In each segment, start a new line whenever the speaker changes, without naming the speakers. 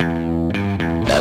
Bah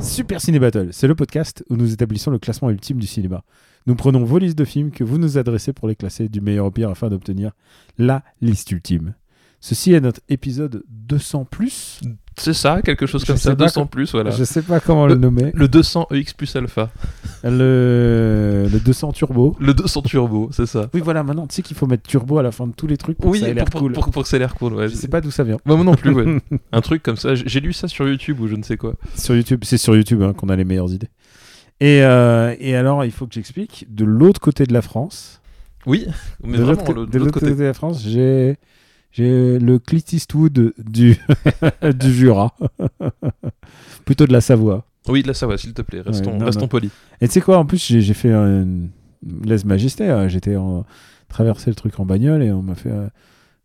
Super Ciné Battle, c'est le podcast où nous établissons le classement ultime du cinéma. Nous prenons vos listes de films que vous nous adressez pour les classer du meilleur au pire afin d'obtenir la liste ultime. Ceci est notre épisode 200 plus.
C'est ça, quelque chose
Je
comme
sais
ça,
pas
200
com-
plus, voilà.
Je sais pas comment le nommer.
Le 200 EX plus alpha,
Le, le 200 turbo.
le 200 turbo, c'est ça.
Oui, voilà, maintenant tu sais qu'il faut mettre turbo à la fin de tous les trucs pour que ça ait l'air
pour,
cool.
pour, pour que ça ait l'air cool, ouais.
Je sais pas d'où ça vient.
Bah, moi non plus, ouais. Un truc comme ça, j'ai j'ai lu ça sur YouTube ou je ne sais quoi.
Sur YouTube, c'est sur YouTube hein, qu'on a les meilleures idées. Et, euh, et alors, il faut que j'explique. De l'autre côté de la France,
Oui, mais
de
vraiment,
l'autre
le-
de
de l'autre côté.
de la France, j'ai j'ai le Clint Eastwood du du Jura, plutôt de la Savoie.
Oui, là ça va, s'il te plaît, restons,
non,
restons
non.
polis.
Et tu sais quoi En plus, j'ai j'ai fait une lèse majesté. hein. J'étais en traversé le truc en bagnole et on m'a fait. euh,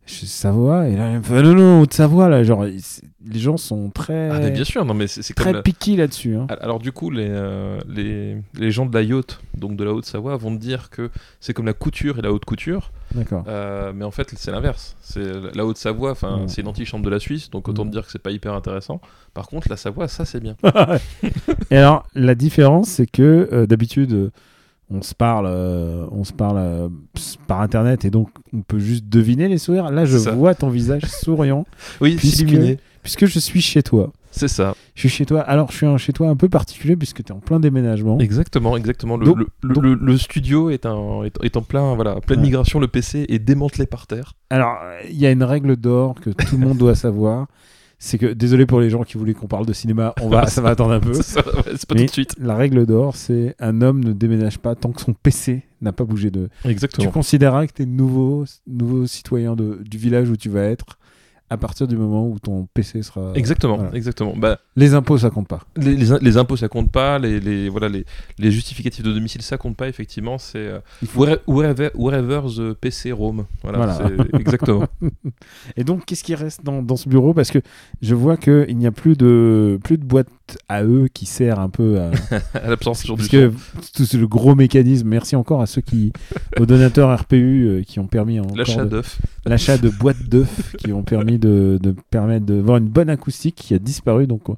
je suis de Savoie et là elle me fait, Ah non non de Savoie là genre ils- les gens sont très
Ah, mais bien sûr, non, mais c'est c'est comme.
très
la-
piqués là-dessus hein.
Al- Alors du coup, les, euh, les, les gens de la yacht, donc de la Haute-Savoie, vont te dire que c'est comme la couture et la haute couture,
d'accord
euh, mais en fait c'est l'inverse. C'est la Haute-Savoie, enfin
Mm.
c'est une antichambre de la Suisse, donc autant
Mm.
te dire que c'est pas hyper intéressant. Par contre, la Savoie, ça c'est bien.
Et alors, la différence, c'est que euh, d'habitude, euh, on se parle, euh, on se parle euh, ps- par internet et donc on peut juste deviner les sourires. Là, je
C'est ça.
vois ton visage souriant
Oui,
Puisque-
s'illuminer.
puisque je suis chez toi.
C'est ça.
Je suis chez toi. Alors, je suis un chez toi un peu particulier puisque tu es en plein déménagement.
Exactement, exactement.
Oh.
Le,
Donc-
le- le-
donc-
le- le studio est, un, est, est en plein, voilà, en pleine
Ouais.
migration. Le PC est démantelé par terre.
Alors, euh, il y a une règle d'or que tout le monde doit savoir. C'est que, désolé pour les gens qui voulaient qu'on parle de cinéma, on va, ça va attendre un peu.
C'est ça, ouais, c'est pas
Mais-
tout de suite.
La règle d'or, c'est un homme ne déménage pas tant que son PC n'a pas bougé de, Tu
Exactement.
considéreras que tu es nouveau, nouveau citoyen de- du village où tu vas être à partir du moment où ton PC sera.
Exactement,
Voilà.
exactement. Bah,
Les impôts, ça compte pas.
les, les, les impôts ça compte pas, les, les, voilà, les, les justificatifs de domicile ça compte pas, effectivement. C'est euh,
Il faut-
where- wherever, wherever the PC roam. Voilà,
Voilà.
c'est- exactement.
Et donc, qu'est-ce qui reste dans, dans ce bureau Parce que je vois qu'il n'y a plus de, plus de boîte à eux qui sert un peu à.
à l'absence toujours du
Parce que tout ce- le gros mécanisme, merci encore à ceux qui, aux donateurs RPU euh, qui ont permis encore
L'achat
de-
d'œufs.
l'achat de boîtes d'œufs qui ont permis de, de permettre de voir une bonne acoustique qui a disparu. Donc, euh,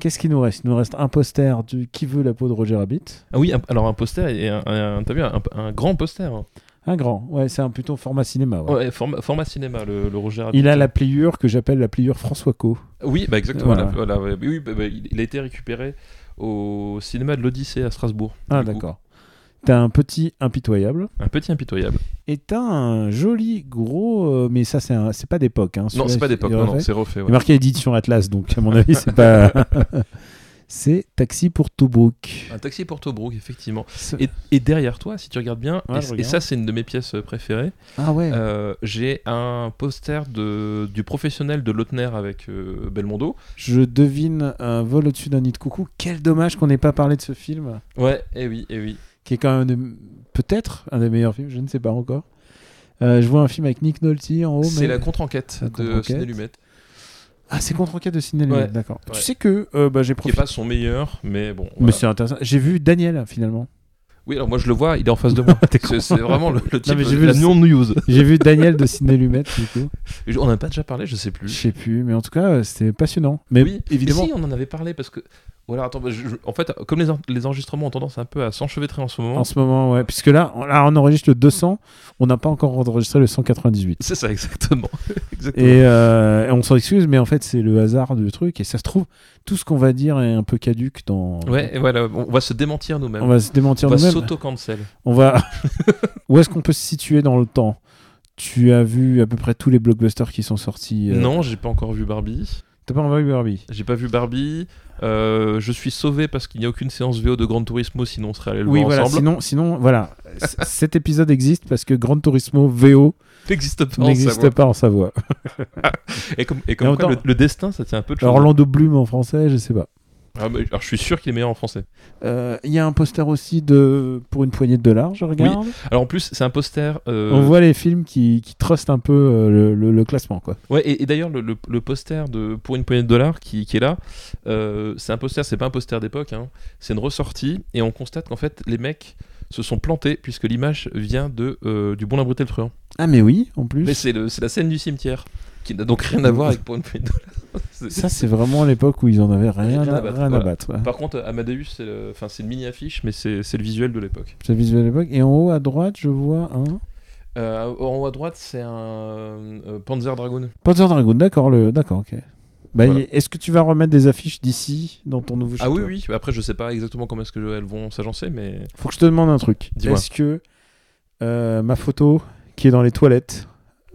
qu'est-ce qui nous reste Il nous reste un poster du Qui veut la peau de Roger Rabbit.
Ah oui, un- alors un poster, et un, un- t'as vu, un, un grand poster. hein.
Un grand, ouais, c'est un plutôt format cinéma. ouais.
Ouais, format, format cinéma, le, le Roger Rabbit.
Il a la pliure que j'appelle la pliure François Co.
Oui, bah exactement.
Voilà.
la- voilà, ouais. Oui, bah, bah, il il a été récupéré au cinéma de l'Odyssée à Strasbourg.
Ah,
du coup.
d'accord. T'as un petit impitoyable
Un petit impitoyable.
et t'as un joli gros, euh, mais ça c'est un- c'est pas d'époque. hein.
Non,
Celui-là,
c'est pas
il-
d'époque.
il est
Non, non,
refait.
c'est refait. ouais.
Il est marqué édition Atlas, donc à mon avis c'est pas. c'est Taxi pour Tobruk.
Un taxi pour Tobruk, effectivement.
Ce-
Et, et derrière toi, si tu regardes bien,
Ouais,
et-
je
et,
regarde.
ça c'est une de mes pièces euh, préférées,
Ah ouais.
euh, j'ai un poster de, du professionnel de Lautner avec euh, Belmondo.
Je devine un vol au-dessus d'un nid de coucou. Quel dommage qu'on n'ait pas parlé de ce film,
Ouais, et oui, et oui.
qui est quand même un des- peut-être un des meilleurs films, je ne sais pas encore. Euh, je vois un film avec Nick Nolte en haut. Oh, mais-
c'est la contre-enquête
La
de
contre-enquête.
Ciné Lumet,
Ah, c'est contre-enquête de ciné
Ouais,
Lumet, d'accord.
ouais.
Tu sais que euh, bah, j'ai
qui est
profité.
pas son meilleur, mais bon.
Mais
voilà.
c'est intéressant. J'ai vu Daniel finalement.
Oui, alors moi je le vois, il est en face de moi. c'est c'est vraiment le, le type
mais j'ai
de
vu
la
le-
non-news.
J'ai vu Daniel de ciné Lumet du coup.
On n'a pas déjà parlé, je sais
Je
plus.
sais plus, mais en tout cas, euh, c'était passionnant. Mais
oui,
évidemment.
Et si, on en avait parlé parce que. Voilà, attends, bah, je- je- en fait, comme les, en- les enregistrements ont tendance un peu à s'enchevêtrer en ce moment.
En ce moment, ouais, puisque là, on, là, on enregistre le 200, on n'a pas encore enregistré le 198.
C'est ça, exactement. exactement.
Et euh, on s'en excuse, mais en fait, c'est le hasard du truc. Et ça se trouve, tout ce qu'on va dire est un peu caduque dans.
Ouais, et voilà, on va se démentir
On
nous-mêmes.
va se démentir
On va
nous-mêmes.
s'auto-cancel.
On va. Où est-ce qu'on peut se situer dans le temps Tu as vu à peu près tous les blockbusters qui sont sortis. euh,
Non, j'ai pas encore vu Barbie.
T'as pas envoyé Barbie
J'ai pas vu Barbie. Euh, je suis sauvé parce qu'il n'y a aucune séance VO de Gran Turismo, sinon on serait allé le
Oui,
voir
voilà.
ensemble.
Sinon, sinon, voilà. C- cet épisode existe parce que Gran Turismo VO
N'existe pas. en
n'existe
Savoie.
pas en Savoie.
Et comme, et comme
Et
quoi,
autant-
le, le destin, ça tient un peu de choses.
Orlando Bloom en français, je sais pas.
Ah, mais- alors je suis sûr qu'il est meilleur en français.
Euh, Il y a un poster aussi de Pour une poignée de dollars, je regarde.
Alors en plus, c'est un poster. euh,
On voit les films qui, qui trustent un peu euh, le, le- le classement, quoi.
Ouais, et, et d'ailleurs, le, le- le poster de Pour une poignée de dollars qui, qui est là, euh, c'est un poster, c'est pas un poster d'époque, hein, c'est une ressortie, et on constate qu'en fait, les mecs se sont plantés puisque l'image vient de euh, du bon la le truand.
Ah, mais oui, en plus.
Mais c'est le- c'est la scène du cimetière, qui n'a donc rien à voir avec Pour une poignée de dollars. C'est-
Ça, c'est vraiment l'époque où ils en avaient rien,
Rien
à,
à battre,
rien à
voilà.
battre. ouais.
Par contre, Amadeus, c'est le- enfin, c'est une mini affiche, mais c'est c'est le visuel de l'époque.
C'est le visuel de l'époque. Et en haut à droite, je vois un.
Euh, en haut à droite, c'est un euh, Panzer Dragoon.
Panzer Dragoon, d'accord, le... d'accord, ok. Bah,
Voilà.
y- Est-ce que tu vas remettre des affiches d'ici dans ton nouveau
Ah
château
oui, oui. Après, je sais pas exactement comment est-ce que elles vont s'agencer, mais
Faut que je te demande un truc.
Dis-moi.
Est-ce que euh, ma photo qui est dans les toilettes,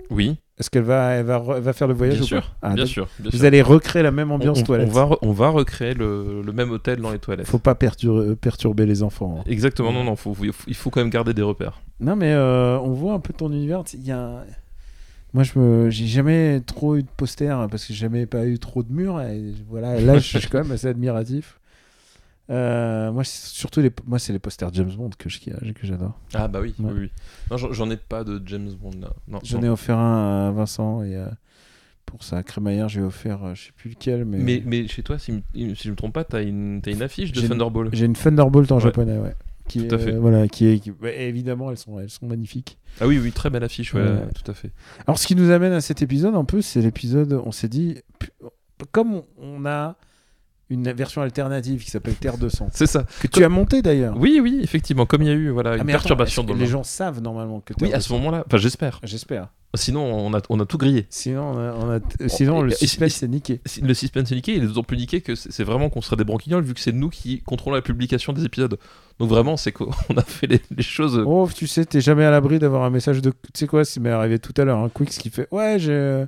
oui,
est-ce qu'elle va, elle va, re- elle va faire le voyage
bien
ou pas
sûr,
Ah,
bien
donc,
sûr, bien
Vous
sûr.
allez recréer la même
On-
ambiance
on,
toilette.
on va, re- on va recréer le, le même hôtel dans les toilettes.
Faut pas perturber, euh, perturber les enfants. hein.
Exactement, non, non, faut- faut- il faut quand même garder des repères.
Non, mais euh, on voit un peu ton univers. Il y a. un- Moi, je me, j'ai jamais trop eu de poster hein, parce que j'ai jamais pas eu trop de murs. Et voilà, là, je suis quand même assez admiratif. Euh, moi, c'est surtout les, moi, c'est les posters James Bond que je que j'adore.
Ah bah oui,
Ouais.
oui, oui. Non, j'en- j'en ai pas de James Bond là. Non,
J'en
non.
ai offert un à Vincent et euh, pour sa crémaillère, j'ai offert, euh, je sais plus lequel, mais,
Mais, mais chez toi, si, me- si je me trompe pas, t'as une, t'as une affiche de
J'ai-
Thunderball.
j'ai une Thunderbolt en
Ouais.
japonais, ouais. Qui
Tout à
est-
fait.
voilà, qui est, qui- bah, évidemment, elles sont, elles sont magnifiques.
Ah oui, oui, très belle affiche, ouais,
Ouais.
tout à fait.
Alors, ce qui nous amène à cet épisode, un peu, c'est l'épisode, on s'est dit, pu- comme on- on a une version alternative qui s'appelle Terre 200,
C'est ça.
que tu as monté d'ailleurs.
Oui, oui, effectivement, comme il y a eu voilà,
Ah,
une
mais attends,
perturbation
est-ce
dans
que
le
Les gens
monde.
savent normalement que Terre
Oui, à
200.
ce moment-là, enfin j'espère.
J'espère.
Sinon, on a, on a tout grillé.
Sinon, on a- on a- sinon
Oh, et-
le
et-
suspense c'est niqué.
Si- Le suspense est niqué, il est d'autant plus niqué que c'est c'est vraiment qu'on serait des branquignoles vu que c'est nous qui contrôlons la publication des épisodes. Donc vraiment, c'est qu'on a fait les, les choses.
Oh, tu sais, t'es jamais à l'abri d'avoir un message de. Tu sais quoi, ça m'est arrivé tout à l'heure, un Quicks qui fait Ouais, j'ai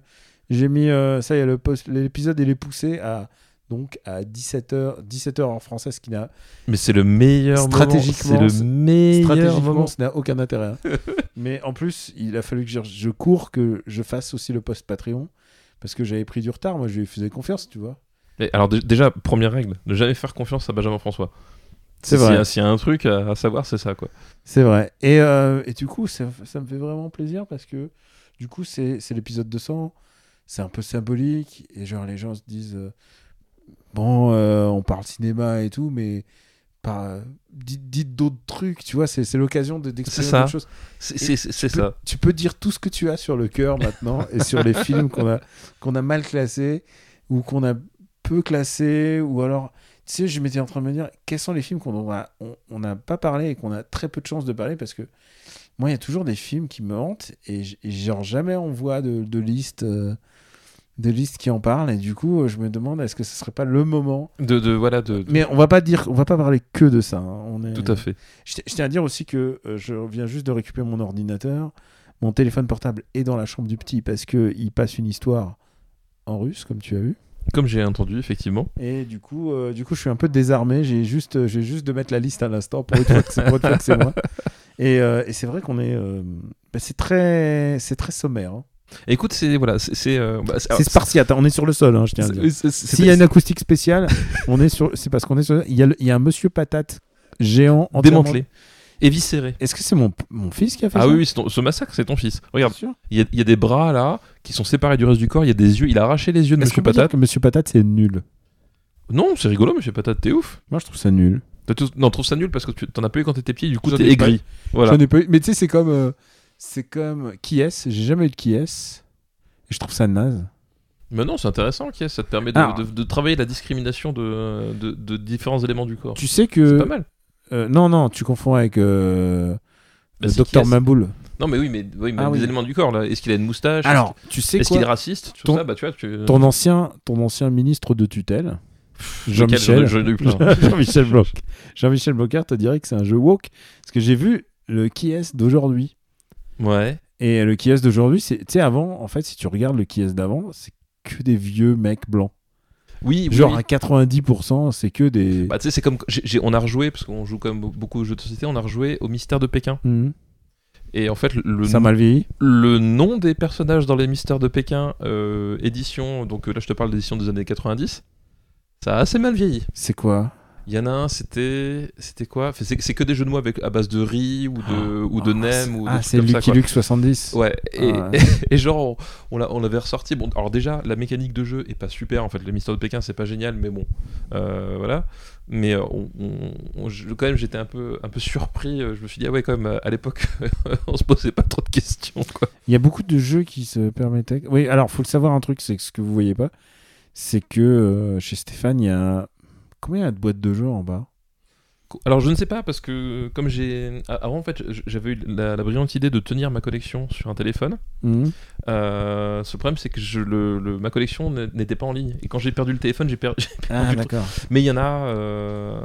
j'ai mis. euh, ça y est, le post- l'épisode, il est poussé à. Donc à 17h, 17h en français, ce qui n'a
Mais c'est le meilleur moment.
Stratégiquement,
C'est
c'est-
le meilleur
stratégiquement,
moment.
ça n'a aucun intérêt. hein. Mais en plus, il a fallu que je, je cours, que je fasse aussi le post Patreon, parce que j'avais pris du retard. Moi, je lui faisais confiance, tu vois.
Et alors dé- déjà, première règle, ne jamais faire confiance à Benjamin François.
C'est
S'il y
vrai.
a- S'il y a un truc à, à savoir, c'est ça quoi.
C'est vrai. Et, euh, et du coup, ça, ça me fait vraiment plaisir parce que du coup, c'est c'est l'épisode 200. C'est un peu symbolique. Et genre, les gens se disent euh, Bon, euh, on parle cinéma et tout, mais par, euh, dites, dites d'autres trucs, tu vois. C'est c'est l'occasion de- d'exprimer
C'est ça.
d'autres choses.
C'est- C'est c'est- c'est ça.
Tu peux dire tout ce que tu as sur le cœur maintenant et sur les films qu'on a, qu'on a mal classés ou qu'on a peu classés. Ou alors, tu sais, je m'étais en train de me dire quels sont les films qu'on n'a on, on a pas parlé et qu'on a très peu de chance de parler parce que moi, il y a toujours des films qui me hantent et, j- et genre jamais on voit de, de liste. euh, de liste qui en parlent et du coup euh, je me demande est-ce que ce serait pas le moment
De, de- voilà de. de-
mais on va pas dire on va pas parler que de ça hein. on est
Tout à fait.
je ti- je tiens à dire aussi que euh, je viens juste de récupérer mon ordinateur. Mon téléphone portable est dans la chambre du petit parce que il passe une histoire en russe, comme tu as vu.
Comme j'ai entendu, effectivement.
Et du coup, euh, du coup, je suis un peu désarmé. J'ai juste, euh, j'ai juste de mettre la liste à l'instant pour une fois que c'est pour une fois que c'est moi. Et, euh, et c'est vrai qu'on est, euh, bah, c'est très, c'est très sommaire. hein.
Écoute, c'est voilà, c'est- c'est euh, bah, alors,
C'est spartiate. hein, On est sur le sol, hein, je tiens à le dire.
c'est- c'est- c'est-
S'il y a une acoustique spéciale, on est sur, c'est parce qu'on est sur. Il y, a le- il y a un monsieur patate géant entièrement-
démantelé, éviscéré.
Est-ce que c'est mon, mon fils qui a fait
Ah
ça
oui, oui, c'est ton- ce massacre, c'est ton fils. Regarde,
Sûr
il y, a- il y a des bras là qui sont séparés du reste du corps. Il y a des yeux. Il a arraché les yeux de
Est-ce
Monsieur
qu'on peut dire
Patate.
que Monsieur Patate, c'est nul.
Non, c'est rigolo, Monsieur Patate, t'es ouf.
Moi, je trouve ça nul.
T'as tout- Non, trouve ça nul parce que tu t'en as pas eu quand t'étais petit. Du coup,
J'en
t'es
ai pas
aigri. Voilà.
J'en ai pas eu- Mais tu sais, c'est comme. euh, c'est comme. Qui est-ce J'ai jamais eu de qui est-ce. Et je trouve ça naze.
Mais non, c'est intéressant, ok, ça te permet de,
Alors-
de- de travailler la discrimination de, de- de différents éléments du corps.
Tu sais
C'est pas
que.
mal.
euh, non, non, tu confonds avec. euh,
Bah,
le
c'est qui
docteur
est-ce
Maboul.
Non, mais oui, mais, oui, mais
Ah
les
oui.
éléments du corps là. Est-ce qu'il a une moustache
Alors, tu sais
Ah, est-ce qu'il est
quoi
raciste Tout
Ton-
ça, bah tu vois, tu.
ton ancien, ton ancien ministre de tutelle, Jean-Michel.
Lequel J'en ai- j'en ai eu plein.
Jean-Michel Blanc. Jean-Michel Blanquer te dirait que c'est un jeu woke. Parce que j'ai vu le qui est-ce d'aujourd'hui.
Ouais.
Et le qui est-ce d'aujourd'hui, c'est. Tu sais, avant, en fait, si tu regardes le qui est-ce d'avant, c'est que des vieux mecs blancs.
Oui, oui,
Genre
oui.
à 90%, c'est que des.
Bah, tu sais, c'est comme. j'ai- j'ai- on a rejoué, parce qu'on joue quand même beaucoup aux jeux de société, on a rejoué au mystère de Pékin.
Mhm.
Et en fait, le,
Ça a mal vieilli.
le nom des personnages dans les mystères de Pékin, euh, édition, donc euh, là je te parle d'édition des années 90, Ça a assez mal vieilli.
C'est quoi
Il y en a un, c'était. C'était quoi Enfin, C'est c'est que des jeux de mots avec, à base de riz ou de, ou de
Ah,
nem ou de
Ah,
trucs
c'est
comme ça,
Lucky
quoi.
Luke 70.
Ouais, et,
Ah ouais.
et genre, on, on l'a- on l'avait ressorti. Bon, alors déjà, la mécanique de jeu est pas super. En fait, le mystère de Pékin, c'est pas génial, mais bon, euh, voilà. Mais euh, on, on- on- je- quand même, j'étais un peu, un peu surpris. Euh, Je me suis dit, ah ouais, quand même, euh, à l'époque, on se posait pas trop de questions, quoi.
Il y a beaucoup de jeux qui se permettaient. Oui, alors, faut le savoir un truc, c'est que ce que vous voyez pas, c'est que euh, chez Stéphane, il y a. Combien il y a de boîtes de jeux en bas
Alors, je ne sais pas, parce que comme j'ai. a- Avant, en fait, j- j'avais eu la, la brillante idée de tenir ma collection sur un téléphone.
Mhm.
Euh, ce problème, c'est que je, le, le- ma collection n- n'était pas en ligne. Et quand j'ai perdu le téléphone, j'ai perdu.
Ah,
du tout.
d'accord.
Mais il y en a. euh,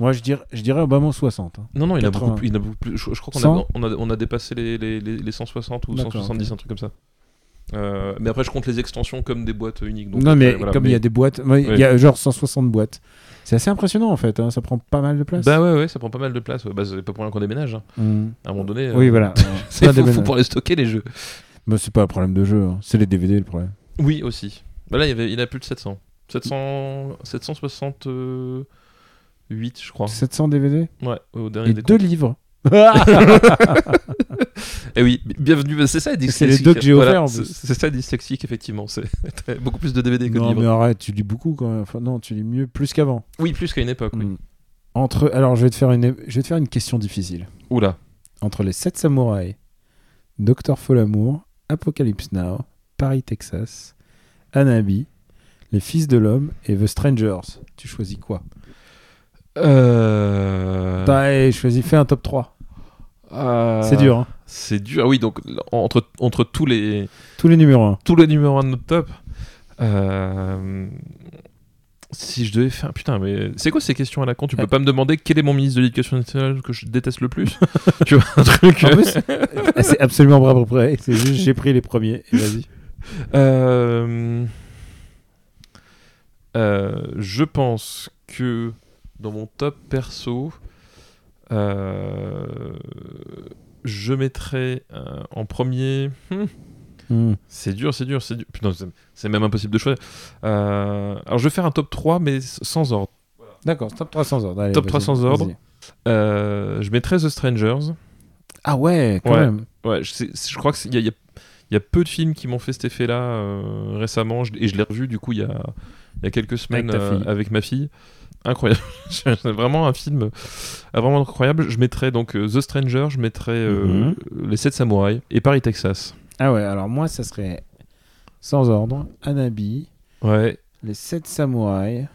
Moi, je dirais, je dirais Obama 60. hein.
Non, non, il y en a
80.
beaucoup, plus- il y en a beaucoup plus. Je, je crois qu'on
100?
a, on a, on a dépassé les, les, les- les 160 ou
D'accord,
170,
ok.
un truc comme ça. Euh, mais après, je compte les extensions comme des boîtes uniques. Donc
non, mais
après, voilà,
comme il y a des boîtes, ouais, il y a genre 160 boîtes. C'est assez impressionnant en fait, hein, ça prend pas mal de place.
Bah ouais, ouais, ça prend pas mal de place. ouais. Bah, c'est pas pour rien qu'on déménage. hein.
Mhm.
À un moment donné, euh,
Oui, voilà.
c'est
Pas
fou,
des
fou
bonnes-
pour les stocker, les jeux.
Mais c'est pas un problème de jeu, hein. c'est les DVD le problème.
Oui, aussi. Bah là, il y, avait, il y en a plus de 700. 700 768, je crois.
700 DVD
Ouais, au dernier
et
des
deux livres. Ah
Et oui, bi- bienvenue. bah, C'est ça, dyslexique.
deux que j'ai
Voilà,
offerts, en
c'est-
plus.
C'est ça, dyslexique, effectivement. C'est t'as beaucoup plus de DVD que de
non, mais
livres.
arrête, tu lis beaucoup quand même. Enfin, non, tu lis mieux, plus qu'avant.
Oui, plus qu'à une époque. Oui.
Mm. Entre, alors, je vais, te faire une, je vais te faire une question difficile.
Oula.
Entre les 7 samouraïs, Docteur Folamour, Apocalypse Now, Paris, Texas, Anabi, Les Fils de l'Homme et The Strangers, tu choisis quoi
Euh...
T'as eh, choisi, fais un top 3.
euh,
C'est dur, hein.
C'est dur. Ah Oui, donc l- entre, entre tous les
Tous les numéros 1.
tous les numéros 1 de notre top. euh, Si je devais faire. Putain, mais c'est quoi ces questions à la con Tu peux
Ouais.
pas me demander quel est mon ministre de l'Éducation nationale que je déteste le plus Tu vois, un truc. euh,
En plus, Eh, c'est absolument pas près. C'est juste, j'ai pris les premiers. et Vas-y.
Euh, euh, je pense que dans mon top perso, euh, je mettrais euh, en premier. Hmm,
Hmm.
C'est dur, c'est dur, c'est dur. Putain, c'est- c'est même impossible de choisir. Euh, alors, je vais faire un top 3, mais s- sans ordre.
D'accord, top 300 ordres. Allez,
Top
vas-y,
300 ordres.
vas-y.
Euh, je mettrais The Strangers.
Ah ouais, quand
Ouais.
même.
Ouais, je, sais- je crois qu'il y a, il y, a, il y a peu de films qui m'ont fait cet effet-là euh, récemment. Je- et je l'ai revu, du coup, il y a, il y a quelques semaines
Avec ta
euh,
fille.
avec ma fille. Incroyable. C'est vraiment un film euh, vraiment incroyable. Je mettrais donc euh, The Stranger, je mettrais
Mm-hmm.
euh, Les 7 Samouraïs et Paris, Texas.
Ah ouais, alors moi, ça serait sans ordre, Anabi,
Ouais.
les 7 samouraïs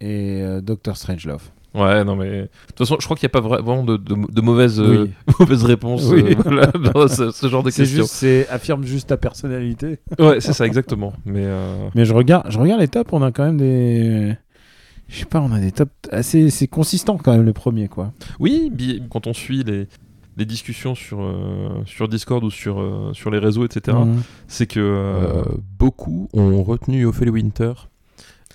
et euh, Doctor Strangelove.
Ouais, non mais. De toute façon, je crois qu'il n'y a pas vra- vraiment de, de, de mauvaises, euh,
Oui.
mauvaises réponses
Oui.
euh, voilà, dans ce, ce genre de
C'est
questions.
juste, c'est affirme juste ta personnalité.
Ouais, c'est ça, exactement. Mais. euh,
Mais je regarde, je regarde les tops, on a quand même des. Je sais pas, on a des tops assez. C'est consistant quand même, le premier, quoi.
Oui, bi- quand on suit les, les discussions sur, euh, sur Discord ou sur, euh, sur les réseaux, etc.,
Mhm.
c'est que euh, beaucoup ont retenu Ophélie Winter.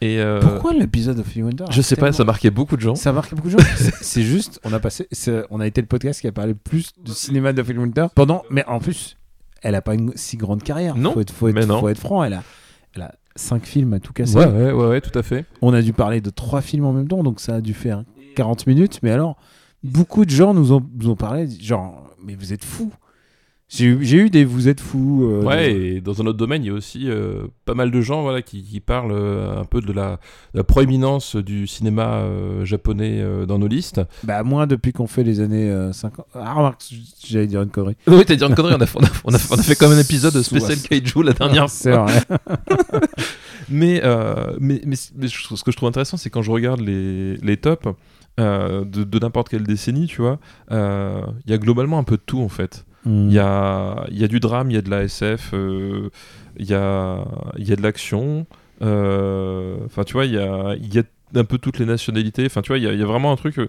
Et euh,
Pourquoi l'épisode of Winter
Je sais pas, ça marquait beaucoup de gens.
Ça marque beaucoup de gens. C'est- C'est juste, on a passé, c'est- on a été le podcast qui a parlé le plus du cinéma de Phil Winter. Pendant, mais en plus, elle a pas une si grande carrière.
Non,
faut être, faut être-
mais non.
faut être franc. Elle a, elle a cinq films à tout casser.
Ouais, ouais, ouais, ouais, tout à fait.
On a dû parler de trois films en même temps, donc ça a dû faire 40 minutes. Mais alors, beaucoup de gens nous ont, nous ont parlé, genre, mais vous êtes fous. J'ai eu, j'ai eu des vous êtes fous. euh,
Ouais,
des-
et dans un autre domaine, il y a aussi euh, pas mal de gens voilà, qui, qui parlent euh, un peu de la, de la proéminence du cinéma euh, japonais euh, dans nos listes.
Bah, moins depuis qu'on fait les années euh, 50. Ah, remarque, j'allais dire une connerie.
Oui, t'as dit une connerie, on a, on a- on a- on a fait comme un épisode spécial
Sous-
Kaiju la dernière
C'est vrai.
Mais, euh, mais, mais, mais je- ce que je trouve intéressant, c'est quand je regarde les, les tops euh, de, de n'importe quelle décennie, tu vois, euh, il y a globalement un peu de tout en fait. Il y a, il y a du drame, il y a de la SF, euh, il y, a, il y a de l'action. euh, Enfin, tu vois, il y a, il y a un peu toutes les nationalités. Enfin, tu vois, il y a, il y a vraiment un truc. euh,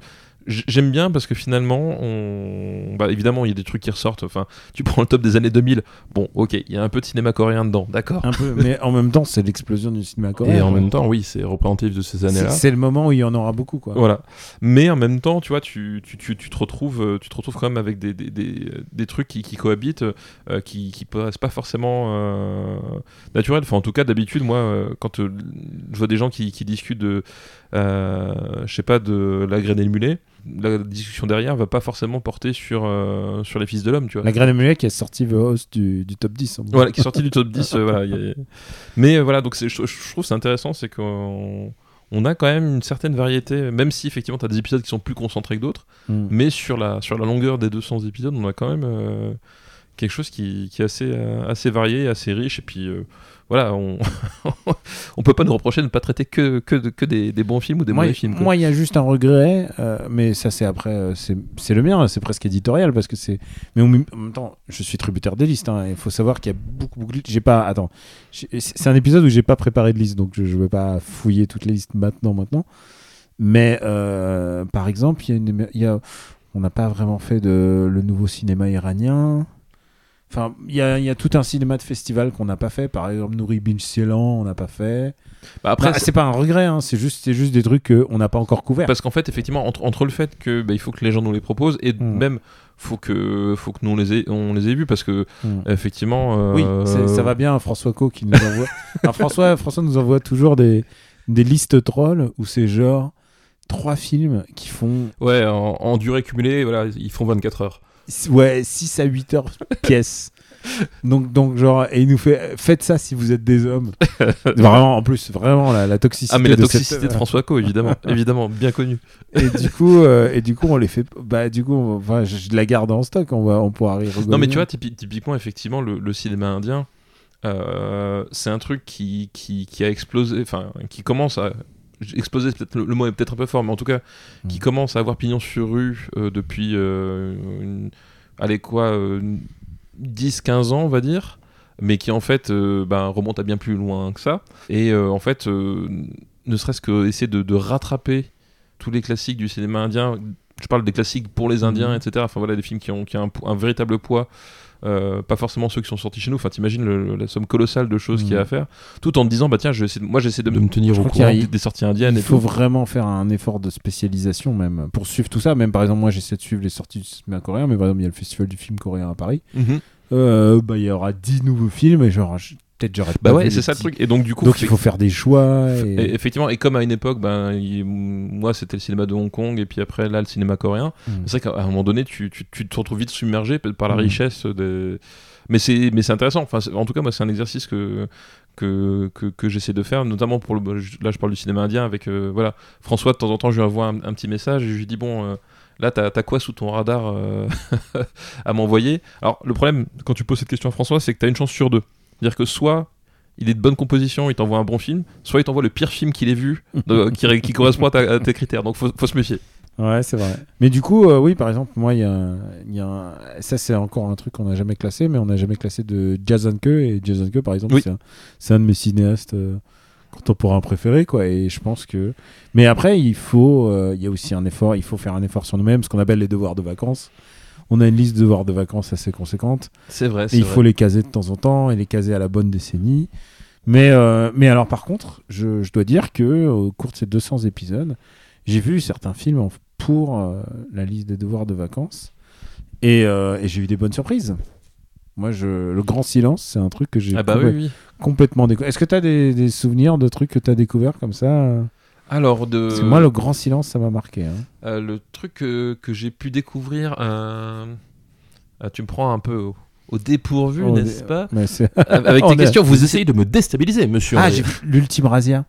j- j'aime bien parce que finalement, on... bah, évidemment, il y a des trucs qui ressortent. Enfin, tu prends le top des années 2000. Bon, ok, il y a un peu de cinéma coréen dedans, d'accord.
Un peu, mais en même temps, c'est l'explosion du cinéma
Et
coréen.
en même temps, oui, c'est représentatif de ces
c'est
années-là.
c'est le moment où il y en aura beaucoup, quoi.
Voilà. Mais en même temps, tu vois, tu, tu, tu, tu te, retrouves, euh, tu te retrouves quand même avec des, des, des, euh, des trucs qui, qui cohabitent, euh, qui, qui paraissent pas forcément euh, naturels. Enfin, en tout cas, d'habitude, moi, euh, quand euh, je vois des gens qui, qui discutent de, euh, je sais pas, de la graine et le mulet, la discussion derrière va pas forcément porter sur, euh, sur les fils de l'homme, tu vois.
La graine de mulet qui est sortie The Host du, du top 10. en gros.
Voilà, qui est sorti du top 10. euh, voilà, il y a- Mais euh, voilà, donc c'est- je, je trouve que c'est intéressant, c'est qu'on on a quand même une certaine variété, même si effectivement tu as des épisodes qui sont plus concentrés que d'autres,
Mm.
mais sur la, sur la longueur des 200 épisodes, on a quand même euh, quelque chose qui, qui est assez, euh, assez varié, assez riche, et puis euh, voilà, on on peut pas nous reprocher de ne pas traiter que, que, de- que des, des bons films ou des
Moi,
mauvais films. quoi.
moi, il y a juste un regret, euh, mais ça, c'est après, euh, c'est c'est le mien, c'est presque éditorial parce que c'est. Mais en même en même temps, je suis tributaire des listes. hein, Il faut savoir qu'il y a beaucoup, beaucoup de listes. J'ai pas. Attends, j'ai- c'est un épisode où j'ai pas préparé de liste, donc je, je vais pas fouiller toutes les listes maintenant, maintenant. Mais euh, par exemple, il y a une, il y a- on n'a pas vraiment fait de le nouveau cinéma iranien. Enfin, il y, a, il y a tout un cinéma de festival qu'on n'a pas fait. Par exemple, Nouri Bin Ceylan, on n'a pas fait.
Bah,
Après,
après,
c'est pas un regret, hein, c'est juste, c'est juste des trucs qu'on n'a pas encore couverts.
Parce qu'en fait, effectivement, entre, entre le fait que bah, il faut que les gens nous les proposent et
Mm.
même faut que faut que nous on les ait, on les ait vus parce que
Mm.
effectivement.
Oui,
euh,
c'est- ça va bien, hein, François Co qui nous envoie. Alors, François, François nous envoie toujours des, des listes trolls où c'est genre trois films qui font
Ouais, en, en durée cumulée, voilà, ils font 24 heures.
Ah,
ouais, 6 à 8 heures pièce. Donc, donc, genre, et il nous fait faites ça si vous êtes des hommes. vraiment, en plus, vraiment la, la toxicité.
Ah mais la
de cette- euh,
toxicité de François Co, évidemment, évidemment, bien connu.
Et du coup, euh, et du coup, on les fait. Bah, du coup, on- enfin, je, je la garde en stock. On va, on pourra rire.
Non mais tu vois, typi- typiquement, effectivement, le, le cinéma indien, euh, c'est un truc qui, qui, qui a explosé, enfin, qui commence à exploser. c'est Peut-être le, le mot est peut-être un peu fort, mais en tout cas, qui
Mm.
commence à avoir pignon sur rue euh, depuis, euh, une- allez quoi, euh, 10-15 ans, on va dire, mais qui en fait euh, ben, remonte à bien plus loin que ça. Et euh, en fait, euh, ne serait-ce que essayer de, de rattraper tous les classiques du cinéma indien. Je parle des classiques pour les Indiens,
Mhm.
etc. Enfin voilà, des films qui ont, qui ont un, po- un véritable poids. euh, pas forcément ceux qui sont sortis chez nous. Enfin, t'imagines le- la somme colossale de choses qu'il y a à
Mhm.
faire. Tout en te disant, bah tiens, je vais essayer de- moi j'essaie de,
De
me
me tenir
Je
au
crois qu'il y a-
courant.
des, des sorties indiennes.
Il
et
faut
tout.
vraiment faire un effort de spécialisation même pour suivre tout ça. Même par exemple, moi j'essaie de suivre les sorties du cinéma coréen, mais par exemple il y a le festival du film coréen à Paris.
Mhm.
Euh, bah il y aura 10 nouveaux films et genre je- peut-être j'aurais.
Bah
pas
ouais,
vu
c'est
les
ça le
petits.
truc. Et donc du coup,
Donc il faut faire des choix. et-
Et effectivement, et comme à une époque, ben, il- moi c'était le cinéma de Hong Kong, et puis après là le cinéma coréen,
Mm.
c'est vrai qu'à un moment donné, tu, tu- tu te retrouves vite submergé p- par la
Mm.
richesse. Des... Mais c'est mais c'est intéressant, enfin, c'est- en tout cas, moi c'est un exercice que, que, que, que j'essaie de faire, notamment pour le. bah, je- Là je parle du cinéma indien avec. euh, voilà, François, de temps en temps, je lui envoie un, un petit message et je lui dis bon. euh, Là, t'as t'as quoi sous ton radar euh, à m'envoyer Alors, le problème, quand tu poses cette question à François, c'est que t'as une chance sur deux. C'est-à-dire que soit il est de bonne composition, il t'envoie un bon film, soit il t'envoie le pire film qu'il ait vu, de- qui, ré- qui correspond à, ta- à tes critères. Donc faut, faut se méfier.
Ouais, c'est vrai. Mais du coup, euh, oui, par exemple, moi, il y a, un- il y a un- ça, c'est encore un truc qu'on n'a jamais classé, mais on n'a jamais classé de Jason Ke. Et Jason Ke, par exemple,
Oui.
c'est un, c'est un de mes cinéastes euh, contemporains préférés, quoi. Et je pense que. Mais après, il faut, euh, il y a aussi un effort. Il faut faire un effort sur nous-mêmes, ce qu'on appelle les devoirs de vacances. On a une liste de devoirs de vacances assez conséquente.
C'est vrai.
Et il faut les caser de temps en temps et les caser à la bonne décennie. Mais, euh, mais alors, par contre, je, je dois dire que au cours de ces 200 épisodes, j'ai vu certains films en- pour euh, la liste des devoirs de vacances et, euh, et j'ai eu des bonnes surprises. Moi, je, le grand silence, c'est un truc que j'ai
Ah bah oui,
complè-
oui.
complètement découvert. Est-ce que tu as des, des souvenirs de trucs que tu as découvert comme ça
Alors de
Parce que moi, le grand silence, ça m'a marqué. hein.
euh, le truc euh, que j'ai pu découvrir, euh, ah, tu me prends un peu au, au dépourvu,
Oh,
n'est-ce
mais-
pas
Mais c'est-
Avec
On
tes
est-
questions, vous
Vous
essayez.
essayez de me déstabiliser, monsieur.
ah, j'ai vu l'ultime Razia.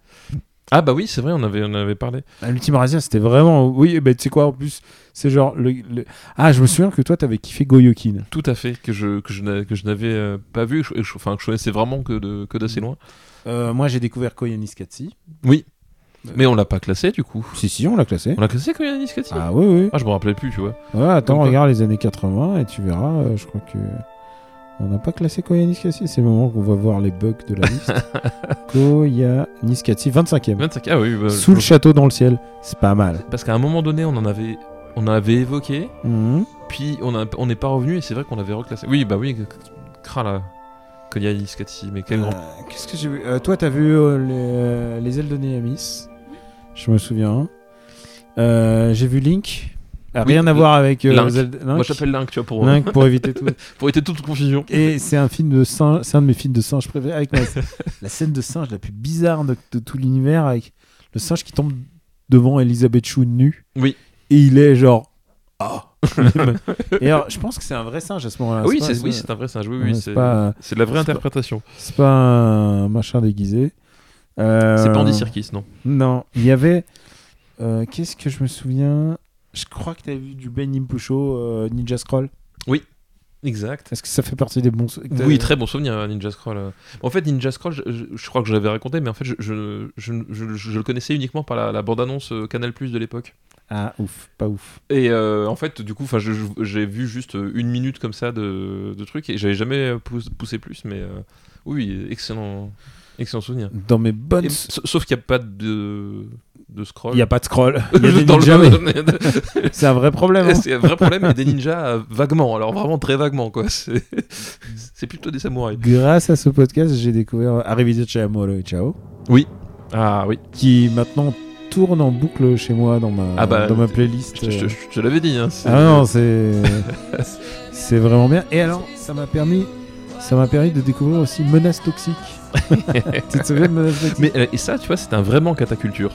Ah bah oui, c'est vrai, on avait on avait parlé.
Ah, L'ultime Razia, c'était vraiment. Oui, mais tu sais quoi, en plus, c'est genre. Le, le- Ah, je me souviens que toi, t'avais kiffé Goyokin.
Tout à fait que je que je n'a- que je n'avais euh, pas vu, que je- je- enfin que je connaissais vraiment que de- que d'assez loin.
Euh, moi, j'ai découvert Koyanis Katsi.
Mais on l'a pas classé du coup.
Si, si, on l'a classé.
On l'a classé comme Yannis Cathy
Ah, oui, oui.
Ah je me rappelais plus, tu vois.
Ouais, attends,
Comme quoi.
regarde les années 80 et tu verras, euh, je crois que. On n'a pas classé Koyanis Katsi. C'est le moment qu'on va voir les bugs de la liste. Koyanis Katsi, 25 e
25 Ah oui. bah, ah
Euh, Sous le château dans le ciel. C'est pas mal.
Parce qu'à un moment donné, on en avait on avait évoqué,
Mhm.
puis on a- on n'est pas revenu et c'est vrai qu'on l'avait reclassé. Oui, bah oui, crala. Kodiaï, Scati, euh, mais quel grand.
Euh, Qu'est-ce que j'ai vu Euh, Toi, t'as vu euh, les, euh, les ailes de Néamis. Je me souviens. Euh, j'ai vu Link. Ah,
Oui,
rien à
le-
voir avec euh,
Link.
les ailes de-
Moi
Link.
j'appelle Link, tu vois, pour, euh,
Link pour éviter tout.
pour éviter toute confusion.
Et c'est un film de singe, c'est un de mes films de singe préférés. Avec ma- la scène de singe la plus bizarre de, de tout l'univers, avec le singe qui tombe devant Elisabeth Chou nue.
Oui.
Et il est genre. Ah Et alors, je pense que c'est un vrai singe à ce moment-là.
oui,
Ah, pas-
c'est oui, c'est un vrai singe. Oui, oui,
Ouais, c'est
c'est
pas- euh,
c'est de la vraie
c'est pas-
interprétation.
C'est pas un machin déguisé. Euh,
C'est pas Andy Serkis, non.
Non, il y avait. euh, Qu'est-ce que je me souviens Je crois que tu as vu du Ben Impusho euh, Ninja Scroll.
Exact.
Est-ce que ça fait partie des bons.
Oui, très bon souvenir, euh, Ninja Scroll. euh. En fait, Ninja Scroll, je, je- je crois que je l'avais raconté, mais en fait, je, je, je, je- je le connaissais uniquement par la, la bande-annonce euh, Canal Plus de l'époque.
Ah, ouf, pas ouf.
Et euh, en fait, du coup, 'fin, je- je- j'ai vu juste euh, une minute comme ça de, de trucs et j'avais jamais poussé, poussé plus, mais euh, oui, excellent, excellent souvenir.
Dans mes bonnes.
Et- sa- sauf qu'il n'y a pas de, de scroll.
Il n'y a pas de scroll. Il y a des
Dans le
ninjas,
jeu.
mais c'est un vrai problème. hein.
C'est un vrai problème, et des ninjas euh, vaguement, alors vraiment très vaguement, quoi. C'est c'est plutôt des samouraïs.
Grâce à ce podcast, j'ai découvert Arrivederci Chamorro et Ciao,
Ah oui.
qui maintenant tourne en boucle chez moi dans ma,
Ah bah,
dans ma
Je
playlist. euh,
te, je te- je te l'avais dit. Hein, c'est-
Ah non, c'est c'est vraiment bien. Et alors, ça m'a permis ça m'a permis de découvrir aussi Menace Toxique. tu te souviens de Menace Toxique
Mais euh, et ça, tu vois, c'est un vraiment cataculture.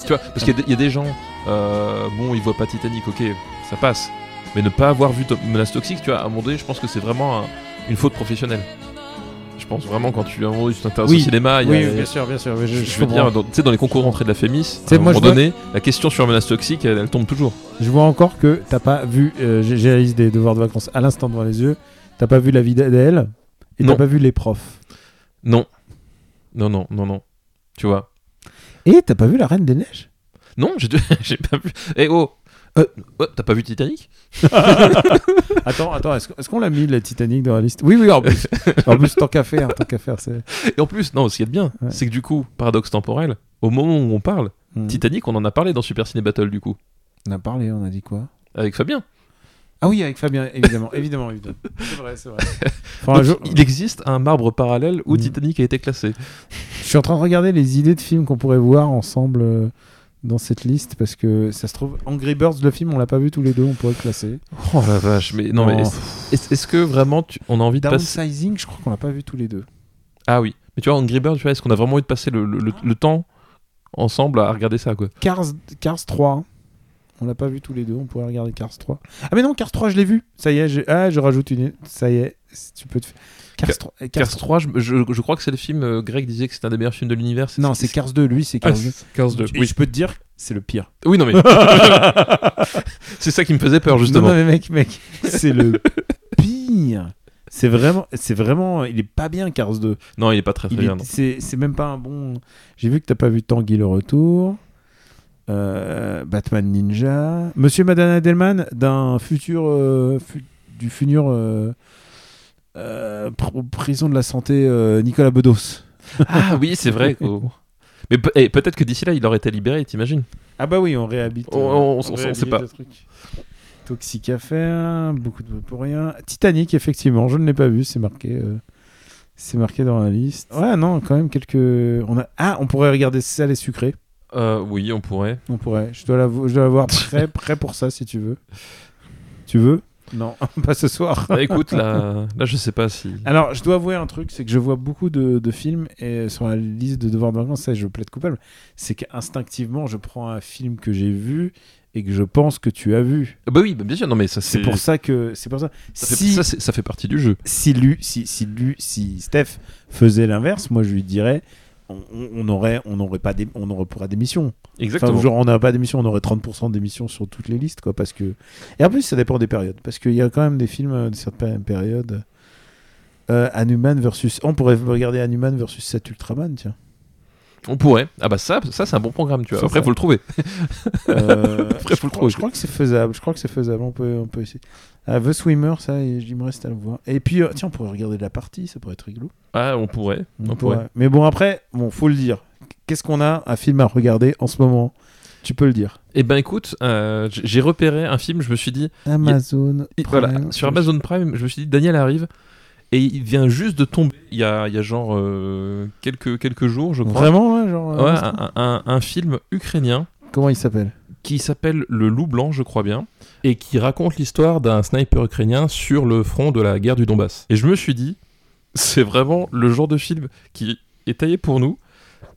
Tu vois, parce qu'il y a des- il y, a des gens, euh, bon, ils voient pas Titanic, ok, ça passe. Mais ne pas avoir vu To- Menace Toxique, tu vois, à un moment donné, je pense que c'est vraiment un- une faute professionnelle. Je pense vraiment quand tu, à un moment donné, tu t'intéresses
Oui.
au cinéma, ah, il y a-
Oui,
il y a-
bien sûr, bien sûr. mais
je,
je, je
veux
comprends.
dire, dans- tu sais, dans les concours d'entrée de la Fémis, à
sais,
un
moi,
moment
je vois-
donné, la question sur Menace Toxique, elle, elle tombe toujours.
Je vois encore que t'as pas vu. euh, j'ai j'ai la liste des devoirs de vacances à l'instant devant les yeux. T'as pas vu la vie d'Adèle et t'as
Non.
pas vu les profs.
Non. Non, non, non, non. Tu vois.
Et t'as pas vu la Reine des Neiges
Non, j'ai j'ai pas vu. Eh oh Euh, oh, T'as pas vu Titanic
Attends, attends, est-ce, que- est-ce qu'on l'a mis la Titanic dans la liste Oui, oui, en plus. en plus, tant qu'à faire, tant qu'à faire, c'est.
Et en plus, non, ce qu'il y a de bien,
Ouais.
c'est que du coup, paradoxe temporel, au moment où on parle,
Hmm.
Titanic, on en a parlé dans Super Ciné Battle, du coup,
On a parlé, on a dit quoi
avec Fabien.
Ah oui, avec Fabien, évidemment, évidemment, évidemment. C'est vrai, c'est vrai. Faudra un
Donc,
jour-
Il existe un marbre parallèle où
Hmm.
Titanic a été classé.
Je suis en train de regarder les idées de films qu'on pourrait voir ensemble euh, dans cette liste parce que ça se trouve, Angry Birds, le film, on l'a pas vu tous les deux, on pourrait le classer.
Oh la vache, mais non,
Non.
mais est- est-ce est-ce que vraiment tu- on a envie de passer.
Downsizing, je crois qu'on l'a pas vu tous les deux.
Ah oui, mais tu vois, Angry Bird, tu vois, est-ce qu'on a vraiment envie de passer le, le- le- le temps ensemble à regarder ça, quoi
Cars, Cars 3. On l'a pas vu tous les deux, on pourrait regarder Cars 3. Ah mais non, Cars 3, je l'ai vu. Ça y est, je, ah, je rajoute une. Ça y est, si tu peux te. Cars 3. Cars
Cars 3, je, je- je crois que c'est le film, euh, Greg disait que c'était un des meilleurs films de l'univers.
Non, c'est Cars 2, lui, c'est
Ah,
Cars 2.
c'est Cars 2. Oui.
je peux te dire, c'est le pire.
oui, non, mais. c'est ça qui me faisait peur,
Non,
justement.
non, mais mec, mec, c'est le pire. C'est vraiment, c'est vraiment, il est pas bien Cars 2.
Non, il est pas très très
Il est-
bien. non.
c'est, c'est même pas un bon. J'ai vu que t'as pas vu Tanguy le retour, euh, Batman Ninja, Monsieur et Madame Adelman d'un futur euh, fu- du futur euh, euh, pr- prison de la santé euh, Nicolas Bedos.
Ah oui, c'est vrai. quoi. Mais pe- eh, peut-être que d'ici là, il aurait été libéré, t'imagines
Ah bah oui, on réhabite.
On- on- on- on
réhabilite
sait pas.
le truc. Toxique à faire, beaucoup de bruit pour rien. Titanic, effectivement, je ne l'ai pas vu, c'est marqué. euh, C'est marqué dans la liste. Ouais, non, quand même quelques. On a... Ah, on pourrait regarder Sale et Sucré.
Euh, Oui, on pourrait.
On pourrait. Je dois l'avo- je dois l'avoir prêt, prêt pour ça si tu veux. Tu veux Non, pas ce soir.
Bah, écoute, là, là, je sais pas si.
Alors, je dois avouer un truc, c'est que je vois beaucoup de, de films et sur la liste de devoirs de vacances, ça, je plaide coupable. C'est qu'instinctivement, je prends un film que j'ai vu et que je pense que tu as vu.
Bah oui, bah bien sûr. Non, mais ça, c'est
C'est pour ça que c'est pour ça.
Ça fait,
si
ça, c'est- ça fait partie du jeu.
si lui, si si lui, si Steph faisait l'inverse, moi je lui dirais. On, on- on aurait, on n'aurait pas, dé- on n'aurait pas d'émission. Enfin, genre, on n'aurait pas d'émission, on aurait 30% d'émissions sur toutes les listes, quoi. Parce que et en plus, ça dépend des périodes, parce qu'il y a quand même des films euh, de certaines périodes. Euh, Hanuman versus, on pourrait regarder Hanuman versus 7 Ultraman, tiens.
on pourrait. Ah bah ça, ça c'est un bon programme, tu vois.
C'est
Après,
ça.
faut le trouver.
Euh,
Après,
je,
faut
crois,
le trouver.
je crois que c'est faisable. Je crois que c'est faisable. On peut, on peut essayer. Ah, The Swimmer, ça, et- il me reste à le voir. Et puis, euh, tiens, on pourrait regarder la partie, ça pourrait être rigolo.
Ah, on pourrait. On,
On
pourrait.
pourrait. Mais bon, après, bon, faut le dire. Qu'est-ce qu'on a un film à regarder en ce moment Tu peux le dire.
Eh ben écoute, euh, j- j'ai repéré un film, je me suis dit,
Amazon.
Et
Prime.
voilà, sur Amazon Prime, je me suis dit, Daniel arrive et il vient juste de tomber il y a, il y a genre euh, quelques, quelques jours, je crois.
Vraiment, ouais, genre.
Ouais,
euh,
un, un- un film ukrainien
Comment il s'appelle
qui s'appelle Le Loup Blanc, je crois bien.
Et qui raconte l'histoire d'un sniper ukrainien sur le front de la guerre du Donbass.
Et je me suis dit, c'est vraiment le genre de film qui est taillé pour nous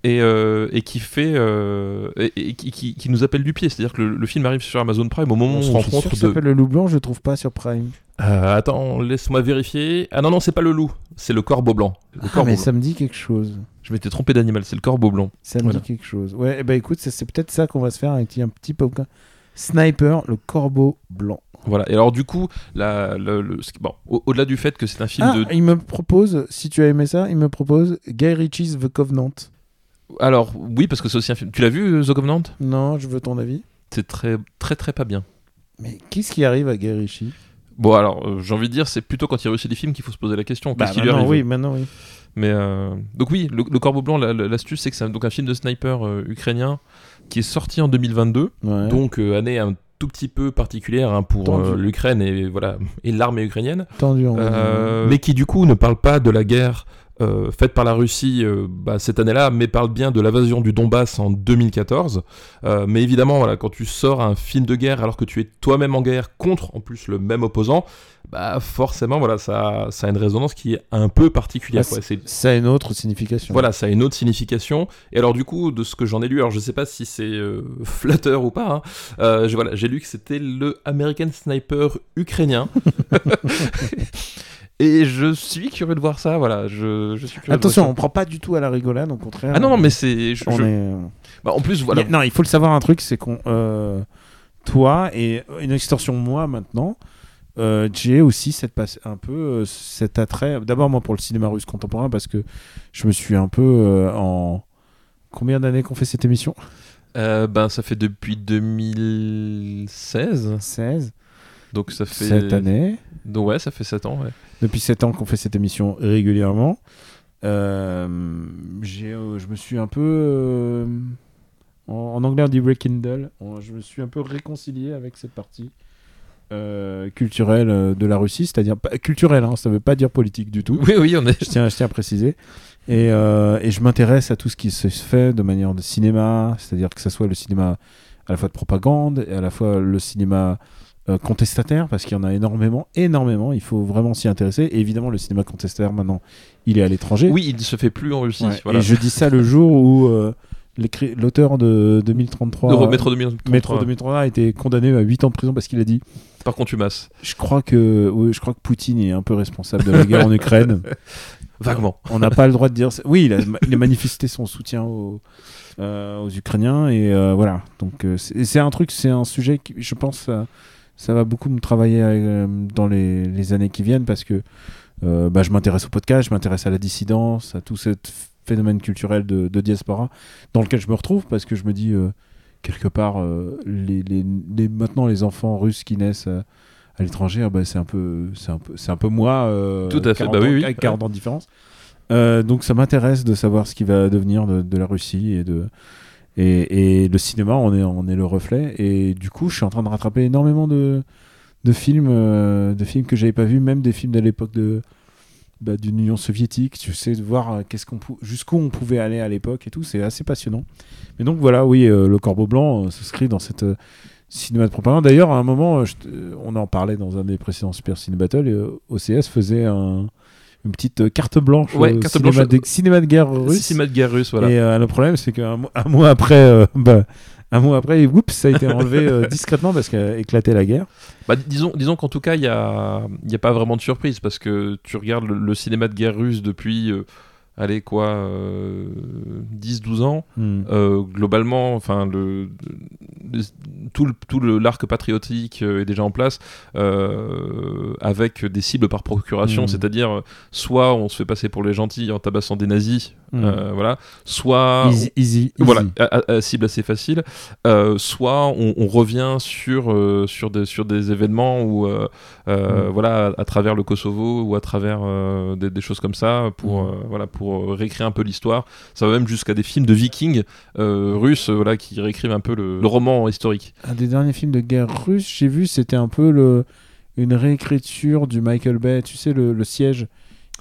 et, euh, et qui fait euh, et, et qui, qui- qui nous appelle du pied. C'est-à-dire que le, le film arrive sur Amazon Prime au moment où on se rend compte
Il
de. Ah,
s'appelle Le Loup Blanc, je le trouve pas sur Prime.
Euh, attends, laisse-moi vérifier. Ah non, non, c'est pas le loup, c'est le corbeau blanc. Le
Ah,
corbeau
mais
blanc.
ça me dit quelque chose.
Je m'étais trompé d'animal, c'est le corbeau blanc.
Ça me
Voilà.
dit quelque chose. Ouais, eh ben écoute, ça- c'est peut-être ça qu'on va se faire avec un petit popcorn. Sniper, le corbeau blanc.
Voilà. Et alors du coup, la, le- le- ce qui- bon, au- au-delà du fait que c'est un film
Ah,
de
il me propose, si tu as aimé ça, il me propose Guy Ritchie's The Covenant.
Alors oui, parce que c'est aussi un film. Tu l'as vu euh, The Covenant
Non, je veux ton avis.
C'est très très très pas bien.
Mais qu'est-ce qui arrive à Guy Ritchie
Bon alors euh, j'ai envie de dire c'est plutôt quand il réussit des films qu'il faut se poser la question. Qu'est-ce qui lui
Bah, maintenant,
arrive
oui, maintenant, oui.
Mais euh, donc oui, le, le Corbeau Blanc, la- la- l'astuce c'est que c'est un- donc un film de sniper euh, ukrainien qui est sorti en 2022.
Ouais.
Donc euh, année un tout petit peu particulière hein, pour
Tendue.
euh, l'Ukraine et voilà et l'armée ukrainienne,
tendu en
Euh,
mais qui du coup ne parle pas de la guerre euh, faite par la Russie euh, bah, cette année-là, mais parle bien de l'invasion du Donbass en 2014. Euh, mais évidemment, voilà, quand tu sors un film de guerre alors que tu es toi-même en guerre contre en plus le même opposant, bah forcément voilà ça ça a une résonance qui est un peu particulière.
Ah,
quoi. C'est
Ça a une autre signification.
Voilà, ça a une autre signification. Et alors, du coup, de ce que j'en ai lu, alors je sais pas si c'est euh, flatteur ou pas, hein, euh, j'ai voilà, j'ai lu que c'était le American Sniper ukrainien. Et je suis curieux de voir ça, voilà. Je, je suis curieux de
Attention,
voir
on prend pas du tout à la rigolade, au contraire.
Ah non, non mais c'est. je-
on
je-
est, euh,
bah, en plus voilà.
Il y a- non, il faut le savoir un truc, c'est qu'on. euh, toi et une extension moi maintenant, euh, j'ai aussi cette passe- un peu euh, cet attrait. D'abord moi pour le cinéma russe contemporain parce que je me suis un peu euh, en combien d'années qu'on fait cette émission
Euh, ben ça fait depuis 2016,
16
donc ça fait.
cette année.
Donc, ouais, ça fait 7 ans. ouais.
Depuis 7 ans qu'on fait cette émission régulièrement. Euh, j'ai, euh, je me suis un peu euh, en, en anglais on dit rekindle. On- Je me suis un peu réconcilié avec cette partie euh, culturelle euh, de la Russie, c'est-à-dire pas- culturelle, hein, ça veut pas dire politique du tout.
Oui oui on est.
Je tiens, je tiens à préciser. Et, euh, et je m'intéresse à tout ce qui se fait de manière de cinéma, c'est-à-dire que ce soit le cinéma à la fois de propagande et à la fois le cinéma euh, contestataire, parce qu'il y en a énormément, énormément, il faut vraiment s'y intéresser. Et évidemment, le cinéma contestataire, maintenant, il est à l'étranger.
Oui il ne se fait plus en Russie.
Ouais,
voilà.
Et je dis ça le jour où euh, l'écri- l'auteur de 2033,
De remettre 2033.
Métro 2033 a été condamné à 8 ans de prison parce qu'il a dit
Par contre tu masses.
je crois, que, oui, je crois que Poutine est un peu responsable de la guerre en Ukraine.
Vaguement.
On n'a pas le droit de dire. ça. Oui, il a, il a manifesté son soutien aux, euh, aux Ukrainiens et euh, voilà. Donc euh, c'est c'est un truc, c'est un sujet qui, je pense, ça, ça va beaucoup me travailler euh, dans les, les années qui viennent parce que euh, bah, je m'intéresse au podcast, je m'intéresse à la dissidence, à tout ce phénomène culturel de, de diaspora dans lequel je me retrouve parce que je me dis euh, quelque part euh, les, les- les- maintenant les enfants russes qui naissent. euh, à l'étranger, ah bah, c'est un peu, c'est un peu, c'est un peu moi. euh,
Tout à fait,
40
bah oui,
ans-
oui.
Avec 40 ans de différence. Euh, donc ça m'intéresse de savoir ce qui va devenir de, de la Russie et de et, et le cinéma on est on est le reflet et du coup je suis en train de rattraper énormément de de films euh, de films que j'avais pas vu même des films de l'époque de bah, d'une Union soviétique tu sais de voir euh, qu'est-ce qu'on pou- jusqu'où on pouvait aller à l'époque et tout c'est assez passionnant mais donc voilà oui euh, le Corbeau blanc euh, s'inscrit dans cette euh, cinéma de propagande d'ailleurs à un moment euh, je t- euh, on en parlait dans un des précédents Super Ciné Battle et, euh, OCS faisait un une petite euh, carte blanche
Ouais,
au
carte
cinéma,
blanche.
de, cinéma de guerre russe.
Sissima de guerre russe voilà.
Et euh, le problème, c'est qu'un mois- un mois après, euh, bah, un mois après, oups, ça a été enlevé euh, discrètement parce qu'a éclaté la guerre.
Bah, disons disons qu'en tout cas, il n'y a, il y a pas vraiment de surprise parce que tu regardes le, le cinéma de guerre russe depuis, euh, allez quoi, euh, 10-12 ans.
Hmm.
Euh, globalement, enfin, le, le- tout, le, tout le- l'arc patriotique euh, est déjà en place euh, avec des cibles par procuration,
Mm.
c'est-à-dire euh, soit on se fait passer pour les gentils en tabassant des nazis,
Mm.
euh, voilà, soit.
easy, easy,
Voilà,
easy.
à- à- à cible assez facile. Euh, soit on, on revient sur, euh, sur, des, sur des événements où, euh,
Mm.
euh, voilà, à, à travers le Kosovo ou à travers euh, des, des choses comme ça pour,
Mm.
euh, voilà, pour pour euh, réécrire un peu l'histoire. Ça va même jusqu'à des films de vikings euh, russes euh, voilà, qui réécrivent un peu le, le roman historique.
Un des derniers films de guerre russe, j'ai vu, c'était un peu le... une réécriture du Michael Bay. Tu sais, le, le siège.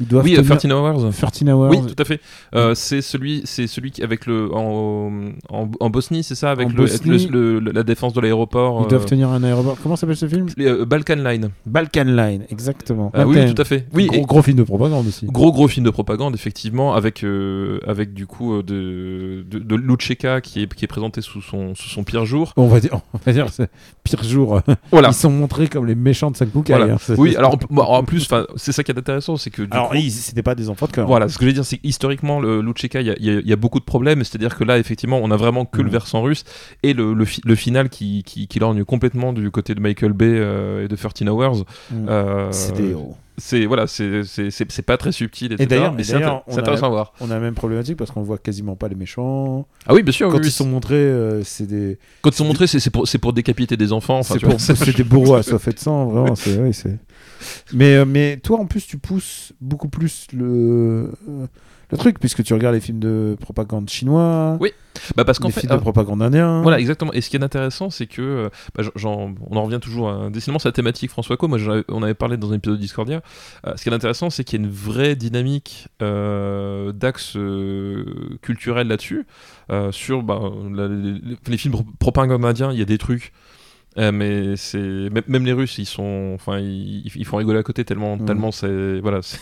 Ils doivent
Oui, euh,
tenir-
13 Hours.
13 Hours.
Oui, tout à fait. Euh, c'est celui, c'est celui qui avec le en, en, en Bosnie, c'est ça, avec,
En
le, avec le-
Bosnie.
le- le- la défense de l'aéroport.
Ils doivent
euh,
tenir un aéroport. Comment s'appelle ce film
les, euh, Balkan Line.
Balkan Line, exactement.
Ah oui, tout à fait. Oui,
gros,
et-
gros film de propagande aussi.
Gros gros film de propagande effectivement avec euh, avec du coup euh, de de, de Luceka qui est qui est présenté sous son sous son pire jour.
On va dire, on va dire, c'est pire jour.
Voilà.
Ils sont montrés comme les méchants de hein. Saint-Boucaille.
Voilà. Oui, alors en- en plus, 'fin, c'est ça qui est intéressant, c'est que du coup,
c'était pas des enfants de cœur. hein.
Voilà, ce que je veux dire, c'est que historiquement, le Lucheka, il y a- il y, a- il y a beaucoup de problèmes. C'est-à-dire que là, effectivement, on a vraiment que le
Mm.
versant russe et le, le, fi- le final qui, qui, qui lorgne complètement du côté de Michael Bay euh, et de 13 Hours.
Mm.
Euh,
C'est des héros.
C'est voilà, c'est c'est- c'est- c'est pas très subtil. etc.,
d'ailleurs-
mais
et
c'est intér-
d'ailleurs, on
c'est intéressant à voir.
On a la même problématique parce qu'on voit quasiment pas les méchants.
Ah oui, bien sûr.
Quand
oui,
ils
oui.
sont montrés, euh, c'est des,
quand ils sont montrés, c'est c'est pour, c'est pour décapiter des enfants. Enfin,
c'est
tu vois,
pour- c'est des bourreaux à soif et de sang, vraiment. c'est- oui, c'est- mais, euh, mais toi, en plus, tu pousses beaucoup plus le, euh, le truc puisque tu regardes les films de propagande chinois,
Oui, bah parce qu'en
les
fait,
films de propagande indien.
Voilà, exactement. Et ce qui est intéressant, c'est que, euh, bah, j'en- j'en- on en revient toujours à, décidément, c'est la thématique François Co. Moi, j'en avais- on avait parlé dans un épisode de Discordia. Euh, ce qui est intéressant, c'est qu'il y a une vraie dynamique euh, d'axe euh, culturel là-dessus. Euh, sur bah, la- les, les films pro- propagande indien, il y a des trucs. euh, mais c'est même- même les Russes ils sont enfin ils, ils font rigoler à côté tellement
Mm.
tellement c'est voilà c'est-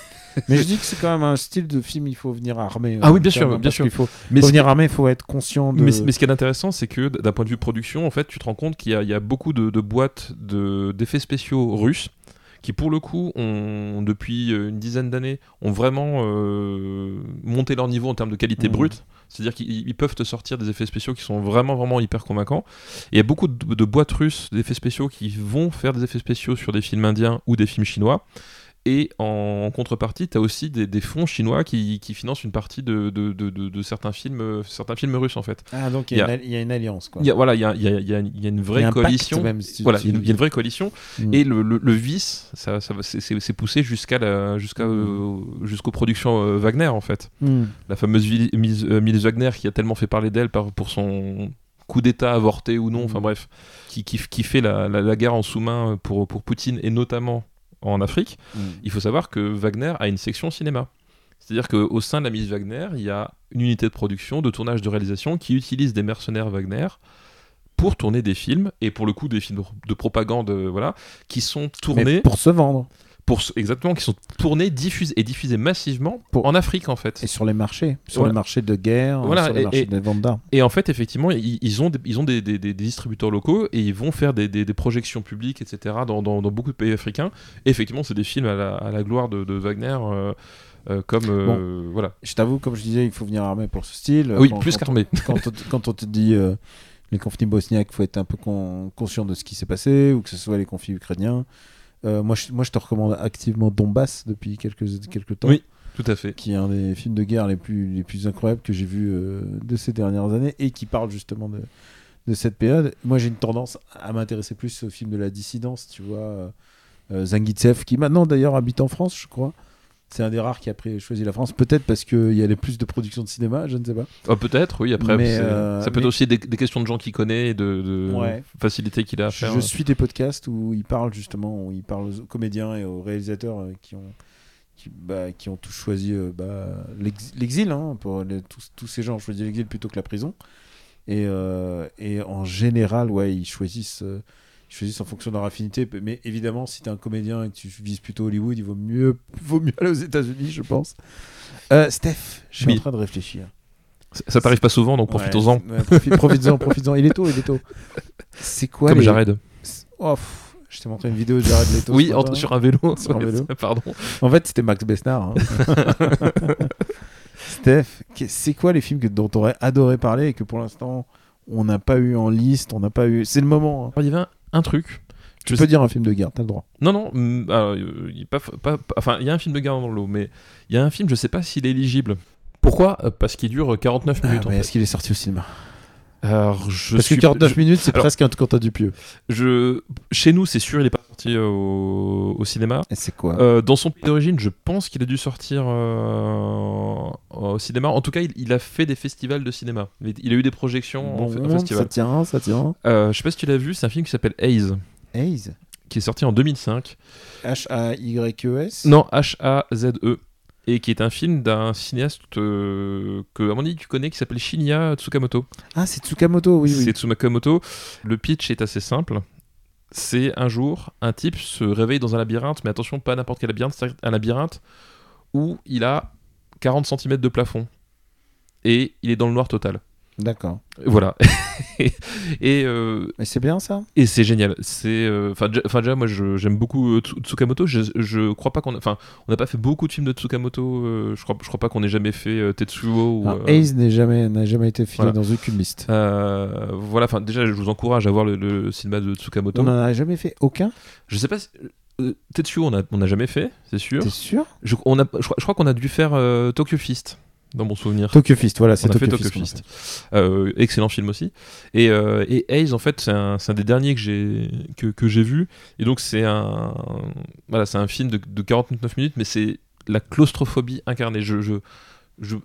Mais je dis que c'est quand même un style de film, il faut venir armé.
Ah
euh,
oui, bien
clairement,
sûr, bien
parce
sûr.
qu'il faut,
mais
pour
ce qui-
venir armé, il faut être conscient de.
Mais, mais ce qui est intéressant, c'est que d- d'un point de vue production, en fait, tu te rends compte qu'il y a, il y a beaucoup de, de boîtes de- d'effets spéciaux russes qui, pour le coup, ont, depuis euh, une dizaine d'années, ont vraiment euh, monté leur niveau en termes de qualité
Mhm.
brute. C'est-à-dire qu'ils ils peuvent te sortir des effets spéciaux qui sont vraiment, vraiment hyper convaincants. Et il y a beaucoup de, de boîtes russes d'effets spéciaux qui vont faire des effets spéciaux sur des films indiens ou des films chinois. Et en contrepartie, tu as aussi des, des fonds chinois qui, qui financent une partie de, de- de- de- de certains, films, euh, certains films russes, en fait.
Ah, donc il
il y
y,
a-
a une alliance, quoi.
Il y a, voilà, il y a, il y a- il y a- il y a une vraie
Il y a un pacte,
coalition.
même, si-
voilà,
si-
il y a une- il y a une vraie coalition.
Mm.
Et le, le- le vice, ça, ça va- c'est- c'est c'est poussé jusqu'à la- jusqu'à, euh, jusqu'aux productions euh, Wagner, en fait.
Mm.
La fameuse Vili- Mise- euh, Miles Wagner qui a tellement fait parler d'elle par- pour son coup d'État avorté ou non, enfin
Mm.
bref, qui, qui, qui fait la, la- la guerre en sous-main pour, pour Poutine et notamment en Afrique.
Mm.
Il faut savoir que Wagner a une section cinéma. C'est-à-dire qu'au sein de la Miss Wagner, il y a une unité de production, de tournage, de réalisation qui utilise des mercenaires Wagner pour tourner des films, et pour le coup des films de propagande, euh, voilà, qui sont
Mais
tournés,
pour se vendre
pour, exactement, qui sont tournés, diffusés et diffusés massivement
Pour-
en Afrique en fait.
et sur les marchés, sur
Voilà.
les marchés de guerre,
Voilà,
sur les
et-
marchés
et-
de vente d'armes.
Et en fait, effectivement, ils, ils ont, des, ils ont des, des- des- des distributeurs locaux et ils vont faire des, des- des projections publiques, etc., dans, dans- dans beaucoup de pays africains. Et effectivement, c'est des films à la, à la gloire de, de Wagner, euh, euh, comme. euh, Voilà.
Je t'avoue, comme je disais, il faut venir armé pour ce style.
oui,
Euh, Quand-
plus
quand,
qu'armé.
quand, on, te- quand on te dit euh, les conflits bosniaques, il faut être un peu con- conscient de ce qui s'est passé, ou que ce soit les conflits ukrainiens. Euh, moi, je, moi, je te recommande activement Donbass depuis quelques, quelques temps.
Oui. Tout à fait.
qui est un des films de guerre les plus, les plus incroyables que j'ai vu euh, de ces dernières années et qui parle justement de, de cette période. Moi, j'ai une tendance à m'intéresser plus aux films de la dissidence, tu vois. Euh, Zanguitsev, qui maintenant d'ailleurs habite en France, je crois. C'est un des rares qui a pris- choisi la France, peut-être parce qu'il y a les plus de productions de cinéma, je ne sais pas.
Ah, peut-être, oui, après.
Mais,
c'est-
euh,
ça peut
mais-
être aussi des, des questions de gens qu'il connaît et de, de
Ouais.
facilité qu'il a à faire. euh.
Je suis des podcasts où ils parlent justement, où ils parlent aux comédiens et aux réalisateurs euh, qui ont, qui, bah, qui ont tous choisi euh, bah, l'ex- l'exil, hein, pour les- tous, tous ces gens ont choisi l'exil plutôt que la prison. Et, euh, et en général, ouais, ils choisissent, euh, ils choisissent en fonction de leur affinité. Mais évidemment, si t'es un comédien et que tu vises plutôt Hollywood, il vaut mieux, vaut mieux aller aux États-Unis, je pense. Euh, Steph, je suis
Oui.
en train de réfléchir.
Ça- Ça t'arrive pas souvent, donc profitons-en.
Ouais, ouais, profi- Profites-en, profites-en. Il est tôt, il est tôt. C'est quoi
Comme
les-
Jared.
Oh, pff, je t'ai montré une vidéo de Jared Leto.
Oui,
ce
entre-
matin.
sur un vélo.
Sur un
Ouais,
vélo.
Pardon.
En fait, c'était Max Besnard. hein. Steph, que- c'est quoi les films que, dont t'aurais adoré parler et que pour l'instant on n'a pas eu en liste, on n'a pas eu. C'est le moment. hein.
Il y avait un, un truc.
Tu
Je
peux dire un film de guerre, t'as le droit.
Non, non, mm, alors, euh, il est pas, pas- pas- enfin, il y a un film de guerre dans l'eau, mais il y a un film, je sais pas s'il est éligible.
Pourquoi Euh, Parce qu'il dure 49 minutes. en
Ah, mais
fait.
est-ce qu'il est sorti au cinéma
Alors, je
Parce que
suis-
49
je-
minutes, c'est
Alors-
presque un quand t'as du pieux.
je- chez nous, c'est sûr, il est pas sorti sorti euh, au, au cinéma.
Et c'est quoi
Euh, dans son pays d'origine, je pense qu'il a dû sortir euh, au cinéma. En tout cas, il, il a fait des festivals de cinéma. Il il a eu des projections en, fe- en
Bon, ça
festival.
tient, ça tient.
Euh, je sais pas si tu l'as vu, c'est un film qui s'appelle Haze,
Haze
qui est sorti en 2005.
H-A-Y-E-S
Non, H-A-Z-E. E. Et qui est un film d'un cinéaste euh, que, à mon avis, tu connais, qui s'appelle Shinya Tsukamoto.
Ah, c'est Tsukamoto, oui, oui.
C'est Tsukamoto. Le pitch est assez simple. C'est un jour, un type se réveille dans un labyrinthe, mais attention, pas n'importe quel labyrinthe, c'est un labyrinthe où il a 40 cm de plafond. Et il est dans le noir total.
D'accord.
Voilà. et euh,
Mais c'est bien ça
et c'est génial. C'est euh, enfin déjà moi je- j'aime beaucoup euh, Tsu- Tsukamoto. Je, je crois pas qu'on enfin on n'a pas fait beaucoup de films de Tsukamoto. euh, je crois je crois pas qu'on ait jamais fait euh, Tetsuo ou
Alors,
euh,
Ah, Haze n'est jamais- n'a jamais été filé
voilà.
dans aucune liste.
euh, voilà. Enfin déjà je vous encourage à voir le, le cinéma de Tsukamoto.
On n'en a jamais fait aucun
Je sais pas. si- euh, Tetsuo on a on a jamais fait c'est sûr.
T'es sûr
Je, on a je, crois- je crois qu'on a dû faire euh, Tokyo Fist dans mon souvenir.
Tokyo Fist, voilà, c'est
On a fait
Tokyo,
Tokyo
Fist. qu'on a
Fist. Euh, excellent film aussi. Et, euh, et Haze, en fait, c'est un, c'est un des derniers que j'ai que, que j'ai vu. Et donc, c'est un, voilà, c'est un film de, de 49 minutes, mais c'est la claustrophobie incarnée. Je, je, je-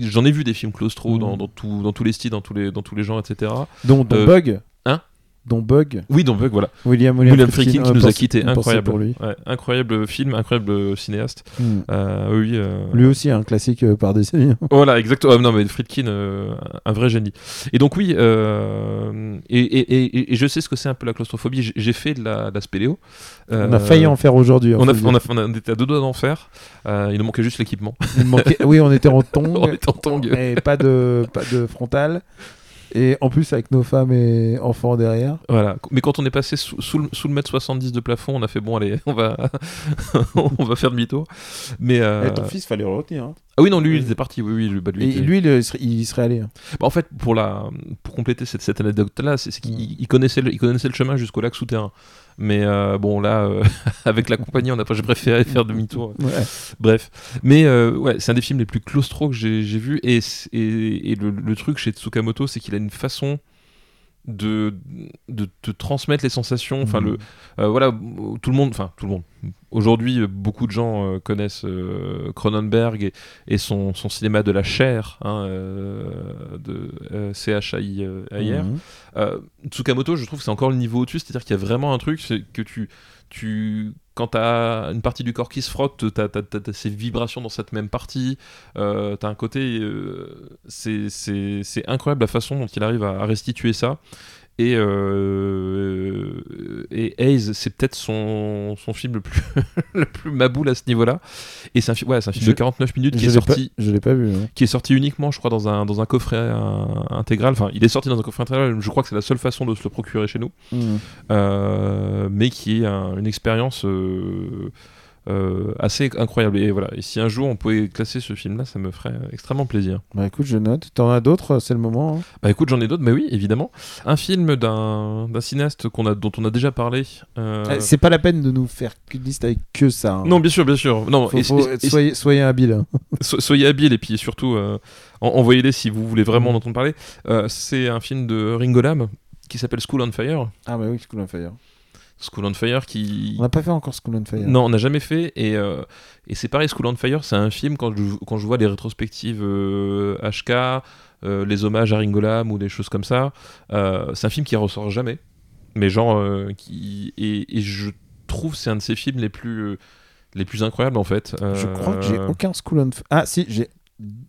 j'en ai vu des films claustro
Mhm.
dans, dans, tout- dans tous les styles, dans tous les, dans tous les genres, etc.
fait. Dont, dont
Euh,
Bug
hein
Dont Bug
Oui, donc voilà.
William, William,
William Friedkin qui
on
nous a
pense-
quitté,
on pensait
incroyable,
pour lui.
Ouais, incroyable film, incroyable cinéaste.
Hmm.
Euh, oui, euh,
Lui aussi, un classique euh, par décennie.
Voilà, exactement. Ah, Non, mais Friedkin, euh, un vrai génie. Et donc, oui, euh, et, et- et- et je sais ce que c'est un peu la claustrophobie. J'ai- J'ai fait de la, de la spéléo. Euh,
on a failli en faire aujourd'hui. hein,
on a,
faut le
on,
dire.
a, on a- on était à deux doigts d'en faire. Euh, il nous manquait juste l'équipement.
Il manquait- Oui, on était en tongs.
on était en tong.
mais pas de, pas de frontal. Et en plus, avec nos femmes et enfants derrière.
Voilà. Mais quand on est passé sous, sous le, sous le mètre 70 de plafond, on a fait bon, allez, on va, on va faire demi-tour. Mais. euh,
Eh, fils, fallait le retenir. hein.
Ah oui, non, lui, il était parti. Oui, oui, lui, bah, lui,
Et
était-
lui, il, il serait, il serait allé. hein.
Bah, en fait, pour, la, pour compléter cette, cette anecdote-là, c'est c'est qu'il il connaissait, le- il connaissait le chemin jusqu'au lac souterrain. Mais euh, bon, là, euh, avec la compagnie, on n'a pas, j'ai préféré faire demi-tour.
Ouais.
Bref. Mais euh, ouais, c'est un des films les plus claustro que j'ai j'ai vu. Et, c'est- et, et le, le truc chez Tsukamoto, c'est qu'il a une façon de de te transmettre les sensations. Enfin,
Mhm.
le, euh, voilà, tout le monde, enfin, tout le monde. Aujourd'hui, euh, beaucoup de gens euh, connaissent euh, Cronenberg et, et son, son cinéma de la chair, hein, euh, de euh, CHI euh, ailleurs.
Mhm.
Euh, Tsukamoto, je trouve que c'est encore le niveau au-dessus, c'est-à-dire qu'il y a vraiment un truc c'est que tu, tu, quand t'as une partie du corps qui se frotte, t'as, t'as- t'as- t'as ces vibrations dans cette même partie, euh, t'as un côté, euh, c'est, c'est, c'est incroyable la façon dont il arrive à, à restituer ça. Et, euh, et Hayes, c'est peut-être son, son film le plus, le plus maboule à ce niveau-là. Et c'est un, fi- ouais, c'est un film
Je-
de 49 minutes qui
Je
est
l'ai pas-
sorti
Je l'ai pas vu. hein.
qui est sorti uniquement, je crois, dans un, dans un coffret euh, intégral. Enfin, il est sorti dans un coffret intégral, je crois que c'est la seule façon de se le procurer chez nous.
Mhm.
Euh, mais qui est un- une expérience euh, euh, assez incroyable. Et voilà, et si un jour on pouvait classer ce film-là, ça me ferait euh, extrêmement plaisir.
Bah écoute, je note. T'en as d'autres, c'est le moment. hein.
Bah écoute, j'en ai d'autres, mais oui, évidemment. Un film d'un d'un cinéaste qu'on a, dont on a déjà parlé. euh,
Eh, C'est pas la peine de nous faire une liste avec que ça. hein.
Non, bien sûr, bien sûr. Non,
Faut-
et-
faut-
et- et-
soyez, soyez habile. hein.
So- soyez habiles et puis surtout euh, en- envoyez-les si vous voulez
Mm.
vraiment en entendre parler. Euh, c'est un film de Ringo Lam qui s'appelle School on Fire.
Ah bah oui, School on Fire.
School on Fire qui...
On n'a pas fait encore School on Fire.
Non, on n'a jamais fait. Et, euh, et c'est pareil, School on Fire, c'est un film, quand je, quand je vois les rétrospectives euh, HK, euh, les hommages à Ringo Lam ou des choses comme ça, euh, c'est un film qui ressort jamais. Mais genre, euh, qui... et, et je trouve c'est un de ces films les plus... Les plus incroyables en fait.
Je crois que j'ai
Euh,
aucun School on Fire. Ah si, j'ai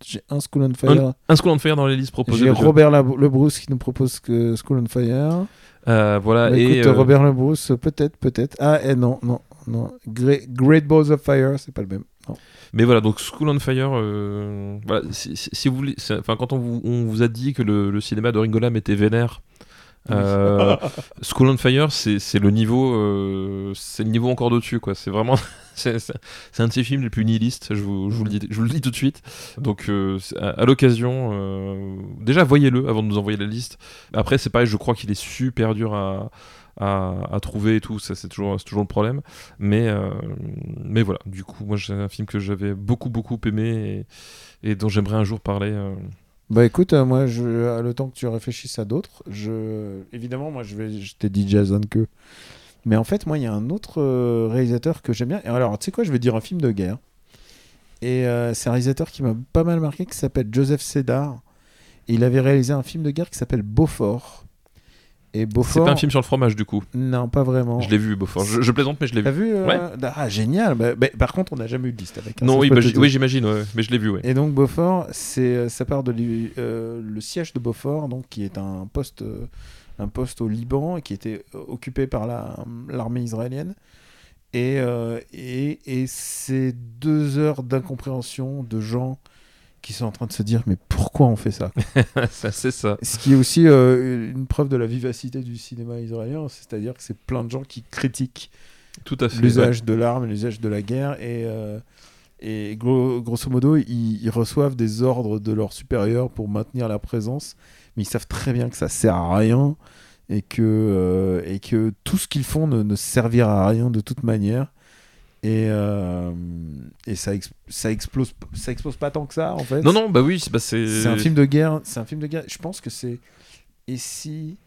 j'ai un School on Fire.
un School on Fire dans les listes proposées.
J'ai
parce que-
Robert Lab- Lebrousse qui nous propose que School on Fire.
Euh, voilà.
Bah,
et
écoute,
euh,
Robert Lebrousse, peut-être, peut-être. Ah, eh non, non, non. Great, Great Balls of Fire, c'est pas le même. Non.
Mais voilà, donc School on Fire, euh, voilà, si, si- si vous voulez, c'est- enfin quand on vous, on vous a dit que le, le cinéma de Ringolam était vénère, euh, School on Fire, c'est c'est le niveau, euh, c'est le niveau encore d'au-dessus quoi. C'est vraiment, c'est c'est- c'est un de ces films les plus nihilistes. Je vous, je vous le dis, je vous le dis tout de suite. Donc euh, c'est- à, à l'occasion, euh, déjà voyez-le avant de nous envoyer la liste. Après c'est pareil, je crois qu'il est super dur à à, à trouver et tout, ça c'est toujours, c'est toujours le problème. Mais, euh, mais voilà, du coup, moi c'est un film que j'avais beaucoup beaucoup aimé et, et dont j'aimerais un jour parler. euh.
Bah écoute, euh, moi, je, euh, le temps que tu réfléchisses à d'autres, je, évidemment, moi, je vais, je t'ai dit Jason que Mais en fait, moi, il y a un autre euh, réalisateur que j'aime bien. Et Alors, tu sais quoi, je vais dire un film de guerre. Et euh, c'est un réalisateur qui m'a pas mal marqué, qui s'appelle Joseph Sédar. Et il avait réalisé un film de guerre qui s'appelle Beaufort. Et
C'est
Beaufort.
pas un film sur le fromage du coup.
Non, pas vraiment.
Je l'ai vu, Beaufort. Je, je plaisante, mais je l'ai
T'as
vu.
vu euh, Ah, génial. Bah, bah, par contre, on n'a jamais eu de liste avec. hein,
Non,
ça,
oui,
je peux
bah,
te
j-
dire.
oui, j'imagine, ouais, mais je l'ai vu, ouais.
Et donc Beaufort, c'est euh, ça part de l'I- euh, le siège de Beaufort, donc qui est un poste, euh, un poste au Liban et qui était euh, occupé par la- l'armée israélienne. Et, euh, et, et c'est deux heures d'incompréhension de gens qui sont en train de se dire mais pourquoi on fait ça quoi
Ça, c'est ça.
Ce qui est aussi euh, une preuve de la vivacité du cinéma israélien, c'est-à-dire que c'est plein de gens qui critiquent
Tout à fait. ouais.
l'usage de l'arme, et l'usage de la guerre et euh, et gro- grosso modo ils, ils reçoivent des ordres de leurs supérieurs pour maintenir la présence, mais ils savent très bien que ça sert à rien et que euh, et que tout ce qu'ils font ne, ne servira à rien de toute manière. Et, euh, et ça, ex- ça explose ça explose pas tant que ça en fait.
Non, non, bah oui, c'est bah,
C'est un film de guerre. C'est un film de guerre. Je pense que c'est. Et si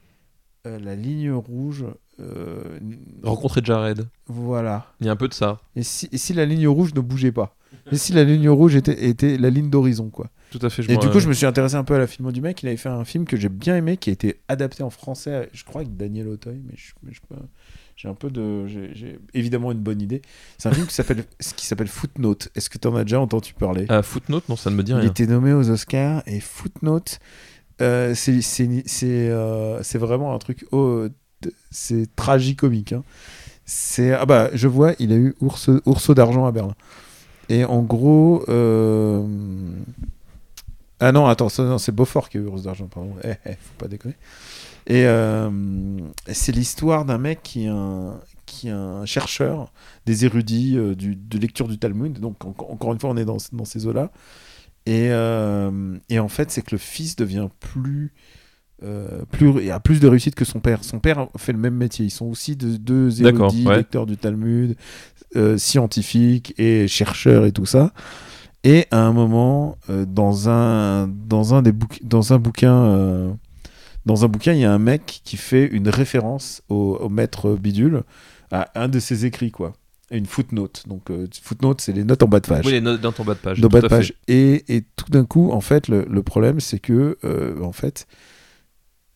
euh, la ligne rouge. euh,
Rencontrer Jared.
Voilà.
Il y a un peu de ça.
Et si, et si la ligne rouge ne bougeait pas Et si la ligne rouge était, était la ligne d'horizon, quoi
Tout à fait. Je
Et
m'en-
du coup, je me suis intéressé un peu à la filmo du mec. Il avait fait un film que j'ai bien aimé, qui a été adapté en français, à- je crois, avec Daniel Auteuil, mais je- mais je peux- J'ai un peu de. j'ai- J'ai évidemment une bonne idée. C'est un film qui s'appelle qui s'appelle Footnote. Est-ce que tu en as déjà entendu parler
Ah, Footnote, non, ça ne me dit
Il
rien.
était nommé aux Oscars et Footnote, euh, c'est c'est- c'est, euh, c'est vraiment un truc. oh, t- c'est tragicomique. hein. C'est ah bah je vois, il a eu ours, ourseau d'argent à Berlin. Et en gros, euh, ah non attends, ça, non, c'est Beaufort qui a eu ours d'argent pardon. Eh, eh, faut pas déconner. Et euh, c'est l'histoire d'un mec qui est un qui est un chercheur des érudits euh, du- de lecture du Talmud. Donc en- encore une fois, on est dans, dans ces eaux-là. Et, euh, et en fait, c'est que le fils devient plus, euh, plus et a plus de réussite que son père. Son père fait le même métier. Ils sont aussi de- deux
D'accord,
érudits,
ouais.
lecteurs du Talmud, euh, scientifiques et chercheurs et tout ça. Et à un moment, euh, dans un dans un des bouqu- dans un bouquin euh, dans un bouquin, il y a un mec qui fait une référence au, au maître Bidule à un de ses écrits, quoi. Et une footnote. Donc, euh, footnote, c'est les notes en bas de page.
Oui, les notes dans ton bas de page.
Dans
tout
bas
à
de
fait.
page. Et, et tout d'un coup, en fait, le, le problème, c'est que, euh, en fait,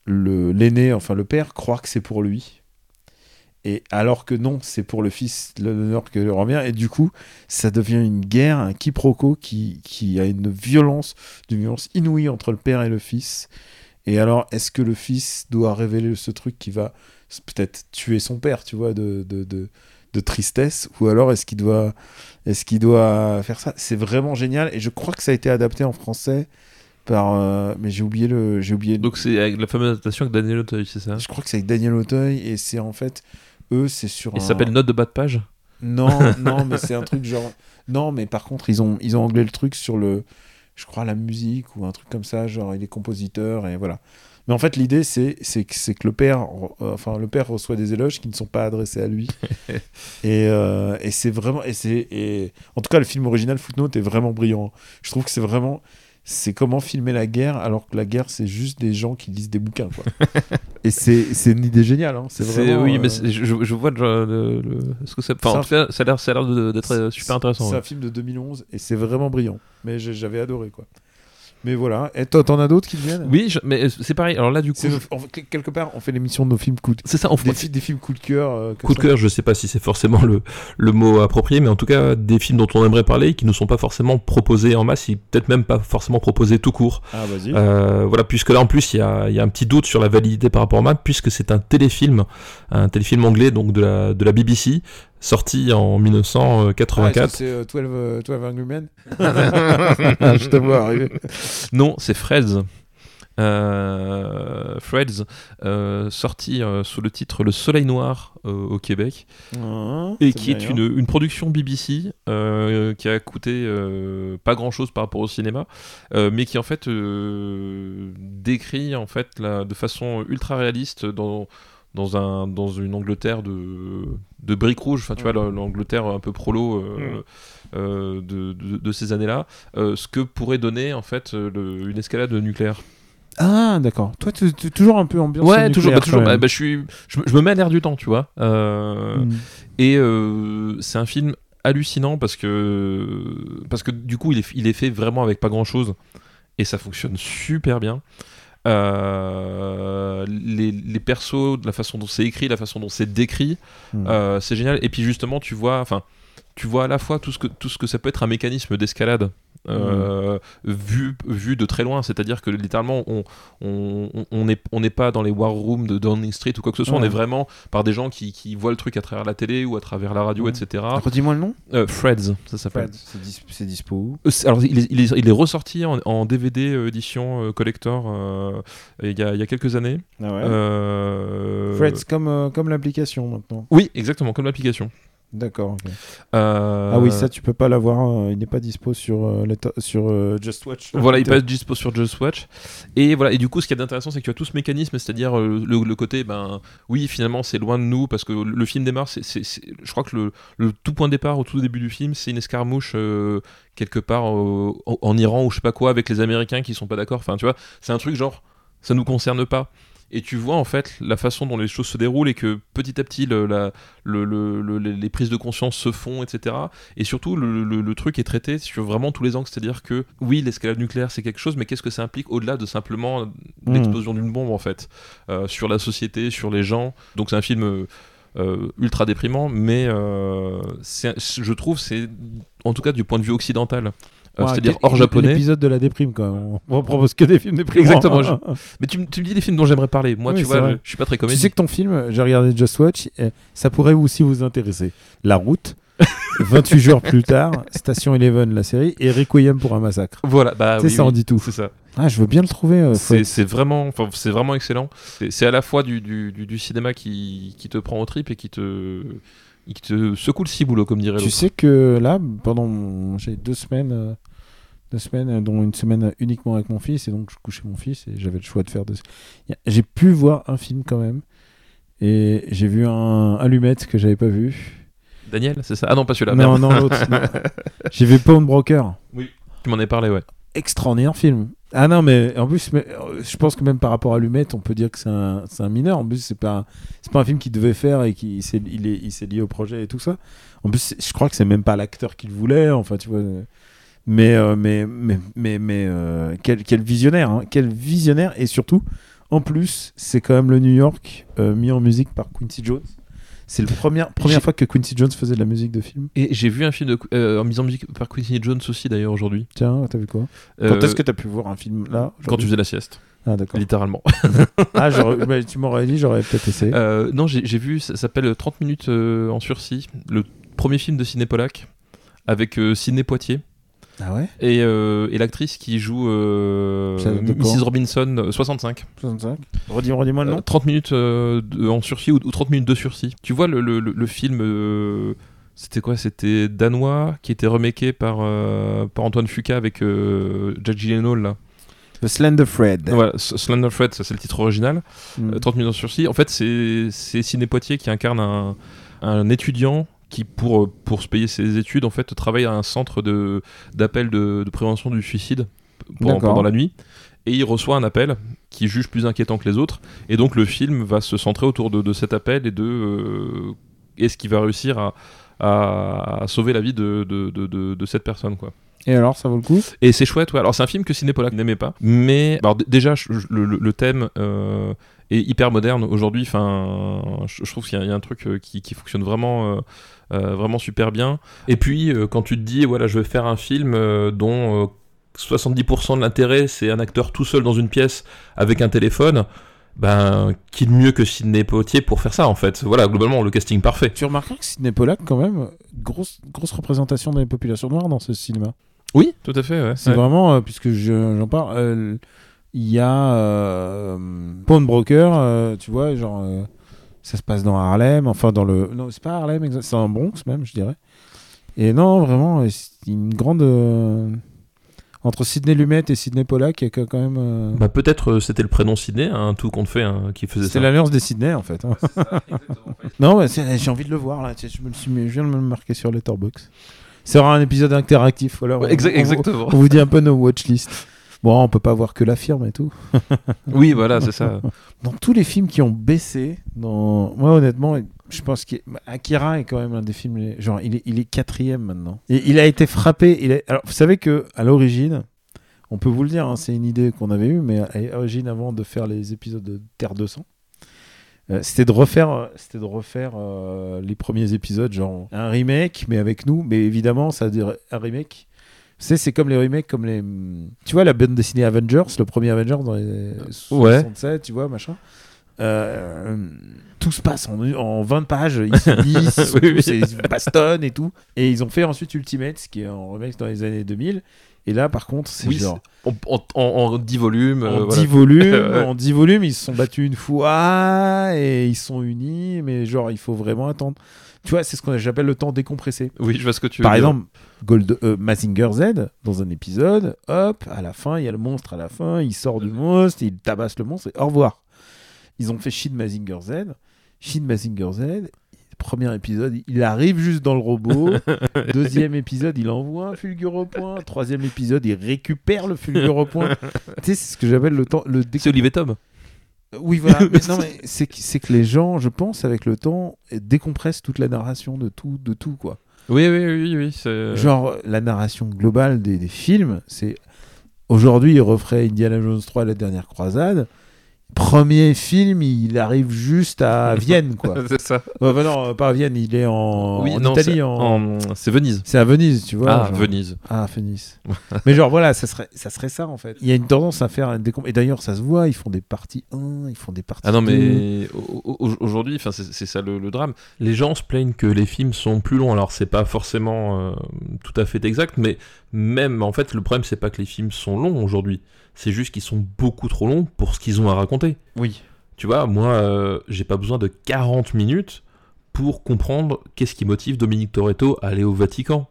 le- l'aîné, enfin le père, croit que c'est pour lui. Et alors que non, c'est pour le fils l'honneur que lui revient. Et du coup, ça devient une guerre, un quiproquo qui, qui a une violence, d'une violence inouïe entre le père et le fils. Et alors, est-ce que le fils doit révéler ce truc qui va s- peut-être tuer son père, tu vois, de, de, de, de tristesse Ou alors est-ce qu'il doit, est qu'il doit faire ça C'est vraiment génial. Et je crois que ça a été adapté en français par. euh, mais j'ai oublié le. J'ai oublié le-
Donc, c'est avec la fameuse adaptation avec Daniel Auteuil, c'est ça
je crois que c'est avec Daniel Auteuil et c'est en fait eux c'est sur
Il
un-
s'appelle Note de bas de page
non non mais c'est un truc genre non mais par contre ils ont ils ont anglais le truc sur le je crois la musique ou un truc comme ça genre il est compositeur et voilà mais en fait l'idée c'est c'est que c'est que le père re- euh, enfin le père reçoit des éloges qui ne sont pas adressés à lui et, euh, et c'est vraiment et c'est et en tout cas le film original Footnote est vraiment brillant je trouve que c'est vraiment c'est comment filmer la guerre alors que la guerre c'est juste des gens qui lisent des bouquins quoi et c'est c'est une idée géniale hein. c'est
C'est-
vraiment
Oui,
euh,
mais c'est- je, je vois le, le- le- ce que ça. Enfin,
Ça-
en tout cas, ça a l'air- ça a l'air de- d'être euh, super intéressant.
C'est
ouais.
un film de 2011 et c'est vraiment brillant. Mais j'ai- j'avais adoré quoi. Mais voilà. Et toi, t'en as d'autres qui te viennent
Oui, je- mais euh, c'est pareil. Alors là, du coup,
C'est nos- en fait, quelque part, on fait l'émission de nos films coup de,
c'est ça. On
des, fi- des films coup de cœur. euh, comme
Coup de
ça.
cœur, je sais pas si c'est forcément le, le mot approprié, mais en tout cas, des films dont on aimerait parler et qui ne sont pas forcément proposés en masse, et peut-être même pas forcément proposés tout court.
Ah vas-y.
Euh, voilà, puisque là en plus, il y a, il y a un petit doute sur la validité par rapport à Matt, puisque c'est un téléfilm, un téléfilm anglais donc de la, de la BBC, sorti en
Ah, est-ce que
1984.
c'est euh, 12, euh, 12 Angry Men Ah, Je te vois arriver.
Non, c'est Freds. Euh, Freds, euh, sorti euh, sous le titre Le Soleil Noir euh, au Québec,
Ah,
et
ça
qui
me dit
est
rien.
une, une production BBC euh, qui a coûté euh, pas grand chose par rapport au cinéma, euh, mais qui en fait euh, décrit en fait la- de façon ultra réaliste dans dans, un, dans une Angleterre de, de briques rouges, enfin tu vois la- l'Angleterre un peu prolo euh, euh, de, de- de ces années-là, euh, ce que pourrait donner en fait euh, le- une escalade nucléaire.
Ah, d'accord. Toi, tu tu- toujours un peu ambiance.
Ouais, toujours.
nucléaire,
bah, toujours
quand
bah,
même.
bah, je, suis, je, me- je me mets à l'air du temps, tu vois. Euh,
Mm.
Et euh, c'est un film hallucinant parce que, parce que du coup, il est, il est fait vraiment avec pas grand chose et ça fonctionne super bien. Euh, les, les persos, la façon dont c'est écrit, la façon dont c'est décrit,
Mm.
euh, c'est génial. Et puis justement, tu vois, enfin, tu vois à la fois tout ce que tout ce que ça peut être un mécanisme d'escalade. euh, vu, vu de très loin, c'est-à-dire que littéralement on on on- on est- on n'est pas dans les war rooms de Downing Street ou quoi que ce soit, on
Ouais.
est vraiment par des gens qui, qui voient le truc à travers la télé ou à travers la radio,
Ouais.
etc.
Ah, Redis-moi le nom.
Euh, Freds, ça s'appelle.
C'est dis- c'est dispo où
Euh, c'est- Alors, il est, il est- il est ressorti en, en DVD euh, édition euh, collector euh, il y, a, il y a quelques années.
Ah ouais.
Euh,
Freds, comme, euh, comme l'application maintenant.
Oui, exactement, comme l'application.
D'accord. ok.
Euh,
Ah oui, ça, tu peux pas l'avoir. euh, il n'est pas dispo sur, euh, les to- sur euh, Just Watch.
Voilà, il passe dispo sur Just Watch. Et voilà, et du coup, ce qui est intéressant, c'est que tu as tout ce mécanisme, c'est-à-dire euh, le, le côté, ben, oui, finalement, c'est loin de nous, parce que le film démarre, c'est, c'est- c'est- je crois que le, le tout point de départ, au tout début du film, c'est une escarmouche euh, quelque part euh, en, en Iran ou je sais pas quoi, avec les Américains qui sont pas d'accord. Enfin, tu vois, c'est un truc genre, ça nous concerne pas. Et tu vois en fait la façon dont les choses se déroulent et que petit à petit le- la- le- le- le- les les prises de conscience se font, etc. Et surtout, le, le- le truc est traité sur vraiment tous les angles. C'est-à-dire que, oui, l'escalade nucléaire, c'est quelque chose, mais qu'est-ce que ça implique au-delà de simplement
Mhm.
l'explosion d'une bombe, en fait euh, Sur la société, sur les gens. Donc, c'est un film euh, euh, ultra déprimant, mais euh, c'est- je trouve, c'est en tout cas du point de vue occidental, euh,
Ouais,
c'est-à-dire
quel-
hors japonais.
Ah, L'épisode de la déprime, quand même. On on propose que des films déprimants.
Exactement, Mais tu, me- tu me dis des films dont j'aimerais parler. Moi,
Oui,
tu
c'est
vois,
vrai.
je, je suis pas très
Tu
comédien.
sais que ton film, j'ai regardé Just Watch, eh, ça pourrait aussi vous intéresser. La route, 28 jours plus tard, Station Eleven, la série, et Requiem pour un massacre.
Voilà, bah
Tu sais,
oui,
ça,
oui,
on dit tout.
C'est ça.
Ah, je veux bien le trouver. euh, faut-
C'est c'est vraiment, enfin, c'est vraiment excellent. C'est c'est à la fois du, du, du- du cinéma qui, qui te prend au trip et qui te, qui te secoue le ciboulot, comme dirait
Tu
l'autre.
sais que là, pendant mon- j'ai deux semaines, euh, deux semaines, euh, dont une semaine euh, uniquement avec mon fils, et donc je couchais mon fils et j'avais le choix de faire deux. Y a- J'ai pu voir un film quand même, et j'ai vu un Allumette que j'avais pas vu.
Daniel, c'est ça Ah non, pas celui-là.
non,
merde.
non, l'autre. non. J'ai vu Pawnbroker.
Tu m'en as parlé, ouais.
Extraordinaire film. Ah non, mais en plus, mais, euh, je pense que même par rapport à Allumette, on peut dire que c'est un, c'est un mineur. En plus, c'est pas, un- c'est pas un film qu'il devait faire et qu'il s'est, il est, il s'est lié au projet et tout ça. En plus, c'est- je crois que c'est même pas l'acteur qu'il voulait. Enfin, tu vois. euh, Mais, euh, mais, mais, mais, mais euh, quel, quel visionnaire, hein, quel visionnaire. Et surtout, en plus, c'est quand même le New York euh, mis en musique par Quincy Jones. C'est la première,
J'ai-
première fois que Quincy Jones faisait de la musique de film.
Et j'ai vu un film de, euh, en mise en musique par Quincy Jones aussi, d'ailleurs, aujourd'hui.
Tiens, t'as vu quoi Quand
Euh,
est-ce que t'as pu voir un film là
quand tu
aujourd'hui
faisais la sieste,
Ah d'accord.
littéralement.
Ah, j'aurais- bah, tu m'aurais dit, j'aurais peut-être essayé.
Euh, non, j'ai j'ai vu, ça s'appelle 30 minutes euh, en sursis, le premier film de Ciné Polac, avec euh, Ciné Poitiers.
ah ouais
et, euh, et l'actrice qui joue euh,
Ça date de quand
Mrs. Robinson euh, 65.
65 Redis, redis-moi le
Euh,
nom.
30 minutes euh, de- en sursis ou, ou 30 minutes de sursis. Tu vois le, le- le- le film, euh, c'était quoi C'était danois qui était remaké par, euh, par Antoine Fuqua avec euh, Jack Gyllenhaal là.
Euh, The Slender Fred.
Voilà, S- Slender Fred, ça c'est le titre original.
Mm.
Euh, 30 minutes en sursis. En fait, c'est c'est Ciné Poitiers qui incarne un, un étudiant qui, pour, euh, pour se payer ses études, en fait, travaille à un centre de- d'appel de, de prévention du suicide pendant,
D'accord.
pendant la nuit. Et il reçoit un appel qui juge plus inquiétant que les autres. Et donc, le film va se centrer autour de, de cet appel et de euh, est-ce qu'il va réussir à, à- à sauver la vie de, de- de- de- de cette personne, quoi.
Et alors, ça vaut le coup
Et c'est chouette, ouais. Alors, c'est un film que Cinépolac n'aimait pas, mais alors, d- déjà, je- je- le, le- le thème euh, est hyper moderne aujourd'hui. Enfin, je, je trouve qu'il y, a- il y a un truc euh, qui, qui fonctionne vraiment, euh, euh, vraiment super bien.
Et puis, euh, quand tu te dis, voilà, je vais faire un film euh, dont euh, 70% de l'intérêt, c'est un acteur tout seul dans une pièce avec un téléphone, ben, qui de mieux que Sidney Poitier pour faire ça, en fait Voilà, globalement, le casting parfait.
Tu remarqueras que Sidney Pollack, quand même, grosse, grosse représentation des populations noires dans ce cinéma.
Oui, tout à fait. ouais.
C'est
Ouais.
vraiment, euh, puisque je- j'en parle, euh, il y a euh, Pawnbroker, euh, tu vois, genre, euh, ça se passe dans Harlem, enfin dans le... Non, c'est pas Harlem, exa- c'est en Bronx même, je dirais. Et non, vraiment, euh, c'est une grande... euh, entre Sidney Lumet et Sidney Pollack, il y a quand même... euh,
Bah, peut-être euh, c'était le prénom Sidney, hein, tout compte fait, hein, qui faisait
C'est
ça.
l'alliance des Sydney en fait. hein. non, mais c'est- eh, j'ai envie de le voir là. Tu sais, Je, me le suis mis- je viens de me le marquer sur Letterboxd. Ça sera un épisode interactif. Voilà,
Ouais, exa-
on, on-
exactement.
on vous dit un peu nos watchlists. Bon, on peut pas voir que la firme et tout.
Oui, voilà, c'est ça.
Dans tous les films qui ont baissé, dans... moi honnêtement, je pense qu'Akira est quand même un des films. les- Genre, il est, il est quatrième maintenant. Et il a été frappé. Il a- Alors, vous savez que à l'origine, on peut vous le dire, hein, c'est une idée qu'on avait eue, mais à l'origine, avant de faire les épisodes de Terre 200. euh, C'était de refaire, euh, c'était de refaire euh, les premiers épisodes, genre un remake, mais avec nous. Mais évidemment, ça veut dire un remake. Tu sais, c'est comme les remakes, comme les. hmm, Tu vois, la bande dessinée Avengers, le premier Avengers dans les 67, tu vois, machin. Euh, tout se passe en, en 20 pages, ils se disent,
Oui, oui.
ils se bastonnent et tout. Et ils ont fait ensuite Ultimate, ce qui est en remake dans les années 2000. Et là, par contre, c'est
Oui,
genre
En, en, en- en 10 volumes.
en
euh,
10
voilà.
volumes,
Ouais.
en 10 volumes, ils se sont battus une fois et ils sont unis, mais genre il faut vraiment attendre. Tu vois, c'est ce qu'on j'appelle le temps décompressé.
Oui, je vois ce que tu veux
Par
dire.
exemple, Gold, euh, Mazinger Z, dans un épisode, hop, à la fin, il y a le monstre à la fin, il sort du monstre, il tabasse le monstre et au revoir. Ils ont fait Shin Mazinger Z. Shin Mazinger Z, premier épisode, il arrive juste dans le robot. Deuxième épisode, il envoie un fulgure au point. Troisième épisode, il récupère le fulgure au point. tu sais, c'est ce que j'appelle le temps. Le dé-
C'est Olivier Tom.
Oui, voilà. Mais non, mais c'est que, c'est que les gens, je pense, avec le temps, décompressent toute la narration de tout, de tout quoi.
Oui, oui, oui, oui. c'est-
Genre, la narration globale des, des films, c'est. Aujourd'hui, il referait Indiana Jones 3, la dernière croisade. Premier film, il arrive juste à Vienne, quoi.
c'est ça.
Ouais, bah non, pas à Vienne, il est en,
Oui,
en
non,
Italie.
c'est-
en-
en- C'est Venise.
C'est à Venise, tu vois.
ah,
genre.
Venise.
Ah, Phoenix. Mais genre, voilà, ça serait, ça serait ça, en fait. Il y a une tendance à faire un décompte. Et d'ailleurs, ça se voit, ils font des parties 1, ils font des parties
Ah non,
2.
mais au- au- au- aujourd'hui, enfin, c'est c'est ça le, le drame.
Les gens se plaignent que les films sont plus longs, alors c'est pas forcément euh, tout à fait exact, mais même en fait, le problème c'est pas que les films sont longs aujourd'hui, c'est juste qu'ils sont beaucoup trop longs pour ce qu'ils ont à raconter.
Oui.
Tu vois, moi, euh, j'ai pas besoin de 40 minutes pour comprendre qu'est-ce qui motive Dominique Toretto à aller au Vatican.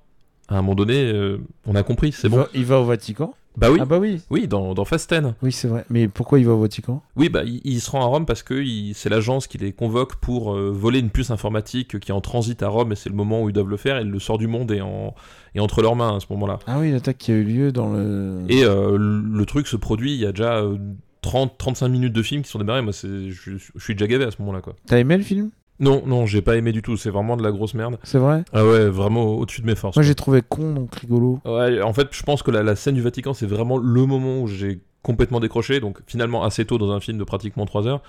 À un moment donné, euh, on a compris, c'est
Il
bon.
va- il va au Vatican
Bah oui,
Ah bah oui.
oui, dans, dans Fast 10.
Oui, c'est vrai. Mais pourquoi il va au Vatican
Oui, bah, il, il se rend à Rome parce que il- c'est l'agence qui les convoque pour euh, voler une puce informatique qui est en transit à Rome et c'est le moment où ils doivent le faire et le sort du monde est, en, est entre leurs mains à ce moment-là.
Ah oui, l'attaque qui a eu lieu dans le...
Et euh, le truc se produit, il y a déjà euh, 30, 35 minutes de film qui sont démarrées, moi c'est- je, je suis déjà gavé à ce moment-là quoi.
T'as aimé le film
Non, non, j'ai pas aimé du tout, c'est vraiment de la grosse merde.
C'est vrai
Ah ouais, vraiment au- au-dessus de mes forces.
Moi, j'ai trouvé con, donc rigolo.
Ouais, en fait, je pense que la, la scène du Vatican, c'est vraiment le moment où j'ai complètement décroché, donc finalement assez tôt dans un film de pratiquement 3 heures.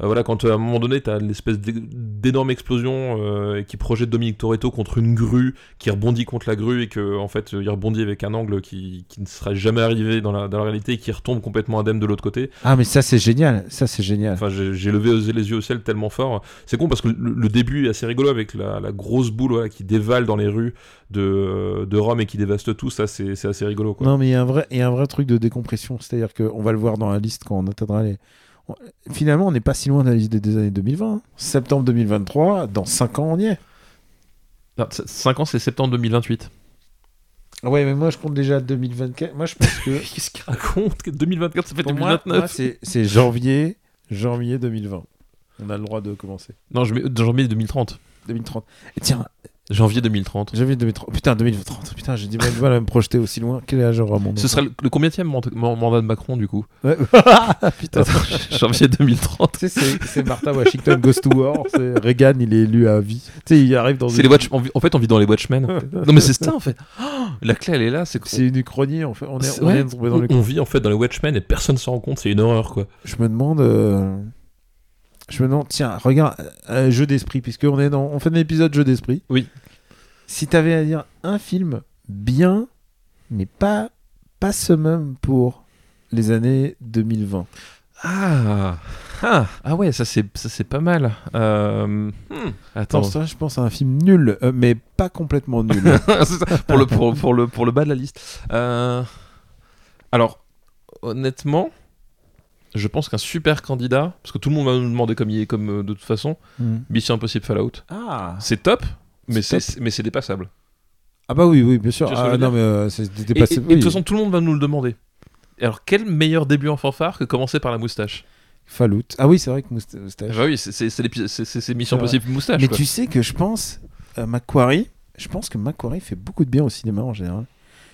Euh, voilà, quand euh, à un moment donné, t'as l'espèce d'é- d'énorme explosion euh, qui projette Dominique Toretto contre une grue, qui rebondit contre la grue et que, en fait, euh, il rebondit avec un angle qui, qui ne serait jamais arrivé dans la, dans la réalité et qui retombe complètement indemne de l'autre côté.
Ah, mais ça, c'est génial. Ça, c'est génial.
Enfin, j'ai j'ai levé les yeux au ciel tellement fort. C'est con parce que le, le début est assez rigolo avec la, la grosse boule voilà, qui dévale dans les rues de, de Rome et qui dévaste tout. Ça, c'est c'est assez rigolo. Quoi.
Non, mais il y a un vrai, il y a un vrai truc de décompression. C'est-à-dire qu'on va le voir dans la liste quand on attendra les. on- Finalement, on n'est pas si loin de la liste des années 2020. hein. Septembre 2023, dans 5 ans, on y est.
5 ans, c'est septembre 2028.
Ah Ouais, mais moi, je compte déjà 2024. Moi, je pense que.
Qu'est-ce qu'il raconte 2024, ça fait
pour moi,
2029.
moi, c'est c'est janvier, janvier 2020. On a le droit de commencer.
Non, je mets euh, janvier 2030.
2030. Et tiens,
Janvier 2030.
janvier 2030. Putain, 2030. Putain, j'ai du mal du mal à me projeter aussi loin. Quel âge aura mon
Ce
enfant
serait le, le combienième mant- man- mandat de Macron, du coup
Ouais. Putain.
Janvier 2030.
Tu sais, c'est- c'est Martha Washington Goes to War. c'est- Reagan, il est élu à vie. Tu sais, il arrive dans
C'est
une...
les Watch- on vit- En fait, on vit dans les Watchmen. non, mais c'est ça, en fait. Oh, la clé, elle est là. C'est
C'est une uchronie, en fait. On, est,
C'est-
on
ouais.
vient de tomber dans
on,
le
on vit en fait dans les Watchmen et personne s'en rend compte, c'est une horreur quoi.
Je me demande. euh, Je me demande, tiens, regarde, euh, jeu d'esprit, puisqu'on est dans. On fait un épisode jeu d'esprit.
Oui.
Si t'avais à dire un film bien, mais pas, pas ce même pour les années 2020.
Ah Ah, ah ouais, ça c'est ça, c'est pas mal. Euh, hmm, Attends.
Pense, je pense à un film nul, euh, mais pas complètement nul.
C'est ça, pour, le, pour, pour le, pour le bas de la liste. Euh, Alors, honnêtement, je pense qu'un super candidat, parce que tout le monde va nous demander comme il est, comme euh, de toute façon,
Mm.
Mission Impossible Fallout.
Ah.
C'est top, mais
C'est
c'est mais c'est dépassable.
Ah bah oui, oui, bien sûr.
Tu vois ce que
Ah,
je veux
non,
dire
mais euh, c'est
Bah,
Et, et-
dépassé.
et de
oui.
toute façon, tout le monde va nous le demander. Et Alors, quel meilleur début en fanfare que commencer par la moustache
Fallout. Ah oui, c'est vrai que Moust- Moustache.
Ah bah oui, c'est- c'est c'est l'épisode- c'est- c'est- c'est Mission
C'est vrai.
Impossible moustache.
Mais
quoi.
tu sais que je pense, euh, Macquarie, je pense que Macquarie fait beaucoup de bien au cinéma en général.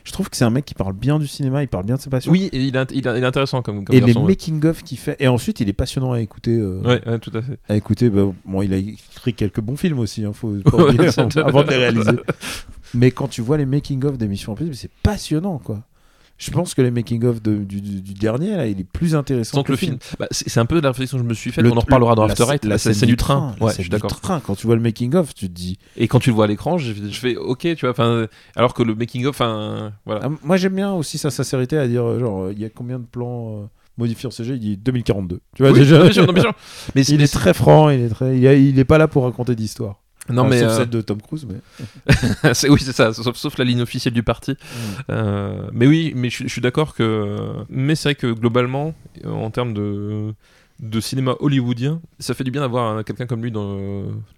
Je trouve que c'est un mec qui parle bien du cinéma, il parle bien de ses passions.
Oui, et il, est, il est- il est intéressant comme, comme
et les
garçon. ouais.
making-of qu'il fait. Et ensuite, il est passionnant à écouter. euh,
Ouais, ouais, tout à fait.
à écouter. bah, bon, il a écrit quelques bons films aussi, hein, faut pas oublier,
c'est-
avant de les réaliser. Mais quand tu vois les making-of d'émissions impossibles, c'est passionnant, quoi. Je pense que les making-of de- du, du- du dernier, là, il est plus intéressant
Donc
que
le film, bah, c'est c'est un peu la réflexion que je me suis faite.
Le-
On en reparlera dans
la
After
sc-
Eight.
la
C'est c'est
scène
du train.
la
Ouais, je
scène
suis
du
d'accord.
train. Quand tu vois le making-of, tu te dis.
Et quand tu le vois à l'écran, je, je fais OK, tu vois. Enfin, alors que le making of, enfin, voilà.
Ah, moi, j'aime bien aussi sa sincérité à dire, euh, genre, euh, il y a combien de plans euh, modifiés en CG Il dit 2042. Tu vois,
Oui,
déjà.
bien sûr, non, bien sûr. Mais
Il est très franc, il est très, il, a- il est pas là pour raconter d'histoire.
non, mais
sauf
euh,
celle de Tom Cruise, mais
c'est- oui, c'est ça. Sauf, sauf la ligne officielle du parti.
Mm.
Euh, mais oui, mais je, je suis d'accord que. Mais c'est vrai que globalement, euh, en termes de de cinéma hollywoodien, ça fait du bien d'avoir un- quelqu'un comme lui dans,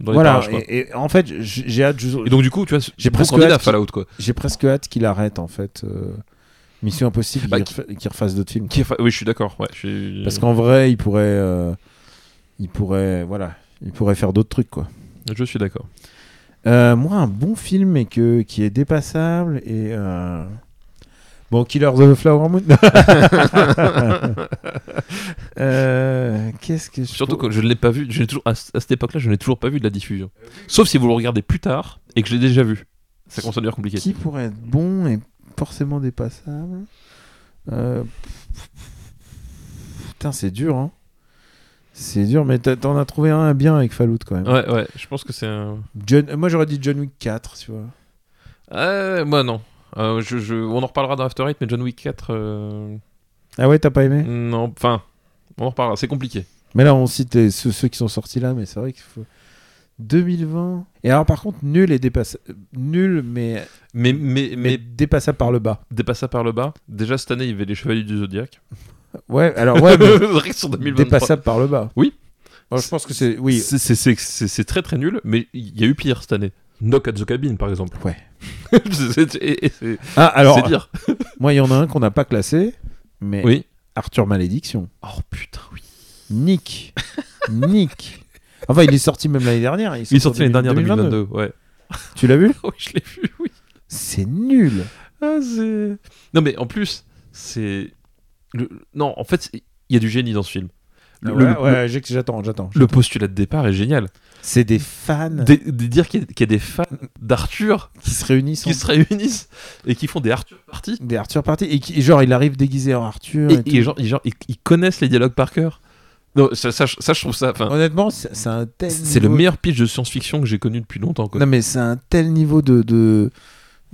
dans les
voilà.
parages, quoi. Et,
Et, et en fait, j- j'ai hâte. je-
donc du coup, tu vois,
J'ai
j'ai
presque
presque candidat
hâte
à Fallout quoi.
J'ai presque hâte qu'il arrête en fait euh, Mission Impossible
Bah,
qu'il refa- qu'il refasse d'autres films.
Qui est fa- Oui, je suis d'accord. Ouais, je suis-
Parce qu'en vrai, il pourrait, euh, il pourrait, voilà, il pourrait faire d'autres trucs quoi.
je suis d'accord.
Euh, moi, un bon film et que qui est dépassable et euh, bon, Killers of the Flower Moon. Euh, Qu'est-ce que je
Surtout
pour-
que je ne l'ai pas vu. Je l'ai toujours à, c- à cette époque-là, je n'ai toujours pas vu de la diffusion. Sauf si vous le regardez plus tard et que je l'ai déjà vu. Ça commence à devenir compliqué.
qui pourrait être bon et forcément dépassable. Euh, Putain, c'est dur, hein. C'est dur, mais t'as- t'en as trouvé un bien avec Fallout quand même.
Ouais, ouais. Je pense que c'est un.
John... euh, Moi j'aurais dit John Wick 4, tu vois.
Euh, moi non. Euh, je, je- On en reparlera dans After Eight, mais John Wick 4. euh,
Ah ouais, t'as pas aimé
Non, enfin, on en reparlera. C'est compliqué.
Mais là, on cite les- ceux, ceux qui sont sortis là, mais c'est vrai qu'il faut. 2020. Et alors, par contre, nul est dépassé. Nul, mais,
Mais mais
mais...
mais
dépassable par le bas.
dépassable par le bas. Déjà cette année, il y avait les Chevaliers du Zodiac.
Ouais, alors, ouais, mais
Reste sur 2023.
dépassable par le bas.
Oui.
Moi, je pense que c'est. Oui.
C'est- c'est- C'est c'est- c'est très très nul, mais il y a eu pire cette année.
Knock at the Cabin, par exemple.
C'est- c'est- et- et c'est
Ah, alors,
c'est dire.
moi, il y en a un qu'on n'a pas classé, mais
Oui.
Arthur Malédiction.
euh, Oh putain, oui.
Nick. Nick. Enfin, il est sorti même l'année dernière.
Il est sorti l'année dernière 2022, ouais.
Tu l'as vu
Oui, je l'ai vu, oui.
C'est nul.
Ah, c'est- non, mais en plus, c'est. le- Non, en fait, c'est- il y a du génie dans ce film. Le,
Ouais,
le-
ouais, j'ai- j'attends, j'attends.
le- le postulat de départ est génial.
C'est des fans
Des- De, dire qu'il y, a- qu'il y a des fans d'Arthur
qui se réunissent.
qui
en-
se réunissent et qui font des Arthur parties.
Des Arthur Party. Et qui, genre, il arrive déguisé en Arthur.
Et,
et tout.
et genre, ils, genre, ils- ils connaissent les dialogues par cœur. Non, ça, ça, je- ça, je trouve ça. enfin,
Honnêtement, c'est c'est un tel.
C'est le
niveau-
meilleur pitch de science-fiction que j'ai connu depuis longtemps. Quoi.
Non, mais c'est un tel niveau de. de,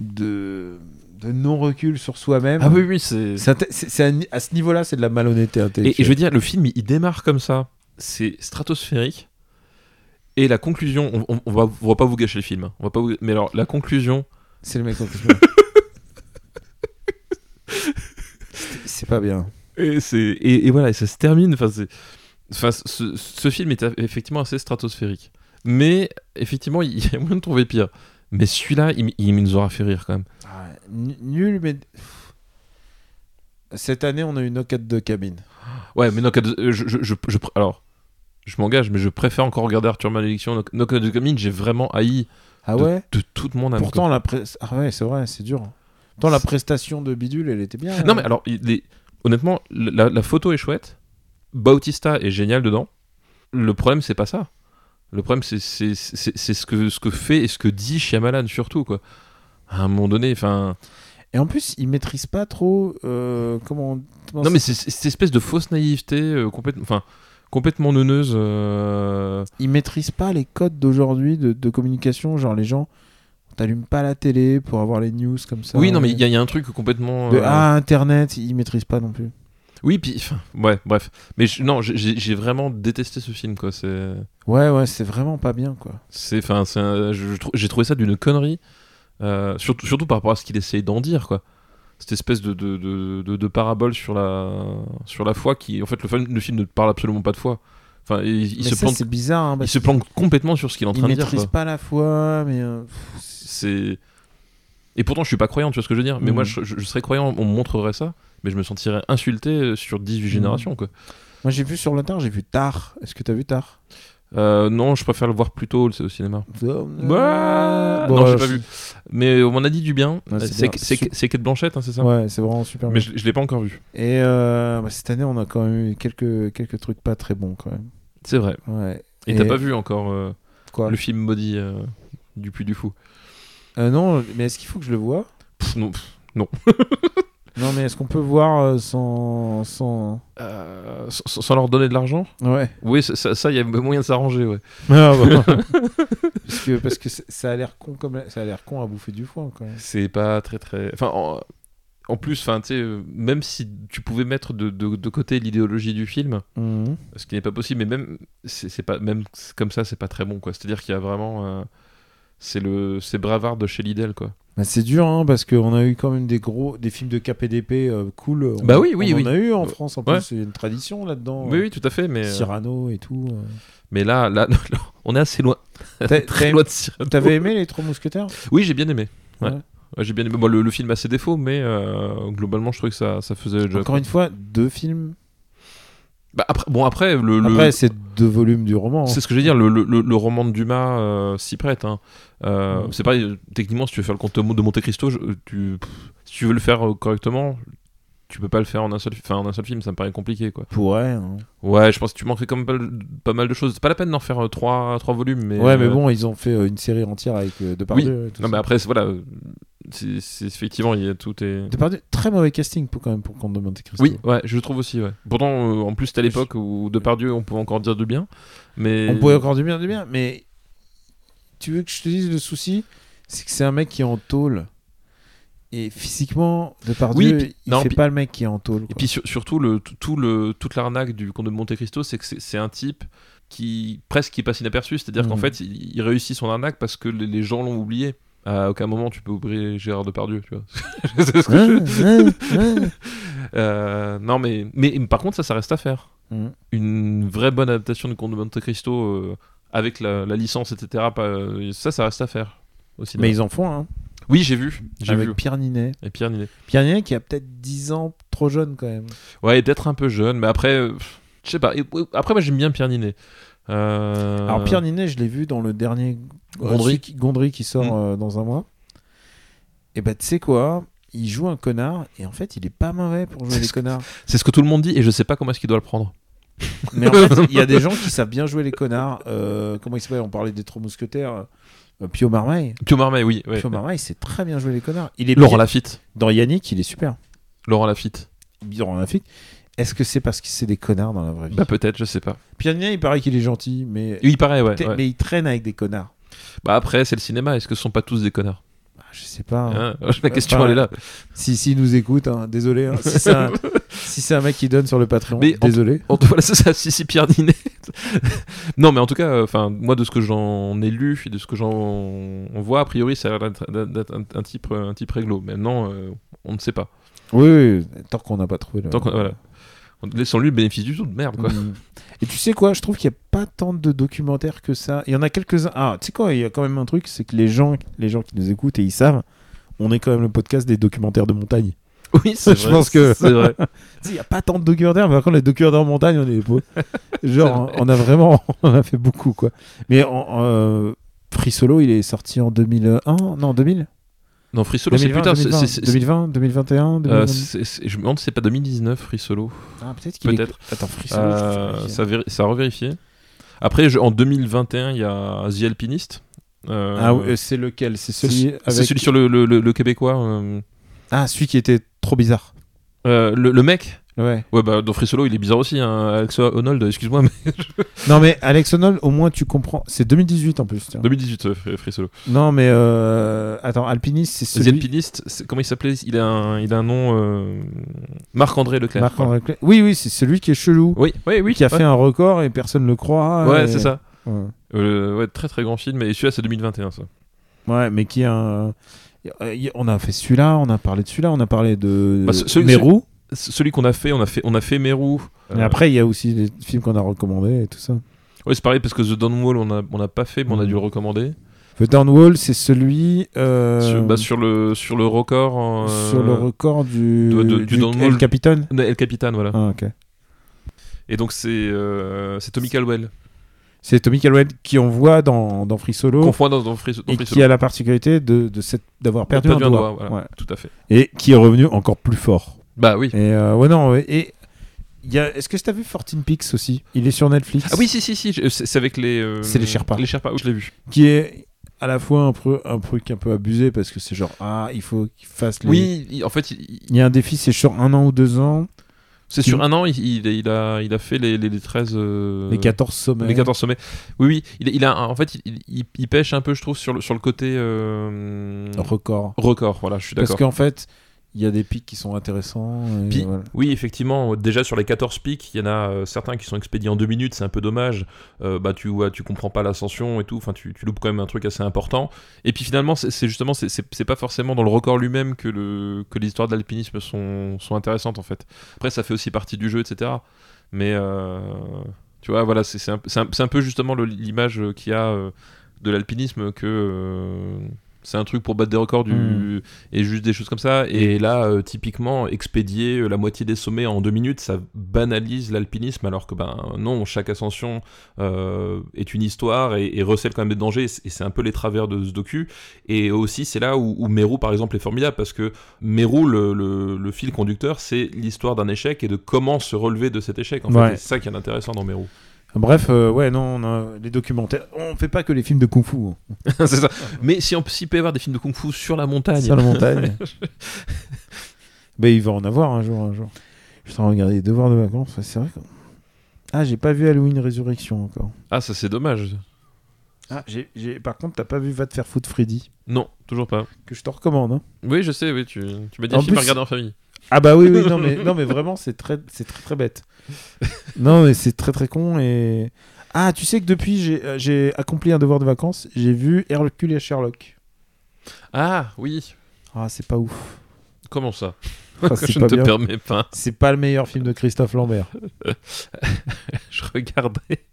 de, de non-recul sur soi-même.
Ah oui, oui, c'est.
C'est un tel- c'est- c'est un- à ce niveau-là, c'est de la malhonnêteté intellectuelle.
Et, et je veux dire, le film, il, il démarre comme ça. C'est stratosphérique. Et la conclusion, on, on- on va, on va pas vous gâcher le film. hein. On va pas vous- Mais alors, la conclusion,
C'est le mec en cosplay. C'est- C'est pas bien.
et, c'est- et- et voilà, et ça se termine. Enfin, c'est- enfin, ce, ce film est a- effectivement assez stratosphérique. Mais effectivement, il y a moyen de trouver pire. Mais celui-là, il, m- il nous aura fait rire quand même.
Ah, n- nul, mais. Cette année, on a eu Knock at de cabine.
Ouais, mais Knock at the- euh, je, je- je- je pr- alors, je m'engage, mais je préfère encore regarder Arthur Malédiction. Knock- Knock at the Cabin, j'ai vraiment haï
Ah
de-
ouais
de, toute mon âme. quoi.
Pourtant, la presse. Ah ouais, c'est vrai, c'est dur. Pourtant, la prestation de Bidule, elle était bien.
Non, mais alors, il- les- honnêtement, la, la photo est chouette. Bautista est génial dedans. Le problème, c'est pas ça. Le problème, c'est c'est- c'est- c'est ce que, ce que fait et ce que dit Shyamalan, surtout, quoi. À un moment donné, enfin.
Et en plus, il maîtrise pas trop. euh, comment. comment
Non, mais
c'est-
c'est c'est cette espèce de fausse naïveté euh, complètement. Enfin. Complètement neuneuse. euh,
Il maîtrise pas les codes d'aujourd'hui de, de communication. Genre, les gens. On t'allume pas la télé pour avoir les news comme ça.
Oui, non, mais il y, a- il y a un truc complètement.
De
euh,
ah, Internet, il maîtrise pas non plus.
Oui, puis. enfin, Ouais, bref. Mais je- non, j'ai- j'ai j'ai vraiment détesté ce film, quoi. C'est.
Ouais, ouais, c'est vraiment pas bien, quoi.
C'est, enfin, c'est un- je- je trou- j'ai trouvé ça d'une connerie, euh, surtout, surtout par rapport à ce qu'il essayait d'en dire, quoi. Cette espèce de, de, de, de- de parabole sur la, sur la foi qui, en fait, le, film- le film ne parle absolument pas de foi. Enfin, il, il
mais
se
ça,
plante,
c'est bizarre. Hein,
il
parce
se plante complètement sur ce qu'il est en
Il
train de dire.
maîtrise
quoi.
pas la foi, mais euh, pff,
C'est, et pourtant, je suis pas croyant, tu vois ce que je veux dire. Mais
Mhm.
moi, je, je- je serais croyant, on me montrerait ça, mais je me sentirais insulté euh, sur 18
Mhm.
générations, quoi.
moi j'ai vu sur le tard, j'ai vu tard. Est-ce que t'as vu tard
Euh, non, je préfère le voir plus tôt c'est au cinéma.
Bon,
Bah,
bon,
non, j'ai
euh,
pas vu. Mais on m'en a dit du bien.
Ouais, c'est
c'est
bien.
c'est- c'est Kate Blanchette, hein, c'est ça
Ouais, c'est vraiment super.
Mais
bien.
je, je l'ai pas encore vu.
Et euh, bah, cette année, on a quand même eu quelques, quelques trucs pas très bons quand même.
C'est vrai.
Ouais.
Et
Et-
t'as pas vu encore euh,
Quoi
le film maudit euh, du Puy du Fou
Euh, Non, mais est-ce qu'il faut que je le vois
Pff, non, pff,
Non, mais est-ce qu'on peut voir euh, sans, sans.
euh, sans, sans leur donner de l'argent
Ouais.
Oui, ça- ça, il y a moyen de s'arranger, ouais.
Ah, bah. parce que, parce que c'est- ça a l'air con comme la- ça a l'air con à bouffer du foin quand même.
C'est pas très très. Enfin, en, en plus, enfin, tu sais, euh, même si tu pouvais mettre de, de- de côté l'idéologie du film, ce qui n'est pas possible, mais même c'est c'est pas même comme ça, c'est pas très bon, quoi. C'est-à-dire qu'il y a vraiment, euh, c'est le c'est Bravard de chez Lidl, quoi.
Bah, c'est dur hein, parce qu'on a eu quand même des gros des films de KPDP euh, cool. On-
Bah oui, oui,
on
oui.
en a eu en France en
Ouais.
plus. C'est une tradition là-dedans.
Oui,
euh,
oui, tout à fait, mais euh,
Cyrano et tout. euh.
mais là, là, là, on est assez loin,
T'as-
très
t'as-
loin de Cyrano.
T'avais aimé les Trois Mousquetaires
Oui, j'ai bien aimé. Ouais.
Ouais.
Ouais, j'ai bien aimé. Bon, le, le film a ses défauts, mais euh, globalement, je trouvais que ça, ça faisait le job.
Encore une fois, deux films.
Bah, après, bon, après, le, le-
Après, c'est deux volumes du roman. hein.
C'est ce que je veux dire, le, le- le- le roman de Dumas euh, s'y prête. hein. Euh,
Mm.
C'est pareil, euh, techniquement, si tu veux faire le conte de Mo- de Monte Cristo, je- euh, tu, pff, si tu veux le faire euh, correctement, tu peux pas le faire en un seul, enfin, en Ah, un seul film, ça me paraît compliqué. quoi.
Pourrait. hein.
Ouais, je pense que tu manquerais quand même pas, le- pas mal de choses. C'est pas la peine d'en faire euh, trois, trois volumes. Mais,
Ouais, mais
euh,
bon, ils ont fait euh, une série entière avec euh, Depardieu. et tout
Non,
ça.
mais après, c'est- voilà, euh, c'est c'est- effectivement, il y a tout est.
Depardieu, très mauvais casting pour quand même pour Comte de Monte Cristo.
Oui, ouais, je le trouve aussi, ouais. Pourtant, euh, en plus, c'était à l'époque où Depardieu, on pouvait encore dire du bien. Mais...
On pouvait encore du bien, du bien, mais tu veux que je te dise le souci, c'est que c'est un mec qui est en tôle. Et physiquement, Depardieu,
Oui, puis-
il
non,
fait
puis-
pas le mec qui est en tôle.
Et
quoi.
puis sur- surtout, le, tout- tout le, toute l'arnaque du comte de Monte Cristo, c'est que c'est c'est un type qui presque qui passe inaperçu. C'est-à-dire qu'en
Mhm.
fait, il, il réussit son arnaque parce que les, les gens l'ont oublié. À aucun moment tu peux oublier Gérard Depardieu, tu vois. C'est ce que je-
Hein, hein,
Euh, non, mais, mais par contre, ça, ça reste à faire.
hein.
Une vraie bonne adaptation du comte de Monte Cristo euh, avec la, la licence, etc. pas- euh, ça, ça reste à faire. Aussi
mais ils en font
Ah,
un,
Oui, j'ai vu. J'ai
avec
vu.
Pierre Ninet.
Et Pierre Ninet.
Pierre Ninet qui a peut-être 10 ans trop jeune quand même.
Ouais, et d'être un peu jeune, mais après, euh, pff, je sais pas. Et- ouais, Après, moi, j'aime bien Pierre Ninet. Euh,
Alors Pierre Ninet, je l'ai vu dans le dernier euh,
Gondry.
celui qui- Gondry qui sort
Mm.
euh, dans un mois. Et bah tu sais quoi il joue un connard et en fait il est pas mauvais pour jouer
C'est
les
ce-
connards.
C'est ce que tout le monde dit et je sais pas comment est-ce qu'il doit le prendre.
Mais en fait, il y a des gens qui savent bien jouer les connards. Euh, comment il s'appelle On parlait des trois mousquetaires. Euh, Pio Marmaille.
Pio Marmaille, oui. ouais.
Pio Marmaille, c'est très bien jouer les connards. Il est
Laurent
bien-
Lafitte.
Dans Yannick, il est super.
Laurent Lafitte.
Dans Lafitte. Est-ce que c'est parce que c'est des connards dans la vraie vie
Bah peut-être, je sais pas.
Pierre Ninet, il paraît qu'il est gentil, mais,
Oui, pareil, ouais.
t'es-
ouais.
mais il traîne avec des connards.
Bah après, c'est le cinéma. Est-ce que ce sont pas tous des connards
Ah, Je sais pas.
Hein La question,
Enfin,
elle est là.
Si, si il nous écoute, hein, désolé. hein. si c'est un, si c'est un mec qui donne sur le Patreon,
Mais en-
désolé.
En tout- voilà, c'est ça. Si, si, Pierre Ninet. non, mais en tout cas, enfin, moi, de ce que j'en ai lu et de ce que j'en on voit, a priori, ça a l'air d'être- d'être un, un type, un type réglo. Maintenant, euh, on ne sait pas.
Oui, oui, tant qu'on n'a pas trouvé. Le...
Tant qu'on- voilà. Laissons-lui le bénéfice du doute, merde, quoi.
Mm. Et tu sais quoi, je trouve qu'il n'y a pas tant de documentaires que ça. Il y en a quelques-uns. Ah, tu sais quoi, il y a quand même un truc, c'est que les gens, les gens qui nous écoutent et ils savent, on est quand même le podcast des documentaires de montagne.
Oui, c'est
Je
vrai,
pense que-
c'est vrai.
Tu sais, il n'y a pas tant de documentaires, mais par contre, les documentaires de montagne, on est les pauvres. Genre, on a vraiment, on en a fait beaucoup, quoi. Mais en, euh, Free Solo, il est sorti en 2001, non, 2000
Non, Free Solo, c'est putain. c'est-
2020,
c'est- c'est-
2020, 2021,
euh,
2022.
c'est- c'est- Je me demande si c'est pas 2019, Free Solo.
Ah, peut-être qu'il est-
Peut-être.
Attends, Free Solo, je trouve
Euh,
qu'il est-
ça, vér- ça a revérifié. Après, je- en 2021, il y a The Alpinist. Euh,
Ah, ouais, c'est lequel C'est
c'est
celui
c'est
avec-
celui sur le, le- le- le Québécois. euh,
Ah, celui qui était trop bizarre.
euh, le, le mec
Ouais.
Ouais, bah dans Free Solo, il est bizarre aussi, hein, Alex Honnold, excuse-moi, mais
Non mais Alex Honnold, au moins tu comprends. C'est 2018 en plus. tiens.
2018, euh, Free Free Solo.
Non mais euh... attends, Alpiniste, c'est
The
celui.
Alpinist, c'est- comment il s'appelait il a, un, il a un nom. euh, Marc-André Leclerc.
Marc André Clay. Oui oui, c'est celui qui est chelou,
Oui, oui, oui.
qui a
ouais.
fait un record et personne le croit.
Ouais,
et-
c'est ça.
Ouais.
Euh, ouais, très très grand film, et celui-là, c'est 2021, ça.
Ouais, mais qui a. un- Euh, y- On a fait celui-là, on a parlé de celui-là, on a parlé de
Bah, ce- celui-
Mérou.
C- Celui qu'on a fait, on a fait, on a fait Mérou.
Et
Euh,
après, il y a aussi les films qu'on a recommandés et tout ça.
Ouais, c'est pareil parce que The Dawn Wall, on a, on a pas fait, mais on a
Mm.
dû le recommander.
The Downwall, c'est celui euh,
Sur, bah, sur le sur le record. en, euh,
sur le record du,
de- de- du Downwall.
El Capitan.
de El Capitan, voilà.
Ah, ok.
Et donc c'est euh, c'est Tommy Caldwell.
C'est Tommy Calhoun qui on voit dans, dans Free Solo
Confond dans, dans Free, dans
Oh. et
Free
qui
Solo.
a la particularité de, de cette- d'avoir perdu,
Perdu
un,
un
doigt.
doigt, voilà.
Ouais.
Tout à fait.
Et qui est revenu encore plus fort.
Bah oui.
Et euh, ouais, non, ouais, et il y a- est-ce que tu as vu 14 Pix aussi Il est sur Netflix.
Ah oui, si, si, si, je- c'est c'est avec les. euh,
C'est les Sherpas.
Les Sherpas, oui, je l'ai vu.
Qui est à la fois un, peu, un truc un peu abusé parce que c'est genre, ah, il faut qu'il fasse les-
Oui, il- en fait, il- il-
Il y a un défi, c'est sur un an ou deux ans,
c'est sur un an, il, il- il a, il a fait les, les, les 13. euh,
Mm. les 14 sommets.
les 14 sommets. Oui, oui, il, il a, un- en fait, il, il- il pêche un peu, je trouve, sur le, sur le côté euh,
records.
record. Voilà, je suis
Parce
d'accord.
qu'en fait, il y a des pics qui sont intéressants. et
Puis-
voilà.
Oui, effectivement, déjà sur les 14 pics, il y en a euh, certains qui sont expédiés en deux minutes, c'est un peu dommage. Euh, bah, tu vois, tu comprends pas l'ascension et tout, enfin, tu, tu loupes quand même un truc assez important. Et puis finalement, c'est c'est justement, c'est- c'est c'est pas forcément dans le record lui-même que, le, que les histoires de l'alpinisme sont, sont intéressantes en fait. Après, ça fait aussi partie du jeu, etc. Mais euh, tu vois, voilà, c'est c'est un, c'est un- c'est un peu justement le- l'image qu'il y a euh, de l'alpinisme que. euh, c'est un truc pour battre des records du,
Mm.
et juste des choses comme ça. Et là, euh, typiquement, expédier euh, la moitié des sommets en deux minutes, ça banalise l'alpinisme, alors que ben non, chaque ascension euh, est une histoire et, et recèle quand même des dangers. Et c'est- Et c'est un peu les travers de ce docu. Et aussi, c'est là où, où Meru, par exemple, est formidable parce que Meru, le, le- le fil conducteur, c'est l'histoire d'un échec et de comment se relever de cet échec. En
Ouais.
fait, Et c'est ça qui est intéressant dans Meru.
Bref, euh, ouais, non, on a les documentaires. On fait pas que les films de Kung Fu. hein.
C'est ça. Mais si on s'il peut y avoir des films de Kung Fu sur la montagne.
Sur la montagne. ben, il va en avoir un jour, un jour. Je suis en train de regarder les devoirs de vacances. ouais, C'est vrai que... Ah, j'ai pas vu Halloween Résurrection encore.
Ah, ça c'est dommage.
Ah, j'ai, j'ai- Par contre, t'as pas vu Va te faire foutre Freddy,
Non, toujours pas.
que je te recommande. hein.
Oui, je sais, oui, tu, tu m'as dit
En
un film
plus-
à regarder en famille.
Ah bah oui, oui, non mais, non, mais vraiment, c'est très, c'est très très bête. non, mais c'est très très con et... Ah, tu sais que depuis, j'ai, euh, j'ai accompli un devoir de vacances, j'ai vu Hercule et Sherlock.
Ah, oui.
Ah, c'est pas ouf.
Comment ça
Ah, c'est
Je
pas
ne te
bien.
permets pas.
C'est pas le meilleur film de Christophe Lambert.
Je regardais.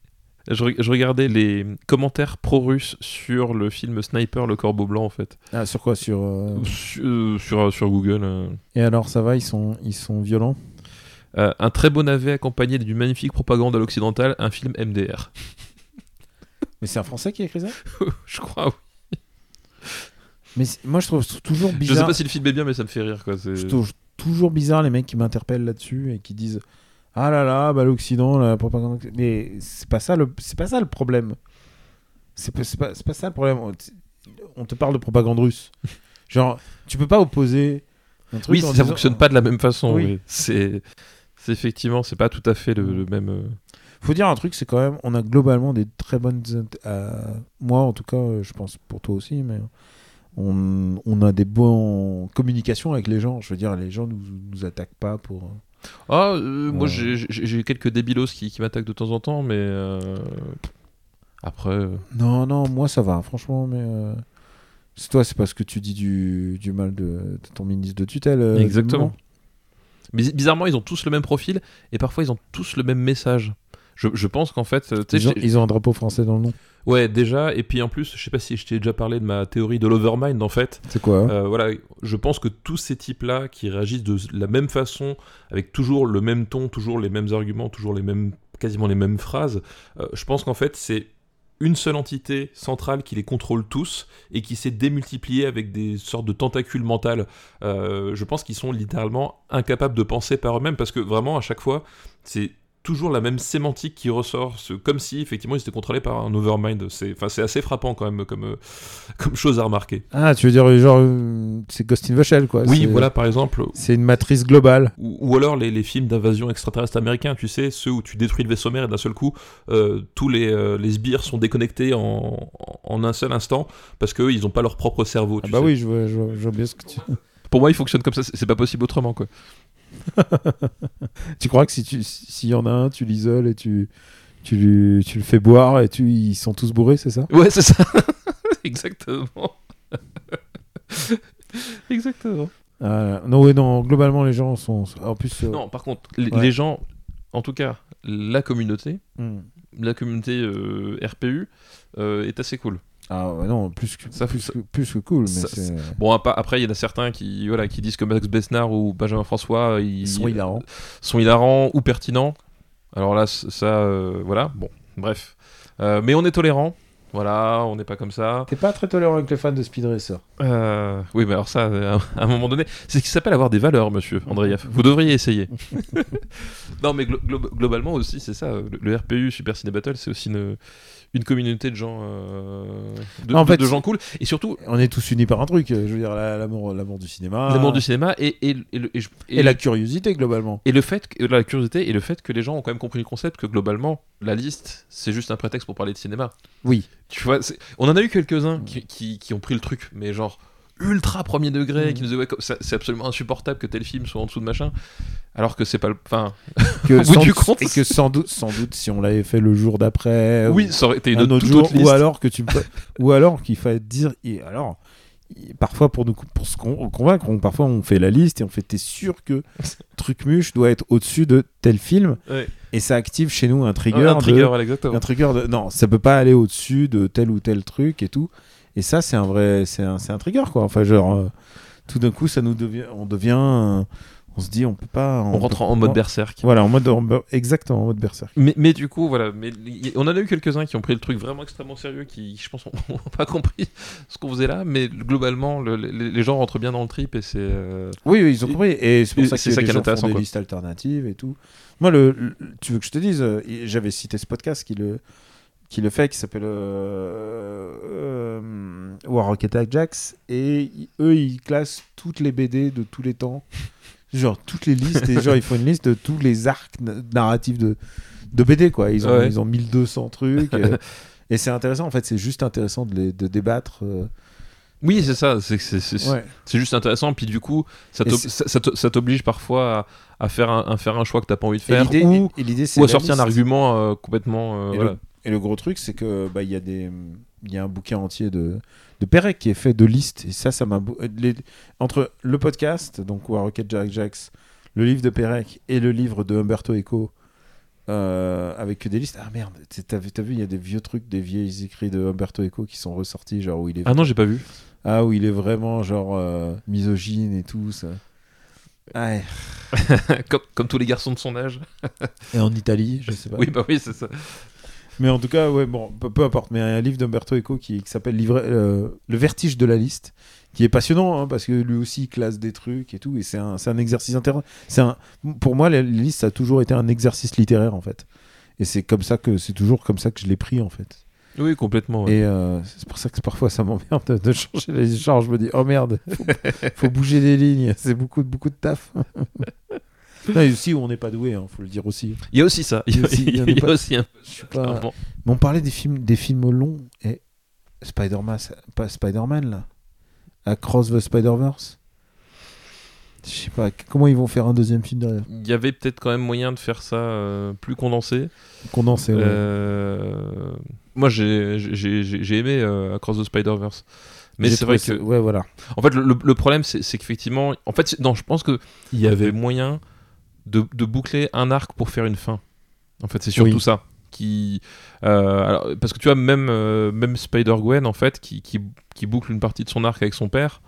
Je, re- je regardais les commentaires pro-russes sur le film Sniper, le corbeau blanc, en fait.
Ah, sur quoi Sur... euh,
Su- euh, Sur, euh, sur Google. euh.
Et alors, ça va, ils sont, ils sont violents
Euh, un très beau navet accompagné d'une magnifique propagande à l'occidental, un film MDR.
Mais c'est un Français qui a écrit ça
je crois, oui.
Mais c'est- moi, je trouve toujours
Je sais
bizarre...
pas si le film est bien, mais ça me fait rire, quoi. c'est-
Je trouve toujours bizarre les mecs qui m'interpellent là-dessus et qui disent ah là là bah l'Occident la propagande occ- mais c'est pas ça le c'est pas ça le problème c'est pas, c'est pas, c'est pas ça le problème On t- on te parle de propagande russe genre tu peux pas opposer un truc
Oui,
en
ça
disant-
fonctionne pas de la même façon.
Oui.
oui. C'est, c'est effectivement, c'est pas tout à fait le, le même. euh,
faut dire un truc c'est quand même on a globalement des très bonnes int- euh, moi en tout cas euh, je pense pour toi aussi mais on, on a des bons communications avec les gens je veux dire les gens nous, nous attaquent pas pour
Ah, euh, moi
Ouais.
j'ai- j'ai j'ai quelques débilos qui, qui m'attaquent de temps en temps, mais euh, après. euh,
Non, non, moi ça va, franchement, mais. euh, C'est toi, c'est parce que tu dis du, du mal de, de ton ministre de tutelle. euh,
Exactement.
du moment.
Mais bizarrement, ils ont tous le même profil et parfois ils ont tous le même message. Je, je pense qu'en fait, euh, tu
Ils
sais,
ont,
j'ai-
ils ont un drapeau français dans le nom.
Ouais, déjà, et puis en plus, je sais pas si je t'ai déjà parlé de ma théorie de l'overmind en fait.
C'est quoi hein
Euh, voilà, je pense que tous ces types-là qui réagissent de la même façon, avec toujours le même ton, toujours les mêmes arguments, toujours les mêmes, quasiment les mêmes phrases, euh, je pense qu'en fait c'est une seule entité centrale qui les contrôle tous et qui s'est démultipliée avec des sortes de tentacules mentales. Euh, je pense qu'ils sont littéralement incapables de penser par eux-mêmes parce que vraiment à chaque fois c'est toujours la même sémantique qui ressort, ce- comme si effectivement ils étaient contrôlés par un overmind. C'est enfin, c'est assez frappant quand même comme, euh, comme chose à remarquer.
Ah, tu veux dire, genre, euh, c'est Ghost in the Shell, quoi.
Oui,
c'est-
voilà par exemple
C'est une matrice globale.
ou, ou alors les, les films d'invasion extraterrestre américain, tu sais, ceux où tu détruis le vaisseau mère et d'un seul coup, euh, tous les, euh, les sbires sont déconnectés en, en- en un seul instant parce qu'eux, ils n'ont pas leur propre cerveau.
Ah,
tu
bah
sais.
oui, je vois, je vois- je vois bien ce que tu.
pour moi, ils fonctionnent comme ça. C'est c'est pas possible autrement, quoi.
tu crois que si tu, si- s'il y en a un, tu l'isoles et tu, tu, lui- tu le fais boire et tu, ils sont tous bourrés, c'est ça
Ouais, c'est ça. Exactement. Exactement.
Ah, Non, ouais, non, globalement, les gens sont. En plus. euh,
Non, par contre, les,
Ouais.
les gens, en tout cas, la communauté,
hmm.
la communauté euh, RPU euh, est assez cool.
Ah, ouais, non, plus que,
Ça-
plus
ça-
que, plus que cool, mais
ça-
c'est.
Bon, à pas- après, il y en a certains qui, voilà, qui disent que Max Besnard ou Benjamin François, ils
Ils sont hilarants.
sont hilarants ou pertinents. Alors là, c- ça, euh, voilà, bon.
Bref. Euh, mais on est tolérant. Voilà, on n'est pas comme ça.
T'es pas très tolérant avec les fans de Speed Racer.
Euh, oui, mais alors ça, euh, à un moment donné, c'est ce qui s'appelle avoir des valeurs, monsieur Andreev. Vous devriez essayer. non, mais glo- glo- globalement aussi, c'est ça. Le, le RPU Super Ciné Battle, c'est aussi une, une communauté de gens, euh, de,
En
de-
fait,
de gens cool. Et surtout,
On est tous unis par un truc, euh, je veux dire, la- l'amour l'amour du cinéma.
l'amour du cinéma et, et, et le- et je- et
euh, Et la curiosité, globalement.
Et le fait, que, la curiosité et le fait que les gens ont quand même compris le concept que globalement, la liste, c'est juste un prétexte pour parler de cinéma.
Oui.
Tu vois, c'est- on en a eu quelques-uns qui, qui- qui ont pris le truc, mais genre ultra premier degré, qui nous disaient, ouais, co- ça- c'est absolument insupportable que tel film soit en dessous de machin, alors que c'est pas le. Enfin,
Que
Au bout
sans,
du compte,
et que sans doute, sans doute, si on l'avait fait le jour d'après, ou
oui, ça aurait été
Ah
une
un
autre,
autre
toute
jour,
autre liste.
ou alors que tu peux- ou alors qu'il fallait dire, et alors. et Parfois, pour nous con- pour se con- convaincre, on, parfois on fait la liste et on fait t'es sûr que Trucmuche doit être au-dessus de tel film
Ouais.
et ça active chez nous un trigger.
un
de-
trigger, voilà, exactement.
un trigger de non ça peut pas aller au-dessus de tel ou tel truc et tout et ça c'est un vrai c'est un, c'est un trigger quoi enfin genre euh, tout d'un coup ça nous devient on devient euh, on se dit on peut pas
On rentre en mode berserk.
voilà en mode en mode- exactement en mode berserk
Mais, mais du coup, voilà, mais y- on en a eu quelques-uns qui ont pris le truc vraiment extrêmement sérieux, qui, je pense, n'ont pas compris ce qu'on faisait là, mais globalement, le- les, les gens rentrent bien dans le trip et c'est. euh,
oui oui, ils ont
Et-
compris et c'est pour
et
ça
c'est
que
ça
les
qui est
gens
intéressant,
font des
quoi.
listes alternatives et tout moi le, le- tu veux que je te dise euh, j'avais cité ce podcast qui le qui le fait qui s'appelle euh, euh, War Rocket Ajax et i- eux ils classent toutes les BD de tous les temps genre toutes les listes et genre ils font une liste de tous les arcs na- narratifs de de BD quoi ils ont
Ouais.
ils ont 1200 trucs euh, et c'est intéressant en fait c'est juste intéressant de, les- de débattre euh,
Oui, c'est ça, c'est c'est- c'est-
ouais.
c'est juste intéressant, puis du coup, ça
Et
t'ob-
c'est-
ça- ça te- ça t'oblige parfois à, à faire un, à faire un choix que t'as pas envie de
et
faire,
l'idée
ou,
et l'idée, c'est
ou à
la
sortir un
liste.
argument euh, complètement. euh,
Et
voilà.
Et le gros truc, c'est que bah, il y a des il y a un bouquin entier de de Pérec qui est fait de listes et ça ça m'a beau- les- entre le podcast donc War Rocket Jack Jax, le livre de Pérec et le livre de Umberto Eco euh, avec que des listes ah merde t'es- t'as vu t'as vu il y a des vieux trucs des vieilles écrits de Umberto Eco qui sont ressortis genre où il est
Ah non, j'ai pas vu.
ah où il est vraiment genre euh, misogyne et tout ça Ouais.
comme, comme tous les garçons de son âge.
et en Italie je sais pas
Oui, bah oui, c'est ça.
Mais en tout cas, ouais, bon, peu, peu importe. Mais un livre d'Umberto Eco qui, qui s'appelle Livre- euh, Le vertige de la liste, qui est passionnant, hein, parce que lui aussi il classe des trucs et tout, et c'est un, c'est un exercice intéressant. C'est un, pour moi, la liste ça a toujours été un exercice littéraire en fait, et c'est comme ça que c'est toujours comme ça que je l'ai pris en fait.
Oui, complètement. ouais.
Et euh, c'est pour ça que parfois ça m'emmerde de, de changer les genres. Je me dis, oh merde, faut, faut bouger des lignes, c'est beaucoup, beaucoup de taf. non, et aussi, on n'est pas doué, hein, faut le dire aussi.
Il y a aussi ça. Il y a,
aussi- il y en a
il y a
pas- Ah.
aussi un.
Je suis pas-
clairement.
mais on parlait des films, des films longs et Spider-Man, pas Spider-Man là, Across the Spider-Verse. Je sais pas comment ils vont faire un deuxième film derrière.
Il y avait peut-être quand même moyen de faire ça euh, plus condensé.
Condensé. ouais.
Euh, Moi, j'ai j'ai- j'ai- j'ai aimé euh, Across the Spider-Verse. Mais
J'ai
c'est vrai
trouvé
que.
ça- ouais voilà.
En fait, le, le- le problème, c'est c'est qu'effectivement. En fait, c'est- non, je pense qu'il
Il
y avait moyen de, de boucler un arc pour faire une fin. En fait, c'est surtout
Oui.
ça. Qui, euh, alors, parce que tu vois, même, euh, même Spider-Gwen, en fait, qui, qui, qui boucle une partie de son arc avec son père.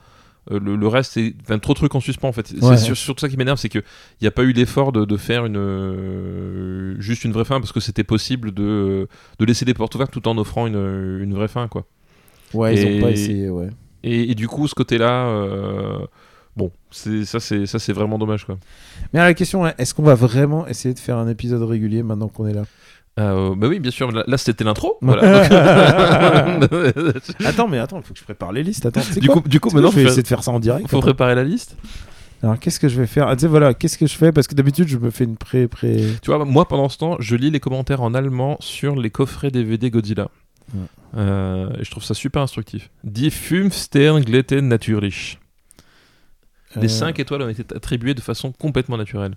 euh, le, le reste, c'est enfin, trop de trucs en suspens en fait. C'est
Ouais.
sur- surtout ça qui m'énerve, c'est qu'il n'y a pas eu l'effort de, de faire une, euh, juste une vraie fin parce que c'était possible de, de laisser les portes ouvertes tout en offrant une, une vraie fin quoi.
Ouais, ils
Et-
ont pas essayé. Ouais.
Et, et du coup, ce côté-là, euh, bon, c'est ça, c'est ça, c'est vraiment dommage, quoi.
Mais alors, la question est, est-ce qu'on va vraiment essayer de faire un épisode régulier maintenant qu'on est là
Euh, bah oui, bien sûr. Là, là, c'était l'intro.
Ouais.
Voilà. Donc-
Attends, mais attends, il faut que je prépare les listes. Attends, tu sais
du
quoi
coup, du coup,
Tu sais quoi,
maintenant,
je vais
faut-
essayer de faire ça en direct.
faut préparer la liste.
Alors, qu'est-ce que je vais faire Ah, Tu sais, voilà, qu'est-ce que je fais Parce que d'habitude, je me fais une pré pré.
Tu vois, moi, pendant ce temps, je lis les commentaires en allemand sur les coffrets DVD Godzilla.
Ouais.
Euh, et je trouve ça super instructif. Die fünf Sterne glätten natürlich. Les
Euh,
5 étoiles ont été attribuées de façon complètement naturelle.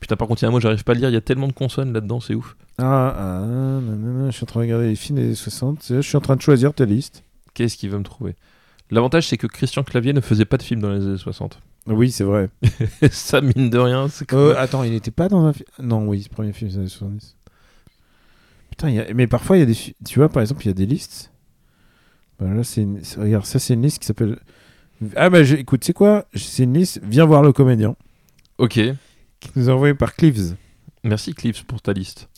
Putain, par contre, il y a un mot, j'arrive pas à le lire, il y a tellement de consonnes là-dedans, c'est ouf.
Ah, ah, nanana, je suis en train de regarder les films des 60. Je suis en train de choisir ta liste.
Qu'est-ce qu'il veut me trouver L'avantage, c'est que Christian Clavier ne faisait pas de films dans les années 60.
Oui, c'est vrai.
ça, mine de rien, c'est quand
Euh,
même-
attends, il n'était pas dans un film. Non, oui, ce premier film des années 70. Putain, il y a- mais parfois, il y a des. fi- Tu vois, par exemple, il y a des listes. Bah, là, c'est une... c'est- Regarde, ça, c'est une liste qui s'appelle. Ah, bah, j'ai- écoute, c'est quoi C'est une liste. Viens voir le comédien.
Ok,
Qui nous est envoyée par Cliffs.
merci Clips pour ta liste.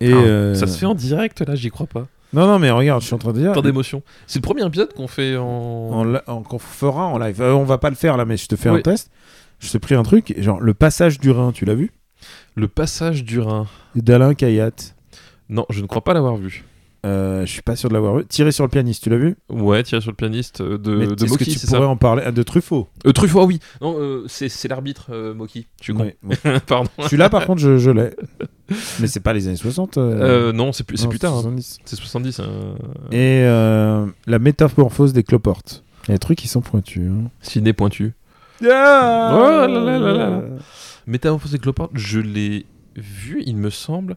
Et
Ah,
euh,
Ça se fait en direct là, j'y crois pas.
Non, non, mais regarde, je suis en train de dire.
Tant d'émotion. C'est le premier épisode qu'on fait en.
en li- en- qu'on fera en live. Euh, on va pas le faire là, mais je te fais un
Oui.
test. Je t'ai pris un truc, genre le passage du Rhin, tu l'as vu
Le passage du Rhin.
D'Alain Kayat.
Non, je ne crois pas l'avoir vu.
Euh, je suis pas sûr de l'avoir vu. Tirer sur le pianiste, tu l'as vu
Ouais, tiré sur le pianiste euh, de,
Mais
de
est-ce que
Moki,
tu
c'est
pourrais
ça
en parler Ah, De Truffaut.
Euh, Truffaut, ah oui. Non, euh, c'est c'est l'arbitre euh, Moki. Je suis con.
Ouais, ouais.
Pardon.
Celui-là, par contre, je, je l'ai. Mais c'est pas les années 60. euh,
Euh, non, c'est plus, c'est
non,
plus tard. hein.
70.
C'est 70. euh.
Et euh, la métamorphose des cloportes. Il y a des trucs qui sont pointus. hein. Ah,
Ciné pointu. Oh là là là là. Métamorphose des cloportes, je l'ai vu, il me semble.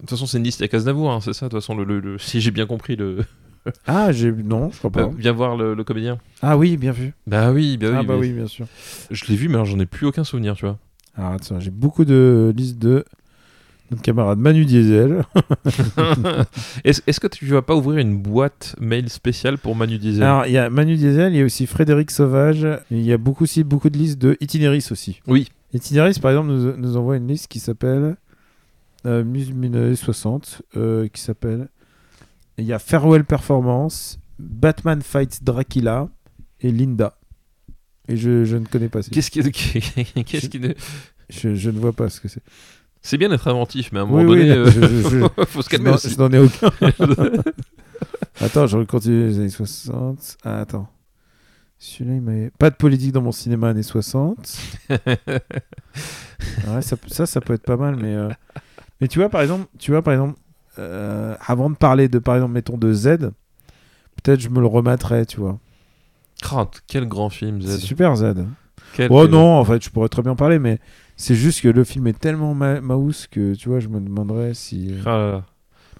De toute façon, c'est une liste avec Aznavour, hein, c'est ça. De toute façon, le, le- le- si j'ai bien compris, le...
Ah, j'ai... non, je crois pas.
Euh, viens voir le, le comédien.
Ah oui, bien vu.
Bah oui, bah oui.
ah bah
mais
oui, bien sûr.
Je l'ai vu, mais alors j'en ai plus aucun souvenir, tu vois.
Alors, attends, j'ai beaucoup de listes de notre camarade Manu Diesel.
Est-ce est-ce que tu vas pas ouvrir une boîte mail spéciale pour Manu Diesel
Alors, il y a Manu Diesel, il y a aussi Frédéric Sauvage, il y a beaucoup aussi beaucoup de listes de Itineris aussi.
Oui.
Itineris, par exemple, nous, nous envoie une liste qui s'appelle euh, Muse 1960, euh, qui s'appelle. Il y a Farewell Performance, Batman Fights Dracula et Linda. Et je, je ne connais pas. ces-
Qu'est-ce qui... qu'est-ce qui...
Je, je ne vois pas ce que c'est.
C'est bien d'être inventif, mais à un moment
Oui, oui,
donné, euh,
je- je- je-
faut se
Je
calmer
n'en-
aussi.
je n'en ai aucun. Attends, je continue les années 60. Ah, attends. Celui-là, il m'avait. Pas de politique dans mon cinéma années 60. Ouais, ça, peut- ça, ça peut être pas mal, mais. euh, Mais tu vois, par exemple, tu vois, par exemple euh, avant de parler de, par exemple, mettons, de Z, peut-être je me le remettrais, tu vois.
Crante, quel grand film,
C'est
Z.
super, Z.
Quel-
Oh non, en fait, je pourrais très bien en parler, mais c'est juste que le film est tellement ma maus que, tu vois, je me demanderais si. euh,
Ah là là.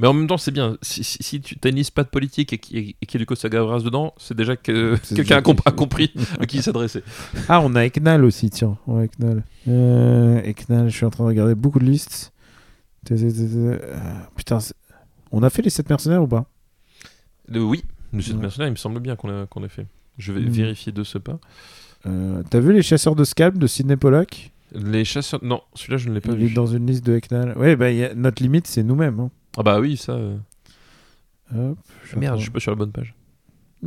Mais en même temps, c'est bien. Si, si- si tu t'as une liste pas de politique et qui- et qu'il y a du Costa Gavras dedans, c'est déjà que
C'est
Euh, quelqu'un
déjà
a, comp-
que-
a compris à qui il s'adressait.
Ah, on a Eknal aussi, tiens. On a Eknal. Euh, Eknal, je suis en train de regarder beaucoup de listes. Euh, Putain, c'est- on a fait les 7 mercenaires ou pas
Le- Euh, oui, le
Ouais.
mercenaire, il me semble bien qu'on a- qu'on ait fait. Je vais
Mm.
vérifier de ce pas.
Euh, T'as vu les chasseurs de scalp de Sidney Pollack
Les chasseurs. Non, celui-là, je ne l'ai pas
Il
vu.
est dans une liste de Eknal. Ouais, bah, il y a- notre limite, c'est nous-mêmes. hein.
Ah bah oui, ça. euh,
Hop, je
Merde,
reprends.
je suis pas sur la bonne page.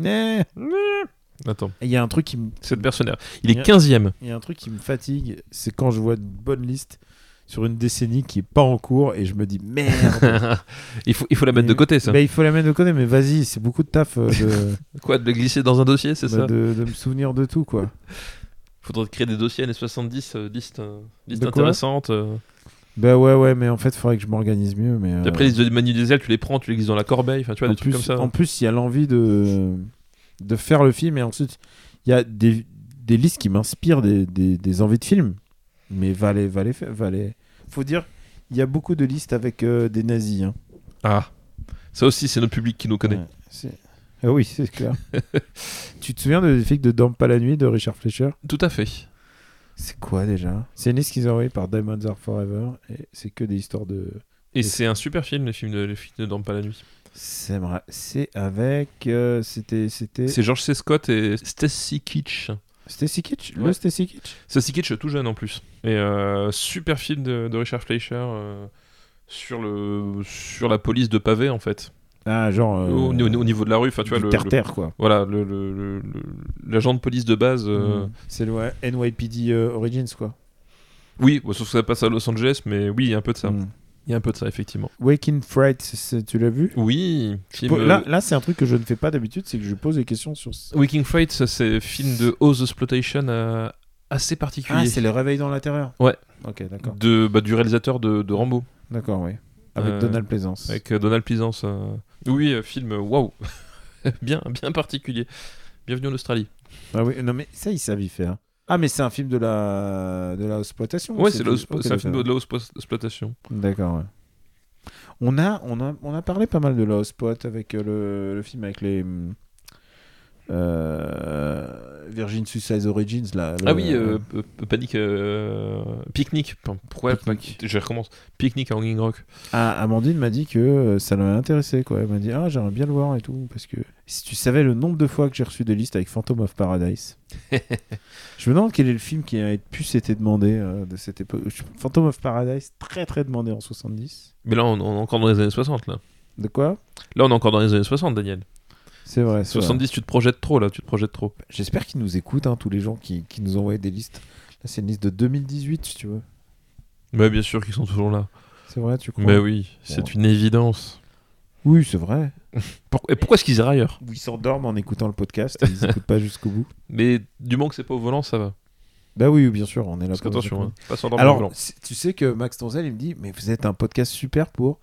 Eh,
Attends,
Il y a un truc qui me
cette mercenaire. Il est
Yeah.
15ème.
Il y a un truc qui me fatigue, c'est quand je vois une bonne liste sur une décennie qui est pas en cours et je me dis merde.
il, faut, il faut la mettre de
Mais-
côté, ça.
Bah, il faut la mettre de côté, mais vas-y, c'est beaucoup de taf euh, de,
Quoi, de le glisser dans un dossier, c'est
bah,
ça
de- de me souvenir de tout, quoi.
Faudrait créer des dossiers années 70, euh, listes euh, listes
De quoi
intéressantes. euh.
Bah ouais, ouais, mais en fait, il faudrait que je m'organise mieux. Mais euh,
Puis après, les de Manu Diesel, tu les prends, tu les glisses dans la corbeille, enfin, tu vois,
en
des
plus,
trucs comme ça. hein.
En plus, il y a l'envie de, de faire le film et ensuite, il y a des, des listes qui m'inspirent des, des, des envies de films. Mais va les, va les faire. Va les... Faut dire, il y a beaucoup de listes avec euh, des nazis. Hein.
Ah, ça aussi, c'est notre public qui nous connaît.
Ouais, c'est- Ah oui, c'est clair. tu te souviens de flics de Dorme pas la nuit de Richard Fleischer
Tout à fait.
C'est quoi déjà C'est une liste qu'ils ont envoyée par Diamonds Are Forever et c'est que des histoires de.
Et
Et-
c'est un super film, les films de Les filles ne dorment pas la nuit.
C'est vrai. C'est avec. euh, c'était. C'était.
C'est George C. Scott et Stacy Kitsch.
Stacy Kitsch
Ouais.
Le Stacy Kitsch
Stacy Kitsch, tout jeune en plus. Et euh, super film de, de Richard Fleischer euh, sur, le, sur la police de pavé, en fait.
Ah, genre. euh,
au, au- au niveau de la rue, enfin,
du
tu vois, le, le-
terre-terre, quoi.
Voilà, le- le- le- le- l'agent de police de base. euh,
Mm. C'est le ouais, NYPD euh, Origins, quoi.
Oui, bon, sauf que ça passe à Los Angeles, mais oui, il y a un peu de ça.
Mm.
Il y a un peu de ça, effectivement.
Waking Fright, c'est- tu l'as vu
Oui, film.
Po- Là,
euh,
là c'est un truc que je ne fais pas d'habitude, c'est que je pose des questions sur. ce-
Waking Fright, ça, c'est film de Oz Exploitation euh, assez particulier.
Ah, c'est le réveil dans la terreur
Ouais.
Ok, d'accord.
de, bah, du réalisateur de, de Rambo,
D'accord, oui. Avec
Euh,
Donald Plaisance.
avec euh, Donald Pleasance. euh. Oui, euh, film, euh, waouh Bien, bien particulier. Bienvenue en Australie.
Ah oui, non, mais ça, ils savent y faire. Ah, mais c'est un film de la. de la exploitation
Ouais, c'est la-
Ok,
c'est un film
d'accord.
de la haute exploitation.
D'accord, ouais. On a, on, a, on a parlé pas mal de Lost Spot avec euh, le, le film avec les. hum, euh, Virgin Suicide Origins, là. le-
Ah oui, euh, p- p- panique, euh, picnic. P- Pourquoi
Picnic.
Je recommence. Picnic à Hanging Rock.
Ah, Amandine m'a dit que euh, ça l'avait intéressé, quoi. Elle m'a dit, ah, j'aimerais bien le voir et tout, parce que. Si tu savais le nombre de fois que j'ai reçu des listes avec Phantom of Paradise. je me demande quel est le film qui a le plus été demandé euh, de cette époque. Je- Phantom of Paradise, très très demandé en 70.
Mais là, on, on est encore dans les années 60, là.
De quoi
Là, on est encore dans les années 60, Daniel.
C'est vrai. c'est vrai.
70, tu te projettes trop, là, tu te projettes trop.
J'espère qu'ils nous écoutent, hein, tous les gens qui, qui nous ont envoyé des listes. Là, c'est une liste de 2018, si tu veux.
Mais bien sûr qu'ils sont toujours là.
C'est vrai, tu crois
Mais oui, c'est
Ouais.
une évidence.
Oui, c'est vrai.
Pour- Et pourquoi est-ce qu'ils iraient ailleurs
Ou Ils s'endorment en écoutant le podcast, et ils n'écoutent pas jusqu'au bout.
Mais du moment que c'est pas au volant, ça va.
Bah oui, oui, bien sûr, on est là
Parce
pour les
qu'attention,
écouter.
hein, pas s'endormir au volant.
Alors, c'est- tu sais que Max Tonzel, il me dit Mais vous êtes un podcast super pour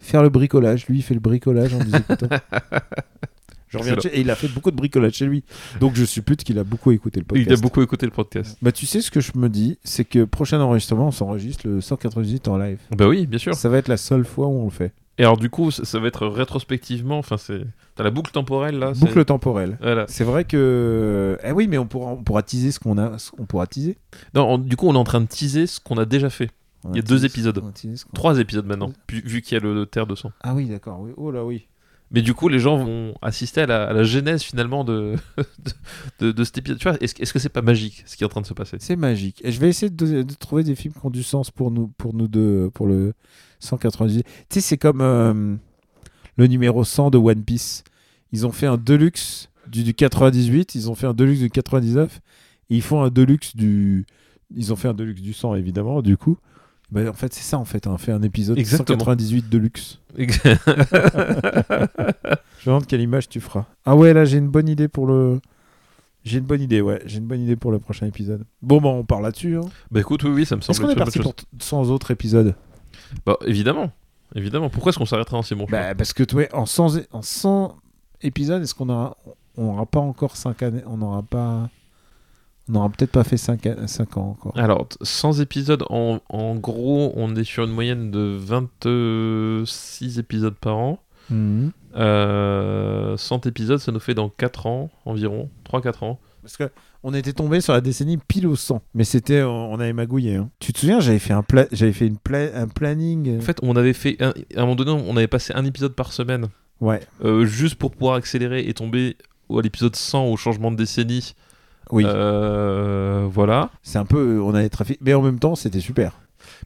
faire le bricolage. Lui, il fait le bricolage en nous écoutant. Je reviens de chez- Et il a fait beaucoup de bricolage chez lui. Donc, je suppute qu'il a beaucoup écouté le podcast.
Il a beaucoup écouté le podcast.
Bah, tu sais, ce que je me dis, c'est que prochain enregistrement, on s'enregistre le 198 en live.
Bah oui, bien sûr.
Ça va être la seule fois où on le fait.
Et alors, du coup, ça, ça va être rétrospectivement. Enfin, c'est. T'as la boucle temporelle, là. Ah, c'est-
Boucle temporelle.
Voilà.
C'est vrai que. Eh oui, mais on pourra, on pourra teaser ce qu'on a. ce qu'on pourra teaser.
Non, on- du coup, on est en train de teaser ce qu'on a déjà fait.
On
Il y a
teasé
deux
ce-
épisodes.
on a teasé ce qu'on-
Trois épisodes maintenant, pu- vu qu'il y a le, le Terre de Sang.
Ah oui, d'accord. Oui. Oh là, oui.
Mais du coup, les gens vont assister à la, à la genèse finalement de, de, de- de cet épisode. Tu vois, est-ce, que- est-ce que c'est pas magique ce qui est en train de se passer
C'est magique. Et je vais essayer de, de trouver des films qui ont du sens pour nous, pour nous deux, euh, pour le 190. Tu sais, c'est comme euh, le numéro 100 de One Piece. Ils ont fait un deluxe du, du 98, ils ont fait un deluxe du 99, et ils font un deluxe du. Ils ont fait un deluxe du 100, évidemment, du coup. Bah, en fait, c'est ça, en fait, on fait un épisode
Exactement.
198 deluxe.
Ex-
Je me demande quelle image tu feras. Ah ouais, là, j'ai une bonne idée pour le. J'ai une bonne idée, ouais. J'ai une bonne idée pour le prochain épisode. Bon, bah, on part là-dessus. hein.
Bah écoute, oui, oui, ça me semble
Est-ce qu'on est
une bonne
parti
chose.
pour 100 autres épisodes
Bah évidemment, évidemment. Pourquoi est-ce qu'on s'arrêterait en si bon chemin
bah, Parce que toi, en 100, é- en 100 épisodes, est-ce qu'on aura, on aura pas encore 5 années On n'aura pas. On n'aura peut-être pas fait 5, ans encore.
Alors, t- 100 épisodes, en, en gros, on est sur une moyenne de 26 épisodes par an.
Mhm.
Euh, 100 épisodes, ça nous fait dans 4 ans environ, 3-4 ans.
Parce que on était tombé sur la décennie pile au 100. Mais c'était. euh, On on avait magouillé. hein. Tu te souviens, j'avais fait, un, pla- j'avais fait une pla- un planning. euh,
En fait, on avait fait, un- à un moment donné, on avait passé un épisode par semaine.
ouais,
Euh, juste pour pouvoir accélérer et tomber au- à l'épisode 100 au changement de décennie.
oui.
Euh, voilà.
C'est un peu. euh, On avait trafic. Mais en même temps, c'était super.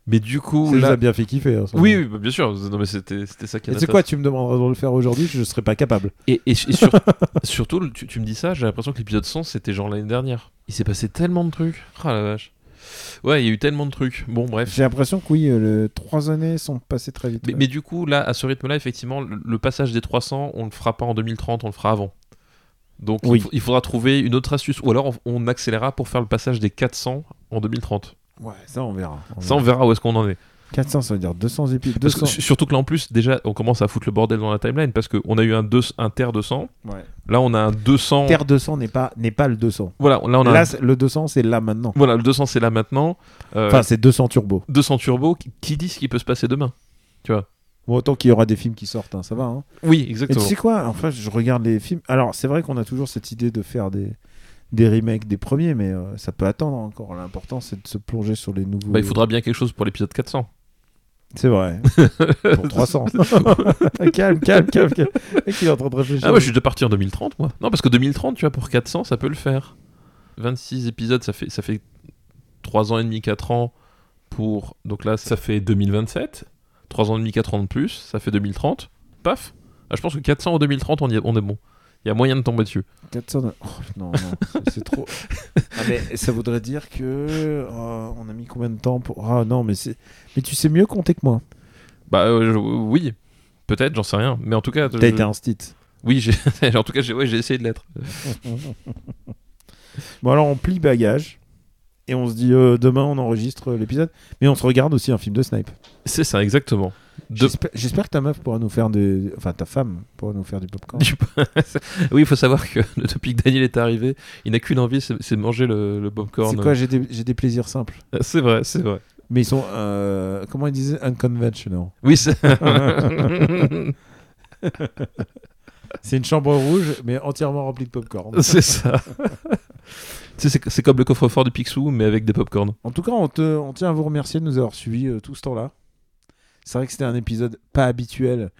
Mais du coup,
Ça nous
là-
a bien fait kiffer. hein, ça.
oui, oui, bah, bien sûr. Non, mais c'était c'était ça qui
Et tu sais quoi, tu me demanderas de le faire aujourd'hui, je ne serais pas capable.
Et, et- et sur- surtout, le- tu, tu me dis ça, j'ai l'impression que l'épisode 100, c'était genre l'année dernière. Il s'est passé tellement de trucs. Ah la vache. Ouais, il y a eu tellement de trucs. Bon, bref.
J'ai l'impression que oui, euh, le- trois années sont passées très vite.
Mais, mais du coup, là, à ce rythme-là, effectivement, le, le passage des 300, on le fera pas en 2030, on le fera avant. Donc, il
Oui.
fa- il, faudra trouver une autre astuce. Ou alors, on, on accélérera pour faire le passage des 400 en 2030.
Ouais, ça on verra. On
Ça, on
verra.
verra où est-ce qu'on en est.
400, ça veut dire 200 épisodes.
Parce que-
200.
surtout que là, en plus, déjà, on commence à foutre le bordel dans la timeline parce qu'on a eu un, deux, un terre 200.
Ouais.
Là, on a un 200.
Terre 200 n'est pas, n'est pas le 200.
Voilà, là, on a
Là,
un-
c'est- le 200, c'est là maintenant.
voilà, le 200, c'est là maintenant. Euh,
Enfin, c'est 200 turbo.
200 turbo, qui, qui dit ce qui peut se passer demain
Bon, autant qu'il y aura des films qui sortent, hein, ça va. hein.
Oui,
Et tu
exactement.
sais quoi Enfin, je regarde les films. Alors, c'est vrai qu'on a toujours cette idée de faire des, des remakes des premiers, mais euh, ça peut attendre encore. L'important, c'est de se plonger sur les nouveaux.
Bah, il faudra bien quelque chose pour l'épisode 400.
C'est vrai. Pour 300. calme, calme, calme. calme. Le mec, il est en train de réfléchir.
Ah, moi, je suis déjà parti en 2030, moi. Non, parce que 2030, tu vois, pour 400, ça peut le faire. 26 épisodes, ça fait, ça fait 3 ans et demi, 4 ans pour. Donc là, ça
Ça fait 2027.
3 ans et demi, 4 ans de plus, ça fait 2030. Paf Ah, Je pense que 400 en 2030, on, y est- on est bon. Il y a moyen de tomber dessus.
400. Oh, non, non, c'est- c'est trop. Ah, mais ça voudrait dire que euh, on a mis combien de temps pour. Ah non, mais c'est. Mais tu sais mieux compter que moi.
Bah euh, je- oui, peut-être, j'en sais rien. Mais en tout cas,
T'as
je-
été un stit.
oui, j'ai- en tout cas, j'ai ouais, j'ai essayé de l'être.
Bon alors on plie bagage et on se dit euh, demain on enregistre euh, l'épisode, mais on se regarde aussi un film de snipe.
C'est ça, exactement. De-
J'espère- J'espère que ta meuf pourra nous faire de, enfin ta femme pourra nous faire du popcorn.
du- oui, il faut savoir que depuis que Daniel est arrivé, il n'a qu'une envie, c'est c'est de manger le, le popcorn. Euh,
C'est quoi J'ai des, j'ai des plaisirs simples,
C'est vrai, c'est vrai.
mais ils sont euh, comment ils disaient unconventional.
Oui, c'est-
C'est une chambre rouge mais entièrement remplie de popcorn.
c'est ça. Tu sais, c'est c'est comme le coffre-fort du Picsou, mais avec des popcorn.
En tout cas, on, te- on tient à vous remercier de nous avoir suivis euh, tout ce temps-là. C'est vrai que c'était un épisode pas habituel,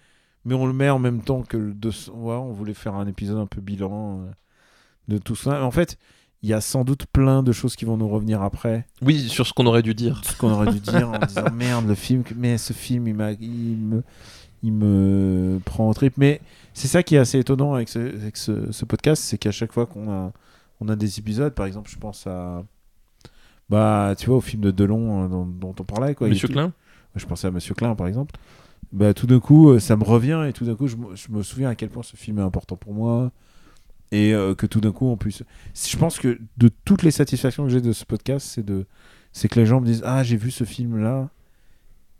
mais on le met en même temps que le 200. ouais, on voulait faire un épisode un peu bilan euh, de tout ça. En fait, il y a sans doute plein de choses qui vont nous revenir après.
Oui, sur ce qu'on aurait dû dire.
ce qu'on aurait dû dire en disant merde le film que- mais ce film il, m'a- il me il me prend en trip mais c'est ça qui est assez étonnant avec ce, avec ce, ce podcast c'est qu'à chaque fois qu'on a on a des épisodes par exemple je pense à bah tu vois au film de Delon euh, dont, dont on parlait quoi Il
Monsieur
était-
Klein
je pensais à Monsieur Klein, par exemple. Bah, tout d'un coup, euh, ça me revient et tout d'un coup, je, me- je me souviens à quel point ce film est important pour moi. Et euh, que tout d'un coup, en plus. Je pense que de toutes les satisfactions que j'ai de ce podcast, c'est de c'est que les gens me disent Ah, j'ai vu ce film-là.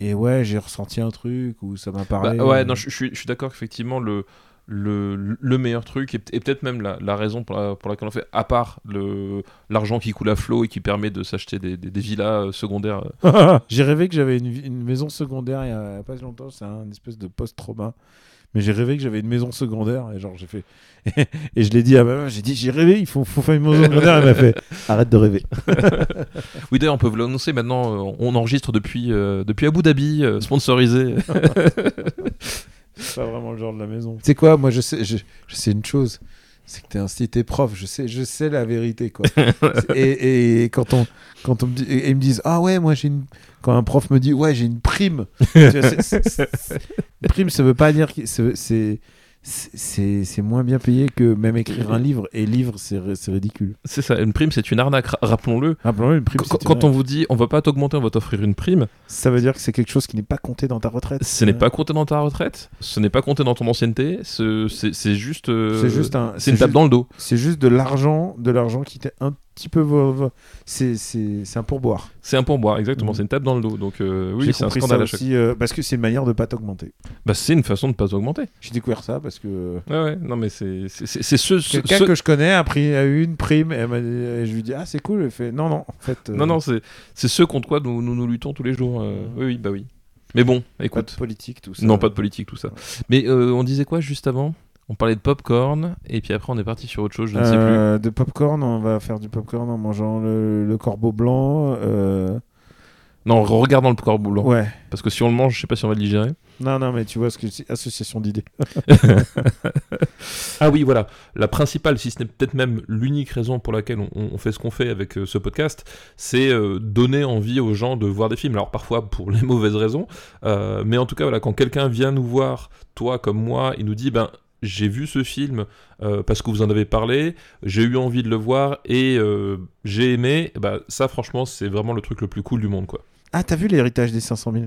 Et ouais, j'ai ressenti un truc ou ça m'a
Bah,
parlé. euh,
ouais, non, je, je suis, je suis d'accord qu'effectivement, le, le, le meilleur truc, et, peut- et peut-être même la, la raison pour, la- pour laquelle on le fait, à part le, l'argent qui coule à flot et qui permet de s'acheter des, des- des villas euh, secondaires. euh.
j'ai rêvé que j'avais une, vi- une maison secondaire il y a pas longtemps. C'est un espèce de post-trauma. Mais j'ai rêvé que j'avais une maison secondaire et genre j'ai fait et je l'ai dit à ma maman j'ai dit j'ai rêvé il faut, faut faire une maison secondaire elle m'a fait arrête de rêver
Oui, d'ailleurs, on peut vous l'annoncer maintenant, euh, on enregistre depuis, euh, depuis Abu Dhabi, euh, sponsorisé.
pas vraiment le genre de la maison. Tu sais quoi, moi je sais, je, je sais une chose, c'est que t'es un si t'es prof, je sais, je sais la vérité quoi. et, et quand on, quand on me dit, et- et ils me disent ah ouais moi j'ai une, quand un prof me dit ouais j'ai une prime, Tu vois, c'est- c'est- c'est- prime ça veut pas dire que c'est c'est- c'est c'est moins bien payé que même écrire un livre et livre c'est ri- c'est ridicule.
c'est ça, une prime, c'est une arnaque, ra- rappelons-le.
Rappelons Ah, une prime.
Quand, quand on vous dit on va pas t'augmenter, on va t'offrir une prime,
ça veut dire que c'est quelque chose qui n'est pas compté dans ta retraite. Euh,
ce n'est pas compté dans ta retraite, ce n'est pas compté dans ton ancienneté, ce- c'est c'est juste. euh,
C'est juste un-
C'est une
c'est
tape
juste-
dans le dos.
C'est juste de l'argent, de l'argent qui t'est un petit peu vo- vo- c'est c'est c'est un pourboire.
C'est un pourboire, exactement.
Mhm.
C'est une tape dans le dos. Donc, euh, oui,
J'ai
c'est un
compris
scandale
ça
à chaque
aussi, euh, parce que c'est une manière de pas t'augmenter.
Bah, c'est une façon de pas augmenter.
J'ai découvert ça parce que
Ouais, ouais, non, mais c'est c'est- c'est- c'est ce. ce-
quelqu'un
ce-
que je connais a, pris, a eu une prime et, elle m'a dit- et je lui dis ah c'est cool. Elle fait non non en fait euh,
Non, non, c'est c'est ce contre quoi nous, nous nous luttons tous les jours. euh,
Mm.
Oui, oui, bah oui. Mais bon,
pas de
écoute.
politique tout ça.
Non, pas de politique, tout ça. Mais euh, on disait quoi juste avant On parlait de popcorn, et puis après on est parti sur autre chose, je ne sais plus.
Euh, de popcorn, on va faire du popcorn en mangeant le, le corbeau blanc. euh,
Non, regardant le corbeau blanc.
Ouais.
Parce que si on le mange, je sais pas si on va le digérer.
Non non mais tu vois ce que c'est association d'idées.
Ah oui, voilà. La principale, si ce n'est peut-être même l'unique raison pour laquelle on, on fait ce qu'on fait avec euh, ce podcast, c'est euh, donner envie aux gens de voir des films. Alors parfois pour les mauvaises raisons, euh, mais en tout cas, voilà, quand quelqu'un vient nous voir, toi comme moi, il nous dit, ben. J'ai vu ce film euh, parce que vous en avez parlé, j'ai eu envie de le voir et euh, j'ai aimé. Bah, ça, franchement, c'est vraiment le truc le plus cool du monde, quoi.
Ah t'as vu l'héritage des 500 000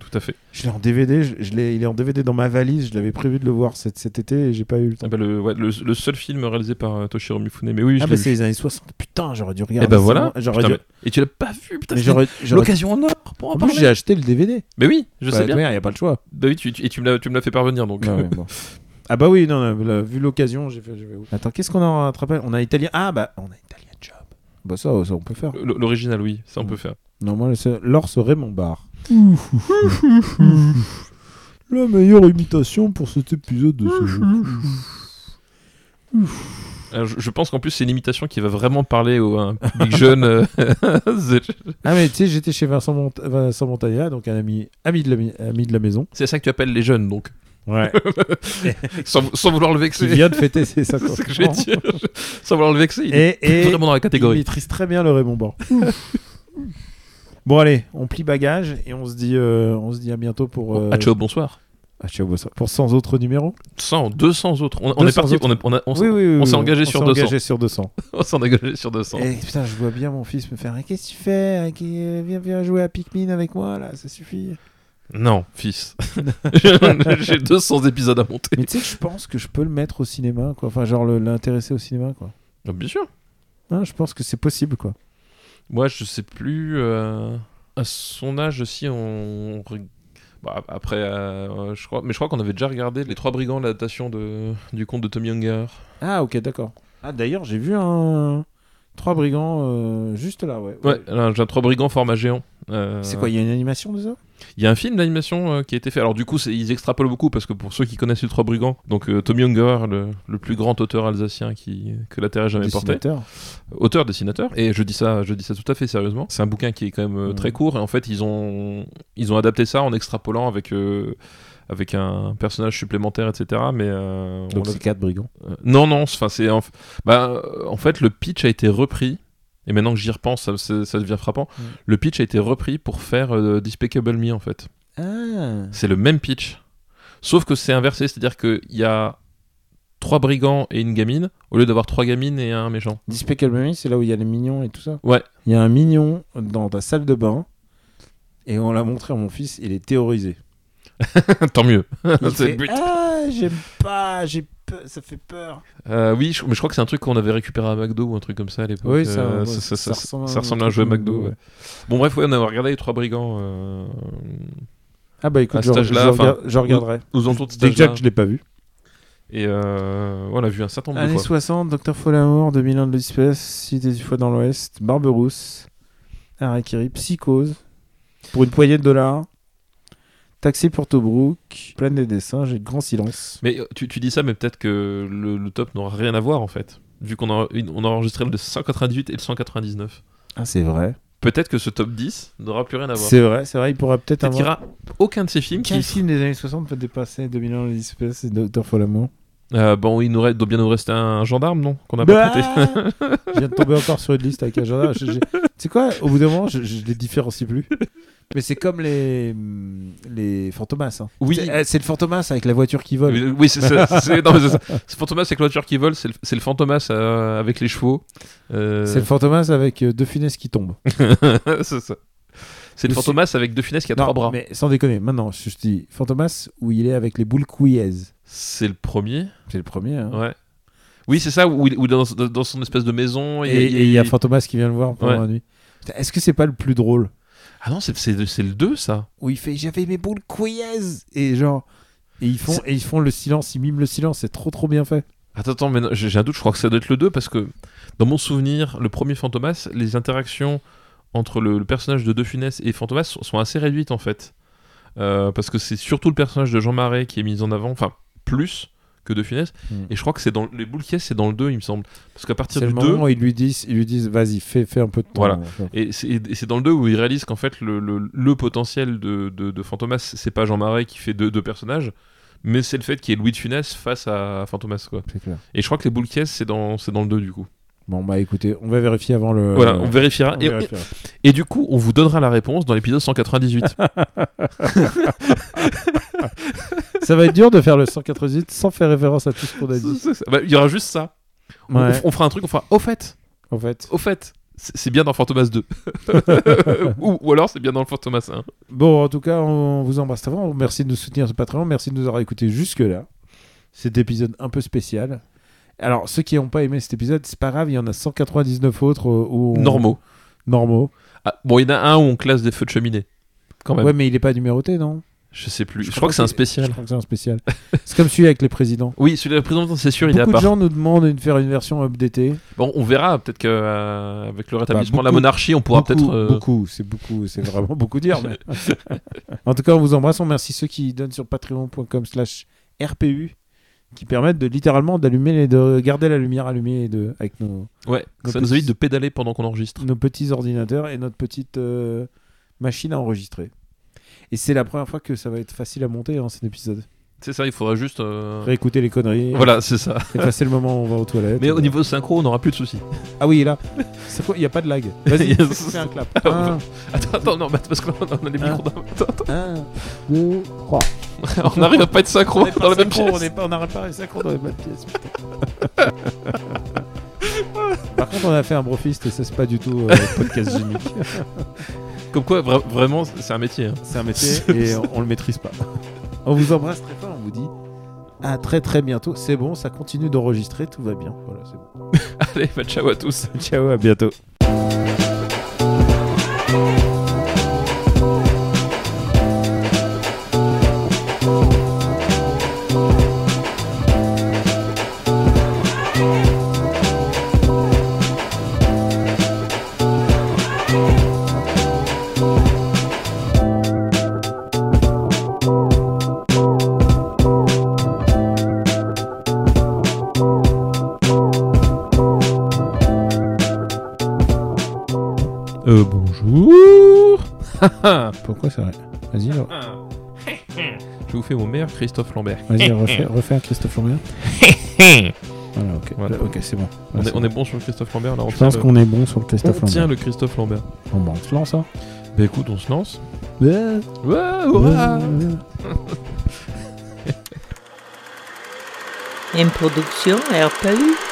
Tout à fait.
Je l'ai en DVD, je, je l'ai, il est en DVD dans ma valise. Je l'avais prévu de le voir cet, cet été et j'ai pas eu le temps.
Ah bah, le, ouais, le, le seul film réalisé par euh, Toshiro Mifune. Mais oui, je
Ah
l'ai
bah
vu.
c'est les années 60. Putain j'aurais dû
Et
regarder.
ben
ça,
voilà.
J'aurais
Putain,
dû.
mais- Et tu l'as pas vu, putain.
mais
c'est
j'aurais- j'aurais-
L'occasion en or pour en
En plus,
parler.
j'ai acheté le DVD.
Mais oui, je
Bah,
sais bien.
merde, y a pas le choix.
Bah oui, tu, tu- et tu me l'as tu me l'as fait parvenir donc.
Ah ouais, bon. Ah bah oui, non, non, là, vu l'occasion, j'ai fait. je vais où Attends, qu'est-ce qu'on a rattrapé On a italien. Ah bah, on a italien job. Bah ça, ça on peut faire.
L- L'original, oui, ça on
Mm.
peut faire.
Non, moi, c'est- l'or serait mon bar. La meilleure imitation pour cet épisode de ce jeu.
Alors, Euh, je, je pense qu'en plus, c'est une imitation qui va vraiment parler au un public jeune. euh, c'est-
Ah mais tu sais, j'étais chez Vincent, Mont- Vincent Montagna, donc un ami, ami, de la, mi- ami de la maison,
c'est ça que tu appelles les jeunes, donc.
ouais,
Sans, sans vouloir le
qui
vexer.
vient de fêter ses
c'est
50
ce que je vais
ans.
dire. sans vouloir le vexer, il est
Et, et
vraiment dans la
Il
catégorie.
maîtrise très bien le Raymond Bord. bon allez, on plie bagage et on se dit, euh, on se dit à bientôt pour. euh,
Ah, ciao, bonsoir.
Ah, ciao, bonsoir. Pour 100 autres numéros
100, 200 autres. On, on
200
est parti,
autres.
on, est- on a- on s'est
Oui, oui, oui,
on s'est
oui,
engagé sur 200.
engagé sur 200.
on s'en a gueulé sur 200.
Et putain, je vois bien mon fils me faire Eh, Qu'est-ce que tu fais Eh, qui- euh, Viens, viens jouer à Pikmin avec moi, là, ça suffit.
Non, fils. J'ai 200 épisodes à monter.
Mais tu sais que je pense que je peux le mettre au cinéma, quoi. Enfin, genre le- l'intéresser au cinéma, quoi.
Ah, Bien sûr.
Hein, je pense que c'est possible, quoi.
Moi, je sais plus. euh, à son âge aussi, on. re- Bah, après, euh, je crois, mais je crois qu'on avait déjà regardé Les Trois Brigands, l'adaptation de... du conte de Tommy Hunger.
Ah, ok, d'accord. Ah, d'ailleurs, j'ai vu un. Trois brigands euh, juste là, ouais.
Ouais, alors, j'ai un Trois Brigands format géant. Euh,
C'est quoi, il y a une animation de ça
Il y a un film d'animation euh, qui a été fait. Alors, du coup, c'est- ils extrapolent beaucoup parce que pour ceux qui connaissent Les Trois Brigands, donc euh, Tommy Hunger, le... le plus grand auteur alsacien qui... que la Terre ait jamais porté,
Dessinateur.
auteur dessinateur et je dis ça je dis ça tout à fait sérieusement c'est un bouquin qui est quand même euh,
Ouais.
très court et en fait ils ont ils ont adapté ça en extrapolant avec euh, avec un personnage supplémentaire, etc. Mais euh, on
Donc
a-
c'est quatre brigands.
euh, non, non, c'est- enfin c'est en... f- bah, euh, en fait le pitch a été repris. Et maintenant que j'y repense, ça, c'est- ça devient frappant.
Mm.
Le pitch a été repris pour faire euh, Despicable Me en fait.
Ah.
C'est le même pitch, sauf que c'est inversé, c'est-à-dire qu'il y a trois brigands et une gamine au lieu d'avoir trois gamines et un méchant.
Despicable Me, c'est là où il y a les mignons et tout ça.
Ouais.
Il y a un mignon dans ta salle de bain. Et on l'a montré à mon fils, il est terrorisé.
Ah, Tant mieux.
Il
C'est le
fait,
but.
Ah, j'aime pas, j'ai peur, ça fait peur.
Euh, oui, je, mais je crois que c'est un truc qu'on avait récupéré à McDo ou un truc comme ça à l'époque.
Oui, ça-
Euh,
ouais,
ça, ça-
ça
ça-
ressemble à
ça
un
ressemble à un
truc
jeu
de
McDo.
McDo,
ouais.
ouais.
Bon, bref, ouais, on avait regardé les trois brigands. Euh...
Ah bah
À
écoute,
ce
je, je
âge-là, enfin,
regarde- je regarderai.
Nous entours de cet
Déjà
âge-là.
que je l'ai pas vu.
Et euh, on l'a vu un certain nombre de
Années
fois.
60, Docteur Folamour, 2001 de l'espèce, Cité du fois dans l'Ouest, Barberousse, Harakiri, Psychose, pour une poignée de dollars, Taxi pour Tobruk, Plaine des dessins, j'ai grand silence.
Mais euh, tu, tu dis ça, mais peut-être que le, le top n'aura rien à voir en fait. Vu qu'on a, une- on a enregistré le 198 et le 199.
Ah, c'est vrai.
Peut-être que ce top 10 n'aura plus rien à voir.
C'est vrai, c'est vrai, il pourra peut-être
Peut-être qu'il y
avoir.
aura aucun de ces films qui.
Quel film des années 60 peut dépasser 2001 de l'espèce et Docteur Folamour
Euh, bon, il nous reste, doit bien nous rester un gendarme, non Qu'on n'a pas traité.
Bah Je viens de tomber encore sur une liste avec agenda. Je- je- Tu sais quoi Au bout d'un moment, je, je les différencie plus. Mais c'est comme les, les fantomas. hein.
Oui.
C'est euh, c'est le fantomas avec la voiture qui vole.
Ah, Oui, oui, c'est ça. C'est non, mais c'est ça. C'est Fantomas, c'est Clôture qui vole. C'est le, c'est le Fantomas euh, avec les chevaux. Euh,
C'est le fantomas avec euh, deux finesses qui tombent.
c'est ça. C'est
Ou si-
le Fantomas avec deux finesses qui a
Non,
trois bras.
Mais sans déconner, maintenant, je te dis fantomas où il est avec les boules couillaises.
C'est le premier.
C'est le premier. hein.
Ouais. Oui, c'est ça. Où, il- où dans, dans son espèce de maison.
Et et il y a fantomas qui vient le voir pendant
Ouais.
la nuit. Putain, Est-ce que c'est pas le plus drôle
Ah non, c'est c'est- c'est le 2, ça.
Où il fait j'avais mes boules couillaises et genre. Et ils, font, et ils font le silence, ils miment le silence, c'est trop trop bien fait.
Attends, attends, mais non, j'ai j'ai un doute. Je crois que ça doit être le 2 parce que dans mon souvenir, le premier Fantomas, les interactions entre le, le personnage de De Funès et Fantomas sont, sont assez réduites en fait. Euh, parce que c'est surtout le personnage de Jean Marais qui est mis en avant, enfin plus que De Funès.
Mm.
Et je crois que c'est dans les boules caisses, c'est dans le 2, il me semble. Parce qu'à partir
C'est
du
le
2,
moment où ils lui disent, ils lui disent vas-y, fais, fais un peu de temps.
Voilà. Et c'est et c'est dans le 2 où il réalise qu'en fait, le, le- le potentiel de, de, de Fantomas, c'est pas Jean Marais qui fait deux, deux personnages, mais c'est le fait qu'il y ait Louis de Funès face à Fantomas. Quoi.
C'est clair.
Et je crois que les boules caisses, c'est dans, c'est dans le 2 du coup.
Bon, bah écoutez, on va vérifier avant le.
voilà,
euh,
on vérifiera.
on
Et,
vérifiera.
et du coup, on vous donnera la réponse dans l'épisode 198.
Ça va être dur de faire le 198 sans faire référence à tout ce qu'on a dit.
C'est ça. Bah, Il y aura juste ça. On- On,
Ouais,
f- on fera un truc, on fera au fait,
en fait.
au fait. C'est c'est bien dans Fantomas 2. ou, ou alors c'est bien dans le Fantomas 1.
Bon, en tout cas, on vous embrasse avant. Merci de nous soutenir sur Patreon. Merci de nous avoir écoutés jusque-là. Cet épisode un peu spécial. Alors, ceux qui n'ont pas aimé cet épisode, c'est pas grave, il y en a 199 autres euh, où on-
Normaux.
Normaux.
Ah, bon, il y en a un où on classe des feux de cheminée. Quand même.
Ouais, mais il n'est pas numéroté, non
Je sais plus. Je, crois que c'est un
Je
spécial.
crois que c'est un spécial. c'est comme celui avec les présidents.
Oui, celui de la présentation, c'est sûr, il est à
Beaucoup de
part.
gens nous demandent de faire une version updatée.
Bon, on verra, peut-être qu'avec le rétablissement de la
Bah, beaucoup-
monarchie, on pourra
Beaucoup,
peut-être. euh,
beaucoup, c'est beaucoup, c'est vraiment beaucoup dire. mais- en tout cas, on vous embrasse. On remercie ceux qui donnent sur patreon.com/slash RPU qui permettent de littéralement d'allumer les- de garder la lumière allumée et de, avec nos,
Ouais,
Nos
ça nous
petits-
évite de pédaler pendant qu'on enregistre.
nos petits ordinateurs et notre petite euh, machine à enregistrer. Et c'est la première fois que ça va être facile à monter hein, cet épisode.
C'est ça, il faudra juste. euh,
Réécouter les conneries,
Voilà, c'est ça.
effacer le moment où on va aux toilettes.
Mais au niveau synchro, on n'aura plus de soucis.
Ah oui, là, c'est quoi Il n'y a pas de lag. Vas-y,
Yes.
fais un clap.
Ah,
Un,
Attends, attends, non, bah, parce que là, on a les
Hein
micros. dans- Attends, attends,
un, deux, trois.
on n'arrive à pas être synchro
On est
dans
pas
la même
synchro,
pièce.
On est pas, on a réparé synchro dans les mêmes pièces. putain. Par contre, on a fait un brofist et ça c'est pas du tout euh, podcast gimmick.
Comme quoi, vra- vraiment, c'est un métier. hein.
C'est un métier et on, on le maîtrise pas. On vous embrasse très fort, on vous dit à très très bientôt. C'est bon, ça continue d'enregistrer, tout va bien. Voilà, c'est bon.
Allez, bah, ciao à tous.
Ciao, à bientôt.
Euh, bonjour. Ah.
Pourquoi ça Vas-y, alors.
je vous fais mon meilleur Christophe Lambert.
Vas-y, refais, refais un Christophe Lambert. voilà, ok,
Voilà.
Ok, c'est bon.
On
Voilà,
est,
c'est
on
bon.
est bon sur le Christophe Lambert là. On
Je
tient
pense
le-
qu'on est bon sur le
on
Christophe
tient
Lambert.
le Christophe Lambert.
Bon, bah, on se lance, hein.
Bah écoute, on se lance.
Ouais.
Ouais, ouais.
Une production RPU.